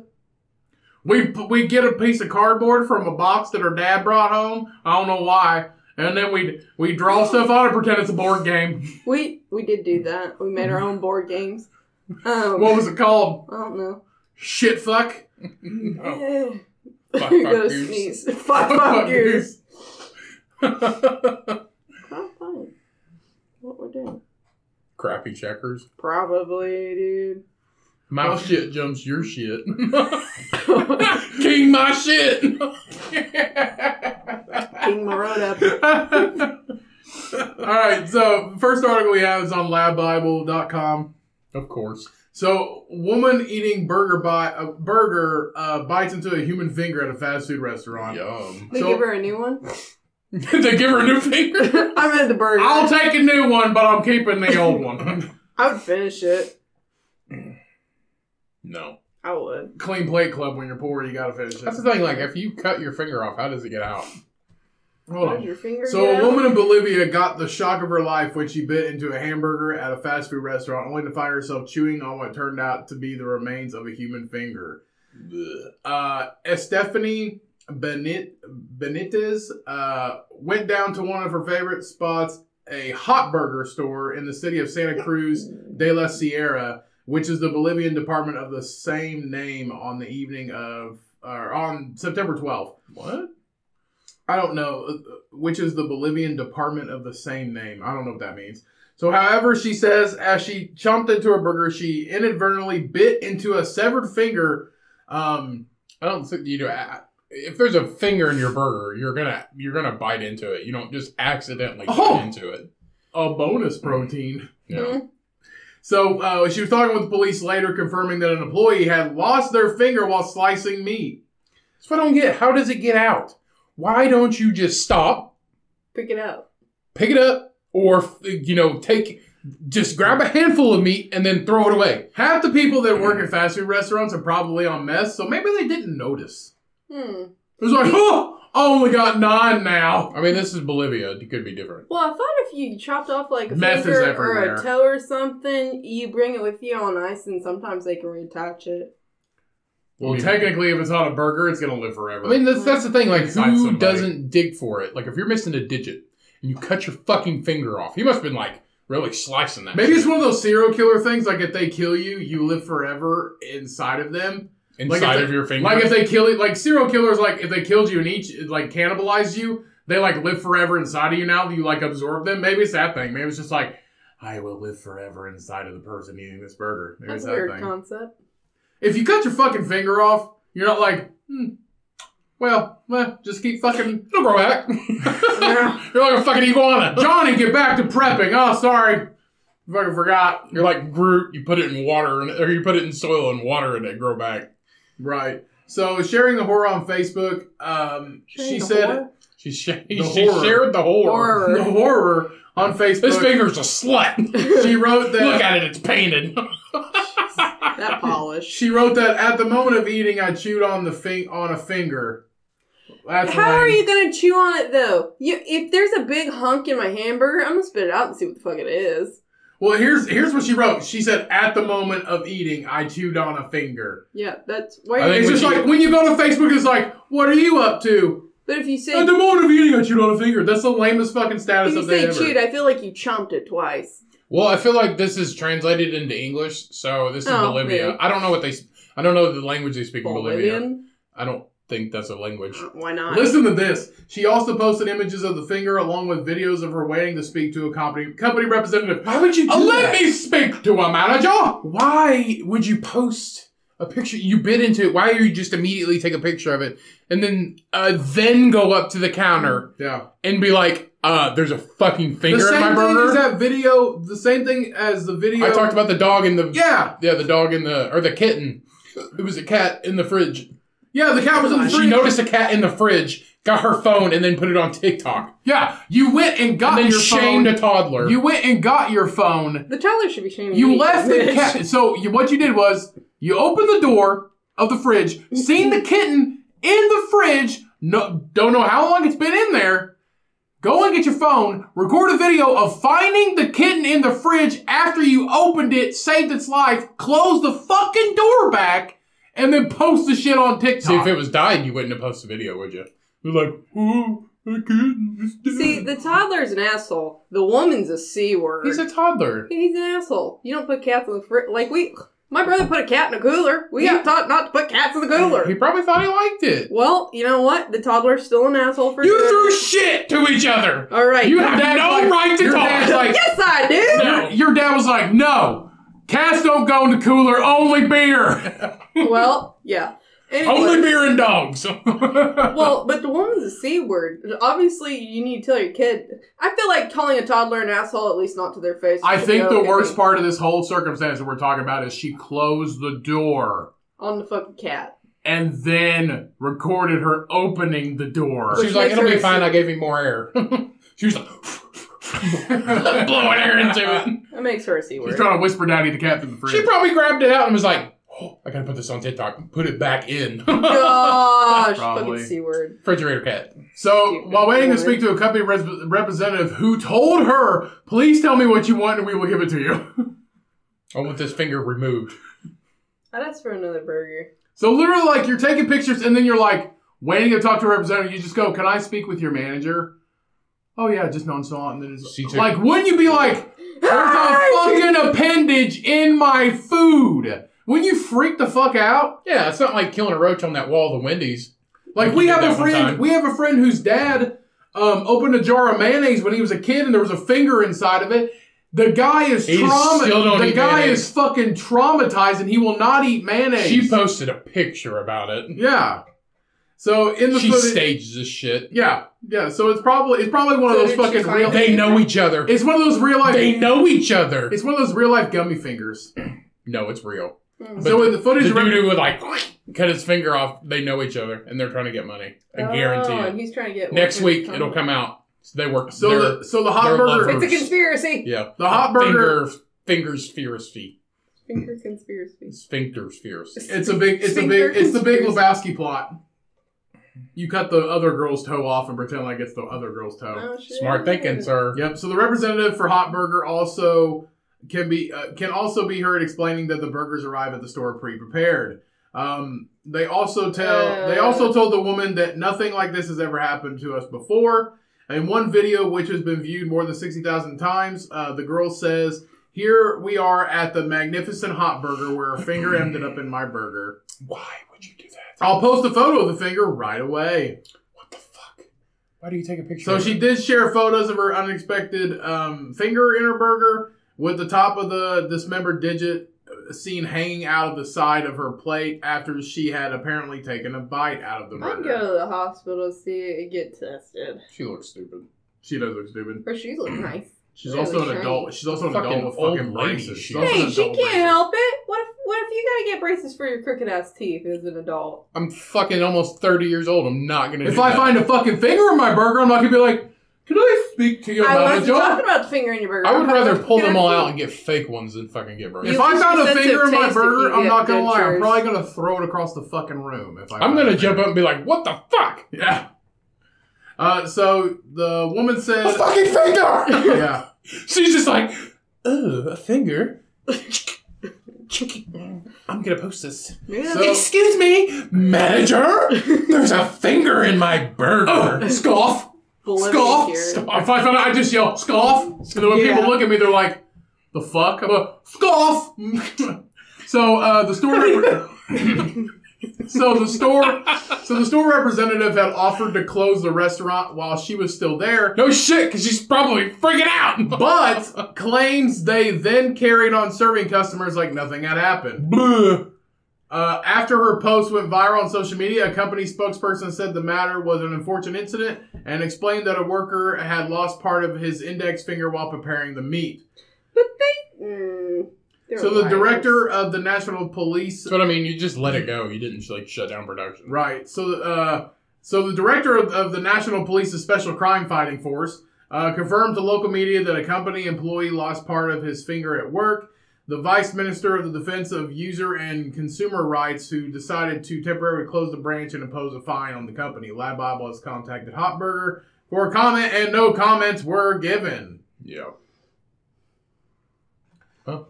Speaker 2: We we get a piece of cardboard from a box that her dad brought home. I don't know why. And then we we draw stuff on it, pretend it's a board game.
Speaker 3: we we did do that. We made our own board games. Um,
Speaker 2: What was it called?
Speaker 3: I don't know.
Speaker 2: Shit fuck. No. Oh,
Speaker 3: oh,
Speaker 2: Fuck, fuck,
Speaker 3: Eh, Go
Speaker 2: goose.
Speaker 3: sneeze. Fuck, fuck, goose. Not fine. What we're doing.
Speaker 2: Crappy checkers.
Speaker 3: Probably, dude.
Speaker 2: My shit jumps your shit.
Speaker 1: King my shit.
Speaker 3: King Marone up.
Speaker 1: All right, so first article we have is on labbible.com.
Speaker 2: of course.
Speaker 1: So, woman eating burger by uh, burger uh, bites into a human finger at a fast food restaurant.
Speaker 2: Yum.
Speaker 3: They
Speaker 1: So-
Speaker 3: give her a new one.
Speaker 1: they give her a new finger.
Speaker 3: I'm at the burger.
Speaker 1: I'll take a new one, but I'm keeping the old one.
Speaker 3: I would finish it.
Speaker 2: No.
Speaker 3: I would.
Speaker 1: Clean plate club. When you're poor, you gotta finish
Speaker 2: That's
Speaker 1: it.
Speaker 2: the thing. Like, if you cut your finger off, how does it get out?
Speaker 1: Hold
Speaker 3: Where's
Speaker 1: on.
Speaker 3: your finger?
Speaker 1: Oh. So,
Speaker 3: get
Speaker 1: a
Speaker 3: out?
Speaker 1: woman in Bolivia got the shock of her life when she bit into a hamburger at a fast food restaurant, only to find herself chewing on what turned out to be the remains of a human finger. uh, Estefany Benit- Benitez uh, went down to one of her favorite spots, a hot burger store in the city of Santa Cruz de la Sierra, which is the Bolivian department of the same name, on the evening of or on September 12th.
Speaker 2: What?
Speaker 1: I don't know, uh, which is the Bolivian department of the same name. I don't know what that means. So, however, she says as she chomped into a burger, she inadvertently bit into a severed finger. Um,
Speaker 2: I don't think you do. I- If there's a finger in your burger, you're gonna you're gonna bite into it. You don't just accidentally
Speaker 1: Oh.
Speaker 2: bite into it.
Speaker 1: a bonus protein.
Speaker 2: Yeah.
Speaker 1: So uh, she was talking with the police later, confirming that an employee had lost their finger while slicing meat.
Speaker 2: That's what I don't get. How does it get out? Why don't you just stop,
Speaker 3: Pick it up.
Speaker 2: pick it up, or f- you know, take just grab a handful of meat and then throw it away?
Speaker 1: Half the people that work at fast food restaurants are probably on mess, so maybe they didn't notice.
Speaker 3: Hmm.
Speaker 1: It was like, oh, I only got nine now.
Speaker 2: I mean, this is Bolivia. It could be different.
Speaker 3: Well, I thought if you chopped off like a
Speaker 1: Meth is
Speaker 3: finger or
Speaker 1: everywhere.
Speaker 3: a toe or something, you bring it with you on ice, and sometimes they can reattach it.
Speaker 1: Well,
Speaker 2: Yeah.
Speaker 1: technically, if it's not a burger, it's gonna live forever.
Speaker 2: I mean, that's that's the thing. Like,
Speaker 1: Find
Speaker 2: who
Speaker 1: somebody.
Speaker 2: doesn't dig for it? Like, if you're missing a digit and you cut your fucking finger off, you must have been like really slicing that.
Speaker 1: maybe
Speaker 2: shit
Speaker 1: it's one of those serial killer things. Like if they kill you, you live forever inside of them.
Speaker 2: inside
Speaker 1: like if
Speaker 2: of your finger.
Speaker 1: Like if they kill you, like serial killers, like if they killed you and each like cannibalized you, they like live forever inside of you now. You like absorb them. Maybe it's that thing. Maybe it's just like I will live forever inside of the person eating this burger. Maybe
Speaker 3: That's
Speaker 1: it's
Speaker 3: a
Speaker 1: that
Speaker 3: weird
Speaker 1: thing.
Speaker 3: concept.
Speaker 1: if you cut your fucking finger off, you're not like, hmm, well, eh, just keep fucking.
Speaker 2: It'll grow back.
Speaker 3: Yeah.
Speaker 2: You're like a fucking iguana.
Speaker 1: Johnny, get back to prepping. Oh, sorry, fucking forgot.
Speaker 2: You're like Groot. You put it in water, and, or you put it in soil and water, and it grow back.
Speaker 1: Right. So sharing the horror on Facebook, um, she
Speaker 3: Sharing the
Speaker 1: said
Speaker 3: horror?
Speaker 2: She, sh- she
Speaker 1: horror.
Speaker 2: shared the whore.
Speaker 3: Horror.
Speaker 1: the horror on Facebook.
Speaker 2: This finger's a slut.
Speaker 1: she wrote that.
Speaker 2: Look at it. It's painted.
Speaker 3: that polish.
Speaker 1: She wrote that at the moment of eating, I chewed on the fing- on a finger. That's
Speaker 3: How
Speaker 1: lame.
Speaker 3: are you gonna chew on it though? You, if there's a big hunk in my hamburger, I'm gonna spit it out and see what the fuck it is.
Speaker 1: Well, here's here's what she wrote. She said, "At the moment of eating, I chewed on a finger."
Speaker 3: Yeah, that's why.
Speaker 2: I think
Speaker 1: It's
Speaker 2: when
Speaker 1: just
Speaker 2: you-
Speaker 1: like when you go to Facebook, it's like, "What are you up to?"
Speaker 3: but if you say
Speaker 1: At the moment of eating, I chewed on a finger. That's the lamest fucking
Speaker 3: if
Speaker 1: status
Speaker 3: you
Speaker 1: update
Speaker 3: say
Speaker 1: ever.
Speaker 3: chewed, I feel like you chomped it twice.
Speaker 2: Well, I feel like this is translated into English, so this is
Speaker 3: Oh,
Speaker 2: Bolivia.
Speaker 3: really?
Speaker 2: I don't know what they. s- I don't know the language they speak in Bolivia.
Speaker 3: Bolivian?
Speaker 2: I don't think that's a language.
Speaker 3: Why not?
Speaker 1: Listen to this. She also posted images of the finger along with videos of her waiting to speak to a company company representative.
Speaker 2: Why would you
Speaker 1: Uh, let me speak to a manager.
Speaker 2: Why would you post a picture? You bit into it. Why are you just immediately take a picture of it and then uh, then go up to the counter
Speaker 1: Yeah.
Speaker 2: and be like, "Uh, there's a fucking
Speaker 1: The
Speaker 2: finger in my
Speaker 1: same thing
Speaker 2: burger."
Speaker 1: as that video. The same thing as the video.
Speaker 2: I talked about the dog in the yeah.
Speaker 1: Yeah.
Speaker 2: the dog in the or the kitten. It was a cat in the fridge.
Speaker 1: Yeah, the cat was in the
Speaker 2: She
Speaker 1: fridge.
Speaker 2: noticed a cat in the fridge, got her phone, and then put it on TikTok.
Speaker 1: yeah, you went and got
Speaker 2: and then
Speaker 1: your
Speaker 2: shamed
Speaker 1: phone.
Speaker 2: a toddler.
Speaker 1: you went and got your phone.
Speaker 3: the toddler should be shaming
Speaker 1: You
Speaker 3: me for
Speaker 1: left the
Speaker 3: this.
Speaker 1: cat. So you, what you did was you opened the door of the fridge, seen the kitten in the fridge. No, don't know how long it's been in there. Go and get your phone. Record a video of finding the kitten in the fridge after you opened it, saved its life, close the fucking door back, and then post the shit on TikTok.
Speaker 2: See, if it was died, you wouldn't have posted a video, would you? You're like, oh, I couldn't. it's dead."
Speaker 3: See, the toddler's an asshole. The woman's a c word.
Speaker 2: he's a toddler.
Speaker 3: Yeah, he's an asshole. You don't put cats in the fridge. Like we, My brother put a cat in a cooler. We got taught not to put cats in the
Speaker 2: He
Speaker 3: cooler.
Speaker 2: probably thought he liked it.
Speaker 3: Well, you know what? The toddler's still an asshole for
Speaker 2: You
Speaker 3: sure.
Speaker 2: threw shit to each other.
Speaker 3: All right.
Speaker 2: You have
Speaker 1: dad's
Speaker 2: no
Speaker 1: like-
Speaker 2: right to
Speaker 1: your
Speaker 2: talk.
Speaker 1: dad's
Speaker 2: Like,
Speaker 1: like-
Speaker 3: yes, I do.
Speaker 1: No.
Speaker 2: No.
Speaker 1: Your dad was like, no, cats don't go in the cooler, only beer.
Speaker 3: Well, yeah. Anyway,
Speaker 1: only beer and dogs.
Speaker 3: well, but the woman's a c word. Obviously, you need to tell your kid. I feel like calling a toddler an asshole, at least not to their face.
Speaker 1: I
Speaker 3: should
Speaker 1: think
Speaker 3: be
Speaker 1: the
Speaker 3: okay.
Speaker 1: worst part of this whole circumstance that we're talking about is she closed the door
Speaker 3: on the fucking cat.
Speaker 1: and then recorded her opening the door.
Speaker 2: she was like,
Speaker 3: makes
Speaker 2: it'll
Speaker 3: her
Speaker 2: be
Speaker 3: a
Speaker 2: fine.
Speaker 3: slut.
Speaker 2: I gave him more air. she was like, blowing air into it.
Speaker 3: That makes her a c word.
Speaker 1: She's trying to whisper Daddy the cat through the fridge.
Speaker 2: She probably grabbed it out and was like, oh, I gotta put this on TikTok. Put it back in.
Speaker 3: Gosh,
Speaker 1: Probably.
Speaker 3: fucking c word.
Speaker 2: Refrigerator cat.
Speaker 1: So,
Speaker 3: Stupid
Speaker 1: while waiting to
Speaker 3: boy.
Speaker 1: speak to a company res- representative who told her, please tell me what you want and we will give it to you.
Speaker 2: I want Oh, this finger removed.
Speaker 3: I'd ask for another burger.
Speaker 1: So, literally, like, you're taking pictures and then you're like waiting to talk to a representative. You just go, can I speak with your manager? Oh, yeah, just no and so on. And then it's
Speaker 2: She took-
Speaker 1: like, wouldn't you be like, there's
Speaker 3: Ah,
Speaker 1: a fucking appendage in my food? Wouldn't you freak the fuck out?
Speaker 2: Yeah, it's not like killing a roach on that wall of the Wendy's.
Speaker 1: Like,
Speaker 2: You
Speaker 1: we
Speaker 2: did
Speaker 1: have a
Speaker 2: that one
Speaker 1: friend,
Speaker 2: time.
Speaker 1: we have a friend whose dad um, opened a jar of mayonnaise when he was a kid, and there was a finger inside of it. The guy is
Speaker 2: He
Speaker 1: trauma.
Speaker 2: still don't
Speaker 1: The
Speaker 2: eat
Speaker 1: guy
Speaker 2: mayonnaise.
Speaker 1: is fucking traumatized, and he will not eat mayonnaise.
Speaker 2: She posted a picture about it.
Speaker 1: yeah. So in the
Speaker 2: She
Speaker 1: footage,
Speaker 2: staged this shit.
Speaker 1: yeah, yeah. So it's probably it's probably one of
Speaker 3: So
Speaker 1: those
Speaker 3: did she
Speaker 1: fucking
Speaker 3: find
Speaker 1: real.
Speaker 3: it?
Speaker 2: They know each other.
Speaker 1: It's one of those real life.
Speaker 2: They know each other.
Speaker 1: it's one of those real life gummy fingers.
Speaker 2: No, it's real.
Speaker 3: Mm.
Speaker 1: so in the
Speaker 2: The
Speaker 1: footage,
Speaker 2: dude
Speaker 1: rep-
Speaker 2: who would like cut his finger off. They know each other, and they're trying to get money. I guarantee
Speaker 3: Oh,
Speaker 2: it.
Speaker 3: and he's trying to get
Speaker 2: Next
Speaker 3: one
Speaker 2: week
Speaker 3: for-
Speaker 2: it'll come out. So they work.
Speaker 1: so
Speaker 2: So
Speaker 1: the, so the hot
Speaker 2: they're
Speaker 1: burger,
Speaker 2: lovers.
Speaker 3: It's a conspiracy.
Speaker 2: yeah,
Speaker 1: the hot burger,
Speaker 2: finger fingers fierce feet.
Speaker 3: Finger conspiracy.
Speaker 2: Sphincters fierce.
Speaker 1: it's a big, it's a
Speaker 3: Finger
Speaker 1: big, it's the big
Speaker 3: conspiracy.
Speaker 1: Lebowski plot. You cut the other girl's toe off and pretend like it's the other girl's toe.
Speaker 3: Oh, shit.
Speaker 2: Smart thinking, sir.
Speaker 1: Yep. So the representative for Hot Burger also can be uh, can also be heard explaining that the burgers arrive at the store pre-prepared. Um, they also tell they also told the woman that nothing like this has ever happened to us before. In one video, which has been viewed more than sixty thousand times, uh, the girl says, "Here we are at the magnificent Hot Burger, where a finger ended up in my burger.
Speaker 2: Why would you do that?
Speaker 1: I'll post a photo of the finger right away."
Speaker 2: What the fuck? Why do you take a picture?
Speaker 1: So
Speaker 2: of
Speaker 1: she
Speaker 2: it?
Speaker 1: did share photos of her unexpected um, finger in her burger with the top of the dismembered digit seen hanging out of the side of her plate after she had apparently taken a bite out of the
Speaker 3: I'd
Speaker 1: burger.
Speaker 3: go to the hospital, see it, and get tested.
Speaker 2: She looks stupid.
Speaker 1: She does look stupid.
Speaker 3: Or she look nice.
Speaker 1: She's
Speaker 3: Really
Speaker 1: also an
Speaker 3: shiny.
Speaker 1: adult. She's also an
Speaker 2: Fucking
Speaker 1: adult with
Speaker 2: old
Speaker 1: fucking
Speaker 2: lady
Speaker 1: braces.
Speaker 2: she
Speaker 1: She's
Speaker 2: is.
Speaker 1: also
Speaker 3: Hey,
Speaker 1: an
Speaker 3: she
Speaker 1: adult
Speaker 3: can't
Speaker 1: with braces.
Speaker 3: help it. What if what if you gotta get braces for your crooked ass teeth as an adult?
Speaker 2: I'm fucking almost 30 years old. I'm not gonna.
Speaker 1: If
Speaker 2: do
Speaker 1: I
Speaker 2: that.
Speaker 1: find a fucking finger in my burger, I'm not gonna be like, "Can I speak to your
Speaker 3: I wasn't
Speaker 1: manager?"
Speaker 3: talking about the finger in your burger.
Speaker 2: I would
Speaker 3: I'm
Speaker 2: rather
Speaker 3: talking
Speaker 2: pull
Speaker 3: about
Speaker 2: them
Speaker 3: the
Speaker 2: all
Speaker 3: good
Speaker 2: out
Speaker 3: teeth.
Speaker 2: and get fake ones than fucking get burgers.
Speaker 1: If
Speaker 3: You
Speaker 1: I
Speaker 3: lose
Speaker 1: found
Speaker 3: your
Speaker 1: a
Speaker 3: sense
Speaker 1: finger
Speaker 3: of
Speaker 1: in my
Speaker 3: taste if
Speaker 1: burger,
Speaker 3: you
Speaker 1: I'm
Speaker 3: get
Speaker 1: not gonna
Speaker 3: good
Speaker 1: lie. I'm
Speaker 3: yours.
Speaker 1: probably gonna throw it across the fucking room. If I
Speaker 2: I'm
Speaker 1: find a
Speaker 2: gonna jump
Speaker 1: finger.
Speaker 2: up and be like, "What the fuck?
Speaker 1: Yeah. Uh, so the woman
Speaker 2: A
Speaker 1: said,
Speaker 2: fucking finger!"
Speaker 1: "Yeah,
Speaker 2: She's just like, "Oh, a finger." I'm gonna post this.
Speaker 3: Maybe that's
Speaker 1: So-
Speaker 2: Excuse me, manager. There's a finger in my burger.
Speaker 1: scoff,
Speaker 3: bulimic
Speaker 1: scoff."
Speaker 3: here.
Speaker 1: If I find out, I just yell scoff, and then when
Speaker 3: Yeah.
Speaker 1: people look at me, they're like, "The fuck?" I'm a scoff. so uh, the store. rep- So the store, so the store representative had offered to close the restaurant while she was still there,
Speaker 2: no shit, because she's probably freaking out.
Speaker 1: but claims they then carried on serving customers like nothing had happened.
Speaker 2: Bleh.
Speaker 1: Uh, after her post went viral on social media, a company spokesperson said the matter was an unfortunate incident and explained that a worker had lost part of his index finger while preparing the meat.
Speaker 3: Mm, they're
Speaker 1: So the
Speaker 3: liars.
Speaker 1: director of the National Police,
Speaker 2: That's what I mean. You just let it go. You didn't like shut down production.
Speaker 1: right? So, uh, so the director of, of the National Police's Special Crime Fighting Force uh, confirmed to local media that a company employee lost part of his finger at work. The vice minister of the Defense of User and Consumer Rights, who decided to temporarily close the branch and impose a fine on the company. Lab Bible has contacted Hotburger for a comment, and no comments were given.
Speaker 2: Yeah.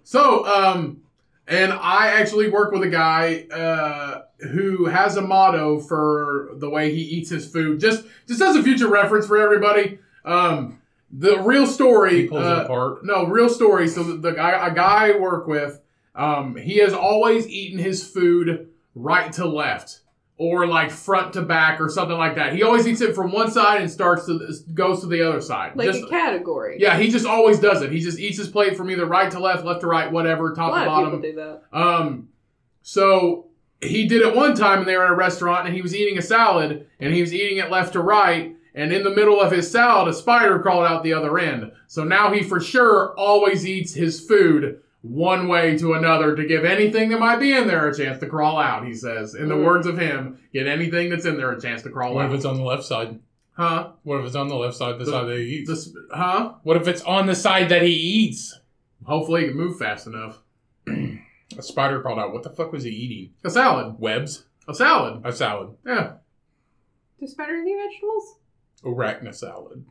Speaker 1: So, um, and I actually work with a guy uh, who has a motto for the way he eats his food. Just, just as a future reference for everybody, um, the real story.
Speaker 2: He pulls
Speaker 1: uh,
Speaker 2: it apart.
Speaker 1: no, real story. So the, the guy, a guy I work with, Um, he has always eaten his food right to left or like front to back or something like that. He always eats it from one side and starts to goes to the other side.
Speaker 3: Like
Speaker 1: Just-
Speaker 3: a category.
Speaker 1: yeah, he just always does it. He just eats his plate from either right to left, left to right, whatever,
Speaker 3: A
Speaker 1: top to
Speaker 3: lot of
Speaker 1: bottom.
Speaker 3: people do that.
Speaker 1: Um, so he did it one time, and they were at a restaurant, and he was eating a salad, and he was eating it left to right, and in the middle of his salad, a spider crawled out the other end. So now he for sure always eats his food one way to another to give anything that might be in there a chance to crawl out. He says, in the
Speaker 3: Mm.
Speaker 1: words of him, get anything that's in there a chance to crawl
Speaker 2: What if
Speaker 1: out.
Speaker 2: it's on the left side?
Speaker 1: Huh?
Speaker 2: What if it's on the left side, the,
Speaker 1: The-
Speaker 2: side that he eats?
Speaker 1: The sp- huh?
Speaker 2: what if it's on the side that he eats?
Speaker 1: Hopefully, he can move fast enough.
Speaker 2: A spider crawled out. What the fuck was he eating?
Speaker 1: A salad.
Speaker 2: Webs?
Speaker 1: A salad.
Speaker 2: A salad.
Speaker 1: Yeah.
Speaker 3: Do spiders eat vegetables?
Speaker 2: Arachna salad.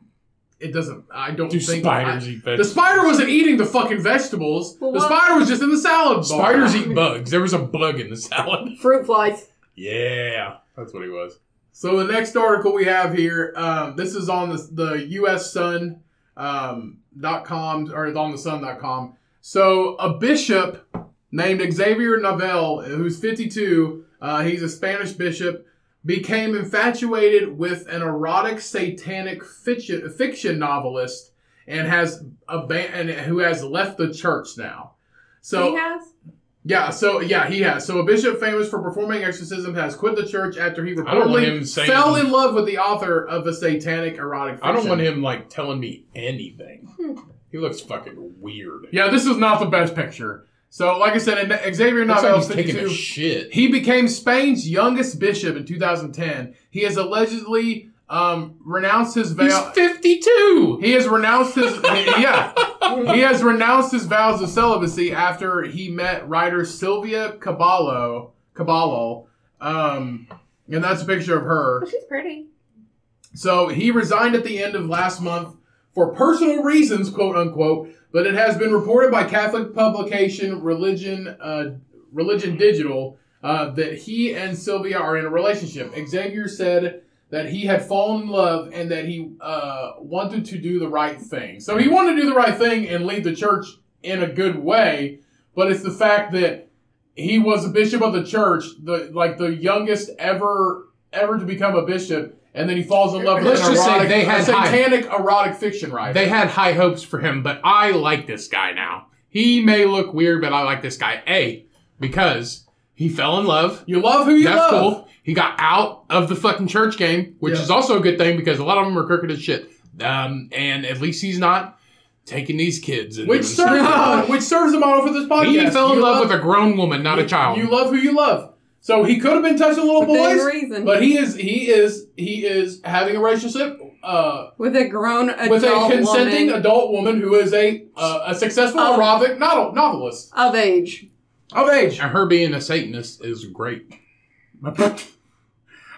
Speaker 1: It doesn't. I don't
Speaker 2: Do
Speaker 1: think
Speaker 2: spiders eat
Speaker 1: The
Speaker 2: vegetables?
Speaker 1: spider wasn't eating the fucking vegetables.
Speaker 3: Well,
Speaker 1: the
Speaker 3: what-
Speaker 1: spider was just in the salad bar.
Speaker 2: Spiders eat bugs. There was a bug in the salad.
Speaker 3: Fruit flies.
Speaker 2: Yeah. That's what he was.
Speaker 1: So the next article we have here, um, this is on the, the U.S. Sun um, dot com or on the Sun dot com. So a bishop named Xavier Navel, who's 52, uh, he's a Spanish bishop, became infatuated with an erotic satanic fiction, fiction novelist and has aban- and who has left the church now. So
Speaker 3: he has.
Speaker 1: Yeah, so yeah, he has. So a bishop famous for performing exorcism has quit the church after he
Speaker 2: I don't want him
Speaker 1: reportedly
Speaker 2: saying-
Speaker 1: fell in love with the author of a satanic erotic fiction.
Speaker 2: I don't want him like telling me anything. He looks fucking weird.
Speaker 1: Yeah, this is not the best picture. So, like I said, and Xavier
Speaker 2: Looks
Speaker 1: Navel,
Speaker 2: like he's taking a
Speaker 1: 52,
Speaker 2: shit.
Speaker 1: he became Spain's youngest bishop in 2010. He has allegedly um, renounced his
Speaker 2: He's
Speaker 1: vow.
Speaker 2: 52.
Speaker 1: He has renounced his yeah. He has renounced his vows of celibacy after he met writer Sylvia Caballo Caballo. Um, and that's a picture of her.
Speaker 3: she's pretty.
Speaker 1: So he resigned at the end of last month for personal reasons, quote unquote. But it has been reported by Catholic publication Religion uh, Religion Digital uh, that he and Sylvia are in a relationship. Xavier said that he had fallen in love and that he uh, wanted to do the right thing. So he wanted to do the right thing and lead the church in a good way. But it's the fact that he was a bishop of the church, the like the youngest ever ever to become a bishop, and then he falls in love with
Speaker 2: Let's
Speaker 1: an
Speaker 2: just say
Speaker 1: erotic,
Speaker 2: they had
Speaker 1: a
Speaker 2: high-
Speaker 1: satanic erotic fiction writer.
Speaker 2: They had high hopes for him, but I like this guy now. He may look weird, but I like this guy. A, because he fell in love.
Speaker 1: you love who you
Speaker 2: That's
Speaker 1: love.
Speaker 2: cool. He got out of the fucking church game, which
Speaker 1: Yeah.
Speaker 2: is also a good thing because a lot of them are crooked as shit. Um, and at least he's not taking these kids. And
Speaker 1: Which serves which serves the model for this podcast.
Speaker 2: he fell in
Speaker 1: You
Speaker 2: love, with a grown woman, not a child.
Speaker 1: You love who you love. So he could have been touching little
Speaker 3: Within
Speaker 1: Oh, boys,
Speaker 3: reason.
Speaker 1: but he is he is he is having a relationship uh,
Speaker 3: with a grown adult
Speaker 1: with a consenting
Speaker 3: woman
Speaker 1: adult woman who is a uh, a successful
Speaker 3: Oh.
Speaker 1: erotic novel, novelist
Speaker 3: of age.
Speaker 1: of age.
Speaker 2: and her being a Satanist is great.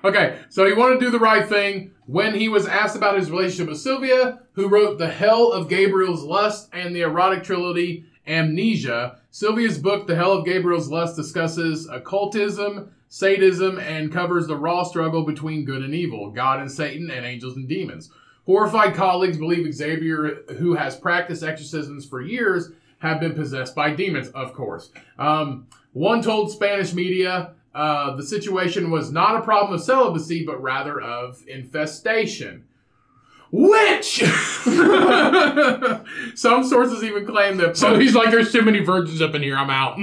Speaker 1: okay, so he wanted to do the right thing when he was asked about his relationship with Sylvia, who wrote The Hell of Gabriel's Lust and the erotic trilogy Amnesia. Sylvia's book, The Hell of Gabriel's Lust, discusses occultism, sadism, and covers the raw struggle between good and evil, God and Satan, and angels and demons. Horrified colleagues believe Xavier, who has practiced exorcisms for years, have been possessed by demons, of course. Um, one told Spanish media uh, the situation was not a problem of celibacy, but rather of infestation. Which some sources even claim that
Speaker 2: So he's like, "There's too many virgins up in here. I'm out."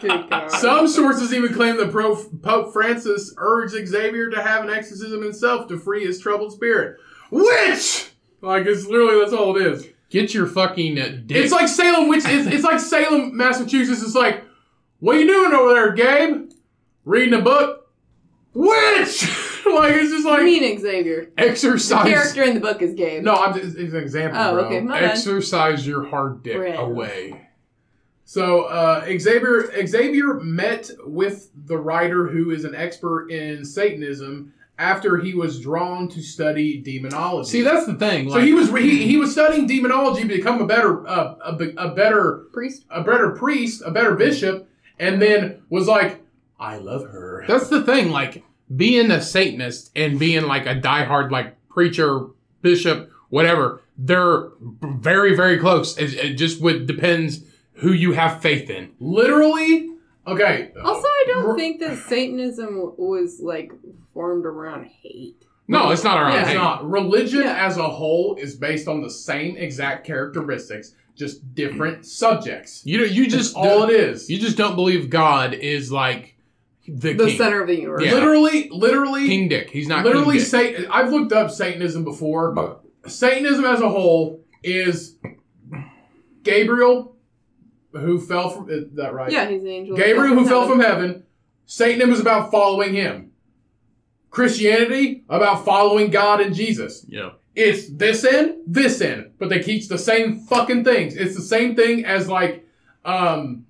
Speaker 3: Good God.
Speaker 1: Some sources even claim that Pro- Pope Francis urged Xavier to have an exorcism himself to free his troubled spirit. Which, like, it's literally that's all it is.
Speaker 2: Get your fucking uh, dick.
Speaker 1: It's like Salem, which it's, it's like Salem, Massachusetts. It's like, what you doing over there, Gabe? Reading a book. Which, like, it's just
Speaker 3: I
Speaker 1: like
Speaker 3: mean Xavier. The
Speaker 2: exercise.
Speaker 3: character in the book is gay.
Speaker 1: no. I'm just it's an example,
Speaker 3: Oh,
Speaker 1: bro.
Speaker 3: okay. My bad.
Speaker 2: Exercise your hard dick
Speaker 3: Bread.
Speaker 2: away.
Speaker 1: So uh, Xavier Xavier met with the writer who is an expert in Satanism after he was drawn to study demonology.
Speaker 2: See, that's the thing.
Speaker 1: so
Speaker 2: Like,
Speaker 1: he was re- he, he was studying demonology to become a better uh, a, be- a better
Speaker 3: Priest.
Speaker 1: a better priest, a better bishop, and then was like, I love her.
Speaker 2: that's the thing. Like being a Satanist and being like a diehard like preacher, bishop, whatever. They're very, very close. It, it just would depends who you have faith in.
Speaker 1: Literally, okay.
Speaker 3: Also, I
Speaker 1: Ro-
Speaker 3: don't think that Satanism was like formed around hate.
Speaker 2: No, it's not our own
Speaker 1: Yeah, it's
Speaker 2: hate.
Speaker 1: not. Religion
Speaker 3: Yeah.
Speaker 1: as a whole is based on the same exact characteristics, just different subjects.
Speaker 2: You you
Speaker 1: Just
Speaker 2: just
Speaker 1: all it is.
Speaker 2: You just don't believe God is like the,
Speaker 3: The
Speaker 2: king.
Speaker 3: center of the universe.
Speaker 2: Yeah.
Speaker 1: Literally, literally,
Speaker 2: King Dick. He's not
Speaker 1: literally.
Speaker 2: King Dick.
Speaker 1: Satan. I've looked up Satanism before. Satanism as a whole is Gabriel, who fell from. Is that right?
Speaker 3: Yeah, he's an angel.
Speaker 1: Gabriel, who fell from heaven. Satanism is about following him. Christianity about following God and Jesus.
Speaker 2: Yeah.
Speaker 1: It's this end, this end, but they teach the same fucking things. It's the same thing as like, um,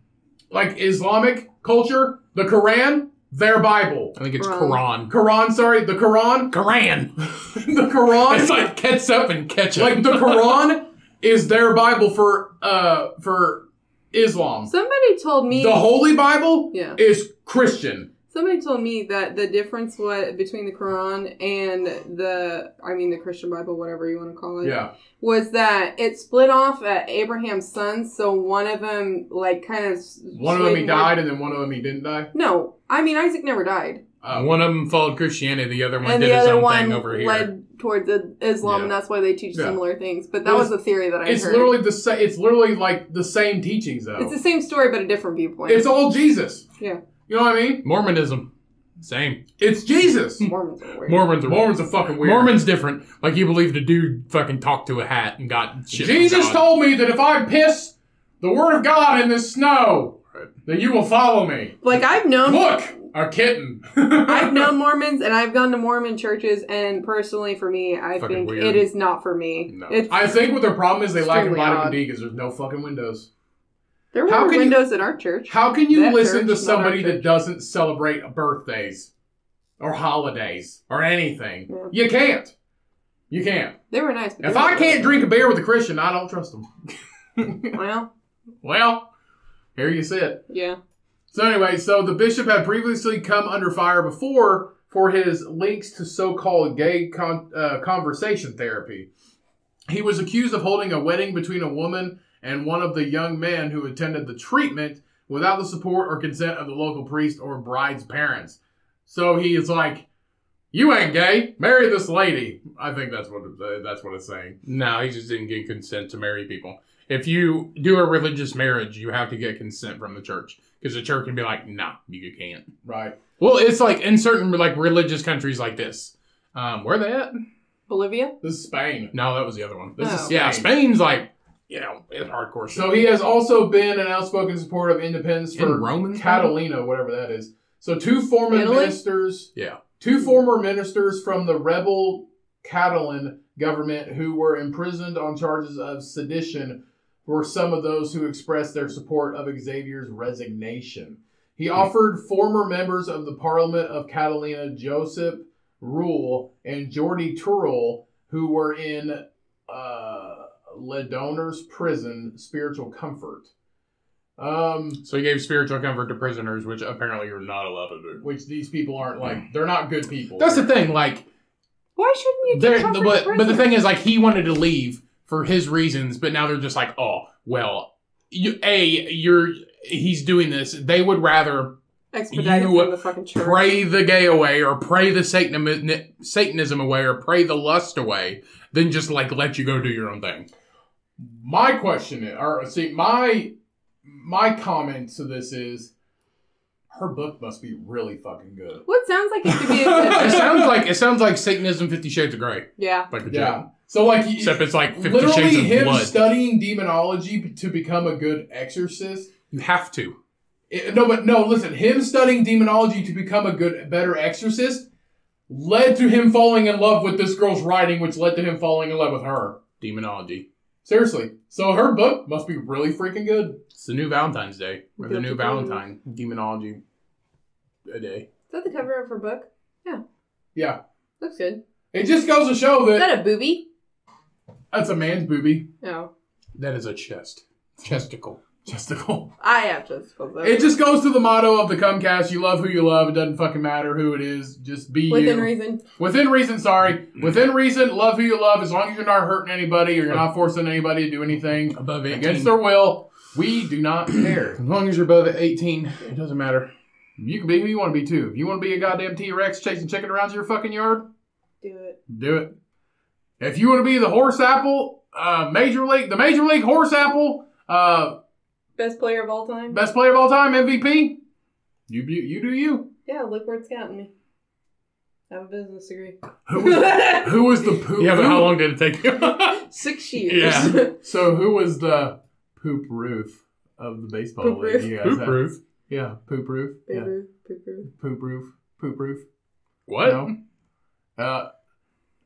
Speaker 1: like Islamic culture, the Quran, their Bible,
Speaker 2: I think it's
Speaker 3: Quran.
Speaker 2: Quran.
Speaker 1: Quran. Sorry, the Quran,
Speaker 2: Quran.
Speaker 1: the Quran.
Speaker 2: It's like ketchup and ketchup.
Speaker 1: like the Quran is their Bible for uh for Islam.
Speaker 3: Somebody told me.
Speaker 1: The Holy Bible
Speaker 3: yeah.
Speaker 1: is Christian.
Speaker 3: Somebody told me that the difference what between the Quran and the, I mean the Christian Bible, whatever you want to call it,
Speaker 1: Yeah,
Speaker 3: was that it split off at Abraham's sons. So one of them, like, kind of s-
Speaker 1: one of them he
Speaker 3: swayed
Speaker 1: died, and then one of them he didn't die.
Speaker 3: No, I mean Isaac never died,
Speaker 1: Uh,
Speaker 2: one of them followed Christianity, the other one
Speaker 3: and
Speaker 2: did
Speaker 3: the
Speaker 2: his
Speaker 3: other
Speaker 2: own
Speaker 3: one
Speaker 2: thing over here.
Speaker 3: led towards the Islam,
Speaker 2: Yeah.
Speaker 3: and that's why they teach
Speaker 1: Yeah.
Speaker 3: similar things. But that
Speaker 1: Well,
Speaker 3: was the theory that I
Speaker 1: it's
Speaker 3: heard.
Speaker 1: literally the sa- it's literally like the same teachings though.
Speaker 3: it's the same story, but a different viewpoint.
Speaker 1: It's all Jesus.
Speaker 3: Yeah.
Speaker 1: You know what I mean?
Speaker 2: Mormonism. Same.
Speaker 1: It's Jesus.
Speaker 3: Mormons are weird.
Speaker 2: Mormons are
Speaker 1: Mormons are fucking weird.
Speaker 2: Mormon's different. Like you believed a dude fucking talked to a hat and got shit. from
Speaker 1: Jesus
Speaker 2: God.
Speaker 1: told me that if I piss the word of God in the snow, that you will follow me.
Speaker 3: like I've known
Speaker 1: Look, a kitten.
Speaker 3: I've known Mormons and I've gone to Mormon churches, and personally, for me, I
Speaker 2: Fucking
Speaker 3: think
Speaker 2: weird.
Speaker 3: it is not for me.
Speaker 2: No.
Speaker 3: It's,
Speaker 1: I think what their problem is they lack
Speaker 3: Extremely
Speaker 1: vitamin
Speaker 3: odd.
Speaker 1: D because there's no fucking windows.
Speaker 3: there
Speaker 1: how
Speaker 3: were
Speaker 1: can you-
Speaker 3: windows at our church.
Speaker 1: How can you
Speaker 3: That
Speaker 1: listen to
Speaker 3: church, not our
Speaker 1: somebody that
Speaker 3: church.
Speaker 1: doesn't celebrate birthdays or holidays or anything? You can't. You can't.
Speaker 3: They were nice. but
Speaker 1: If
Speaker 3: they were
Speaker 1: I can't
Speaker 3: weird.
Speaker 1: drink a beer with a Christian, I don't trust them.
Speaker 3: well,
Speaker 1: Well, here you sit.
Speaker 3: yeah,
Speaker 1: So anyway, so the bishop had previously come under fire before for his links to so-called gay con- uh, conversation therapy. He was accused of holding a wedding between a woman and one of the young men who attended the treatment without the support or consent of the local priest or bride's parents. So he is like, "You ain't gay. Marry this lady." I think that's what uh, that's what it's saying.
Speaker 2: No, he just didn't get consent to marry people. If you do a religious marriage, you have to get consent from the church because the church can be like, "Nah, you can't."
Speaker 1: Right.
Speaker 2: Well, it's like in certain like religious countries like this. Um, where they at?
Speaker 3: Bolivia.
Speaker 1: This is Spain.
Speaker 2: No, that was the other one. This
Speaker 3: Oh.
Speaker 2: is yeah, Spain's like you know it's hardcore.
Speaker 1: So he has also been an outspoken supporter of independence
Speaker 2: in
Speaker 1: for
Speaker 2: Roman
Speaker 1: Catalina, whatever that is. So two former
Speaker 3: Italy?
Speaker 1: ministers,
Speaker 2: Yeah.
Speaker 1: two former ministers from the rebel Catalan government who were imprisoned on charges of sedition were some of those who expressed their support of Xavier's resignation. He offered former members of the Parliament of Catalina Joseph Rule and Jordi Turul, who were in uh, Ledoner's prison, spiritual comfort. Um,
Speaker 2: So he gave spiritual comfort to prisoners, which apparently you're not allowed to do.
Speaker 1: which these people aren't
Speaker 2: Mm.
Speaker 1: like they're not good people.
Speaker 2: That's the thing, like
Speaker 3: Why shouldn't you?
Speaker 2: They're,
Speaker 3: Get
Speaker 2: the,
Speaker 3: comfort
Speaker 2: but, but the
Speaker 3: prisoners?
Speaker 2: thing is, like, he wanted to leave for his reasons, but now they're just like, oh, well, you, a you're he's doing this. They would rather
Speaker 3: expedited
Speaker 2: you
Speaker 3: from the fucking church.
Speaker 2: pray the gay away, or pray the satanism, satanism away, or pray the lust away, than just like let you go do your own thing.
Speaker 1: my question is, or see my my comment to this is her book must be really fucking good.
Speaker 3: What sounds like it could be.
Speaker 2: It
Speaker 3: A
Speaker 2: sounds like it sounds like satanism, Fifty Shades of Grey,
Speaker 3: yeah.
Speaker 2: like legit.
Speaker 1: Yeah. So like y-
Speaker 2: Except it's like Fifty Shades
Speaker 1: literally
Speaker 2: of
Speaker 1: him
Speaker 2: Blood.
Speaker 1: studying demonology to become a good exorcist.
Speaker 2: you have to.
Speaker 1: It- Eh, no, but no, listen, him studying demonology to become a good better exorcist led to him falling in love with this girl's writing, which led to him falling in love with her.
Speaker 2: Demonology.
Speaker 1: Seriously. So her book must be really freaking good.
Speaker 2: It's the new Valentine's Day, or the
Speaker 3: Guilty
Speaker 2: new
Speaker 3: pleasure.
Speaker 2: Valentine demonology a day.
Speaker 3: Is that the cover of her book?
Speaker 1: Yeah.
Speaker 3: Looks good.
Speaker 1: It just goes to show
Speaker 3: Is
Speaker 1: that
Speaker 3: that a booby?
Speaker 1: that's a man's booby.
Speaker 3: No,
Speaker 2: That is a chest. Chesticle.
Speaker 1: Testicle.
Speaker 3: I have to. suppose that.
Speaker 1: It just goes to the motto of the Comcast you love who you love. It doesn't fucking matter who it is. Just be
Speaker 3: within
Speaker 1: you.
Speaker 3: reason.
Speaker 1: Within reason, sorry. Within reason, love who you love as long as you're not hurting anybody or you're not forcing anybody to do anything
Speaker 2: Above 18.
Speaker 1: against their will. We do not care.
Speaker 2: As long as you're above 18, it doesn't matter.
Speaker 1: You can be who you want to be too. If you want to be a goddamn T Rex chasing chicken around your fucking yard,
Speaker 3: Do it.
Speaker 1: do it. If you want to be the horse apple, uh, major league, the major league horse apple, uh,
Speaker 3: Best player of all time.
Speaker 1: best player of all time, MVP. You be, you do you.
Speaker 3: yeah, look where it's gotten me. I have a business degree.
Speaker 1: Who was, who was the poop?
Speaker 2: Yeah, but
Speaker 1: who-
Speaker 2: how long did it take you?
Speaker 3: Six years.
Speaker 2: Yeah.
Speaker 1: So who was the poop roof of the baseball
Speaker 3: Poop
Speaker 1: league?
Speaker 3: Ruth.
Speaker 1: You guys
Speaker 2: Poop
Speaker 1: have-
Speaker 2: proof.
Speaker 1: Yeah, poop roof. Yeah,
Speaker 3: Poo-poo, poo-poo.
Speaker 1: poop roof. Poop roof.
Speaker 2: What?
Speaker 1: No. Uh,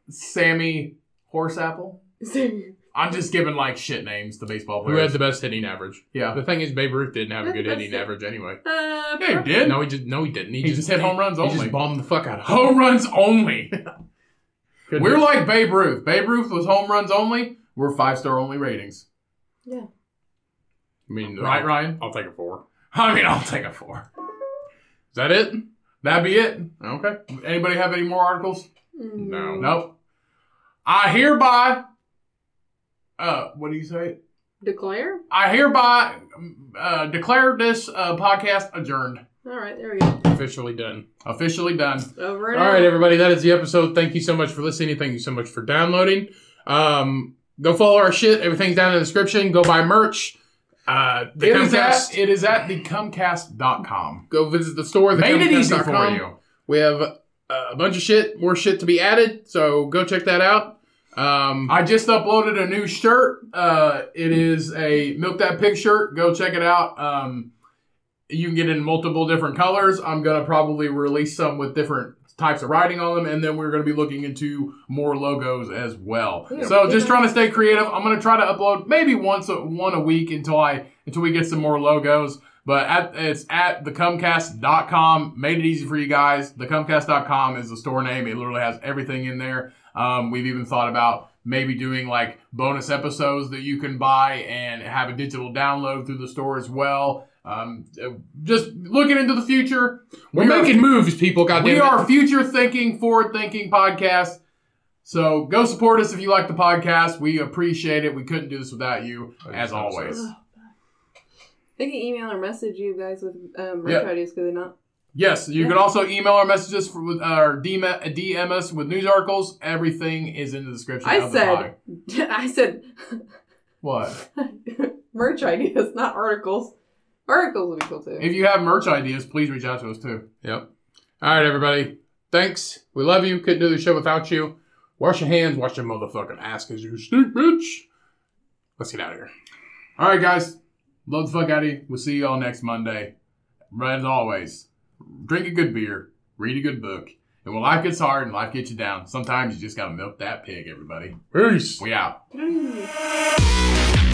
Speaker 1: Sammy horse apple.
Speaker 3: Same.
Speaker 1: I'm just giving like shit names to baseball
Speaker 2: Who
Speaker 1: players.
Speaker 2: had the best hitting average?
Speaker 1: yeah.
Speaker 2: The thing is, Babe Ruth didn't have a
Speaker 3: That's
Speaker 2: good
Speaker 3: the best
Speaker 2: hitting
Speaker 3: hit.
Speaker 2: average anyway.
Speaker 3: Uh,
Speaker 1: Yeah, he did.
Speaker 2: No, he just no, he didn't. He,
Speaker 1: He just hit home runs
Speaker 2: he
Speaker 1: only.
Speaker 2: just bombed the fuck out of home.
Speaker 1: Home runs only.
Speaker 2: Couldn't
Speaker 1: We're
Speaker 2: do-
Speaker 1: like Babe Ruth. Babe Ruth was home runs only. We're five star only ratings.
Speaker 2: I mean, uh,
Speaker 1: Right,
Speaker 2: I'll-
Speaker 1: Ryan?
Speaker 2: I'll take a four.
Speaker 1: I mean, I'll take a four.
Speaker 2: Is that it?
Speaker 1: That'd be it. Okay. Anybody have any more articles?
Speaker 3: hmm.
Speaker 2: No.
Speaker 1: Nope. I hereby. Uh, what do you say?
Speaker 3: Declare?
Speaker 1: I hereby uh, declare this uh, podcast adjourned.
Speaker 3: All right, there we go.
Speaker 2: Officially done.
Speaker 1: Officially done.
Speaker 3: Over and
Speaker 2: All
Speaker 3: out.
Speaker 2: right, everybody, that is the episode. Thank you so much for listening. Thank you so much for downloading. Um, go follow our shit. Everything's down in the description. Go buy merch. Uh, the
Speaker 1: It is,
Speaker 2: Comcast.
Speaker 1: at, it is at thecomcast.com.
Speaker 2: Go visit the store. The
Speaker 1: Made it easy for you.
Speaker 2: We have uh, a bunch of shit, more shit to be added. So go check that out. Um,
Speaker 1: I just uploaded a new shirt. Uh, it is a Milk That Pig shirt. Go check it out. Um, you can get it in multiple different colors. I'm going to probably release some with different types of writing on them. And then we're going to be looking into more logos as well.
Speaker 3: Yeah.
Speaker 1: So just trying to stay creative. I'm going to try to upload maybe once a, one a week until I until we get some more logos. But at, it's at thecomcast.com. Made it easy for you guys. Thecomcast.com is the store name. It literally has everything in there. Um, we've even thought about maybe doing like bonus episodes that you can buy and have a digital download through the store as well. Um, uh, just looking into the future.
Speaker 2: we're
Speaker 1: we are-
Speaker 2: making moves, people. Goddamn
Speaker 1: we
Speaker 2: it.
Speaker 1: are future thinking, forward thinking podcast. So go support us if you like the podcast. We appreciate it. We couldn't do this without you,
Speaker 2: I just
Speaker 1: as
Speaker 2: hope so.
Speaker 1: always.
Speaker 3: They can email or message you guys with um, merch
Speaker 1: Yeah.
Speaker 3: ideas, could they not?
Speaker 1: Yes, you
Speaker 3: Yeah.
Speaker 1: can also email or message us for, with, uh, or DM, DM us with news articles. Everything is in the description.
Speaker 3: I
Speaker 1: of the
Speaker 3: said-
Speaker 1: pod.
Speaker 3: I said
Speaker 1: what?
Speaker 3: merch ideas, not articles. Articles would be cool too.
Speaker 1: If you have merch ideas, please reach out to us too.
Speaker 2: Yep. All right, everybody. Thanks. We love you. Couldn't do the show without you. Wash your hands. Wash your motherfucking ass because you stink, bitch. Let's get out of here.
Speaker 1: All right, guys. Love the fuck out of you. We'll see you all next Monday. Right as always, drink a good beer, read a good book, and when life gets hard and life gets you down, sometimes you just gotta milk that pig, everybody.
Speaker 2: Peace.
Speaker 1: We out.
Speaker 3: Mm.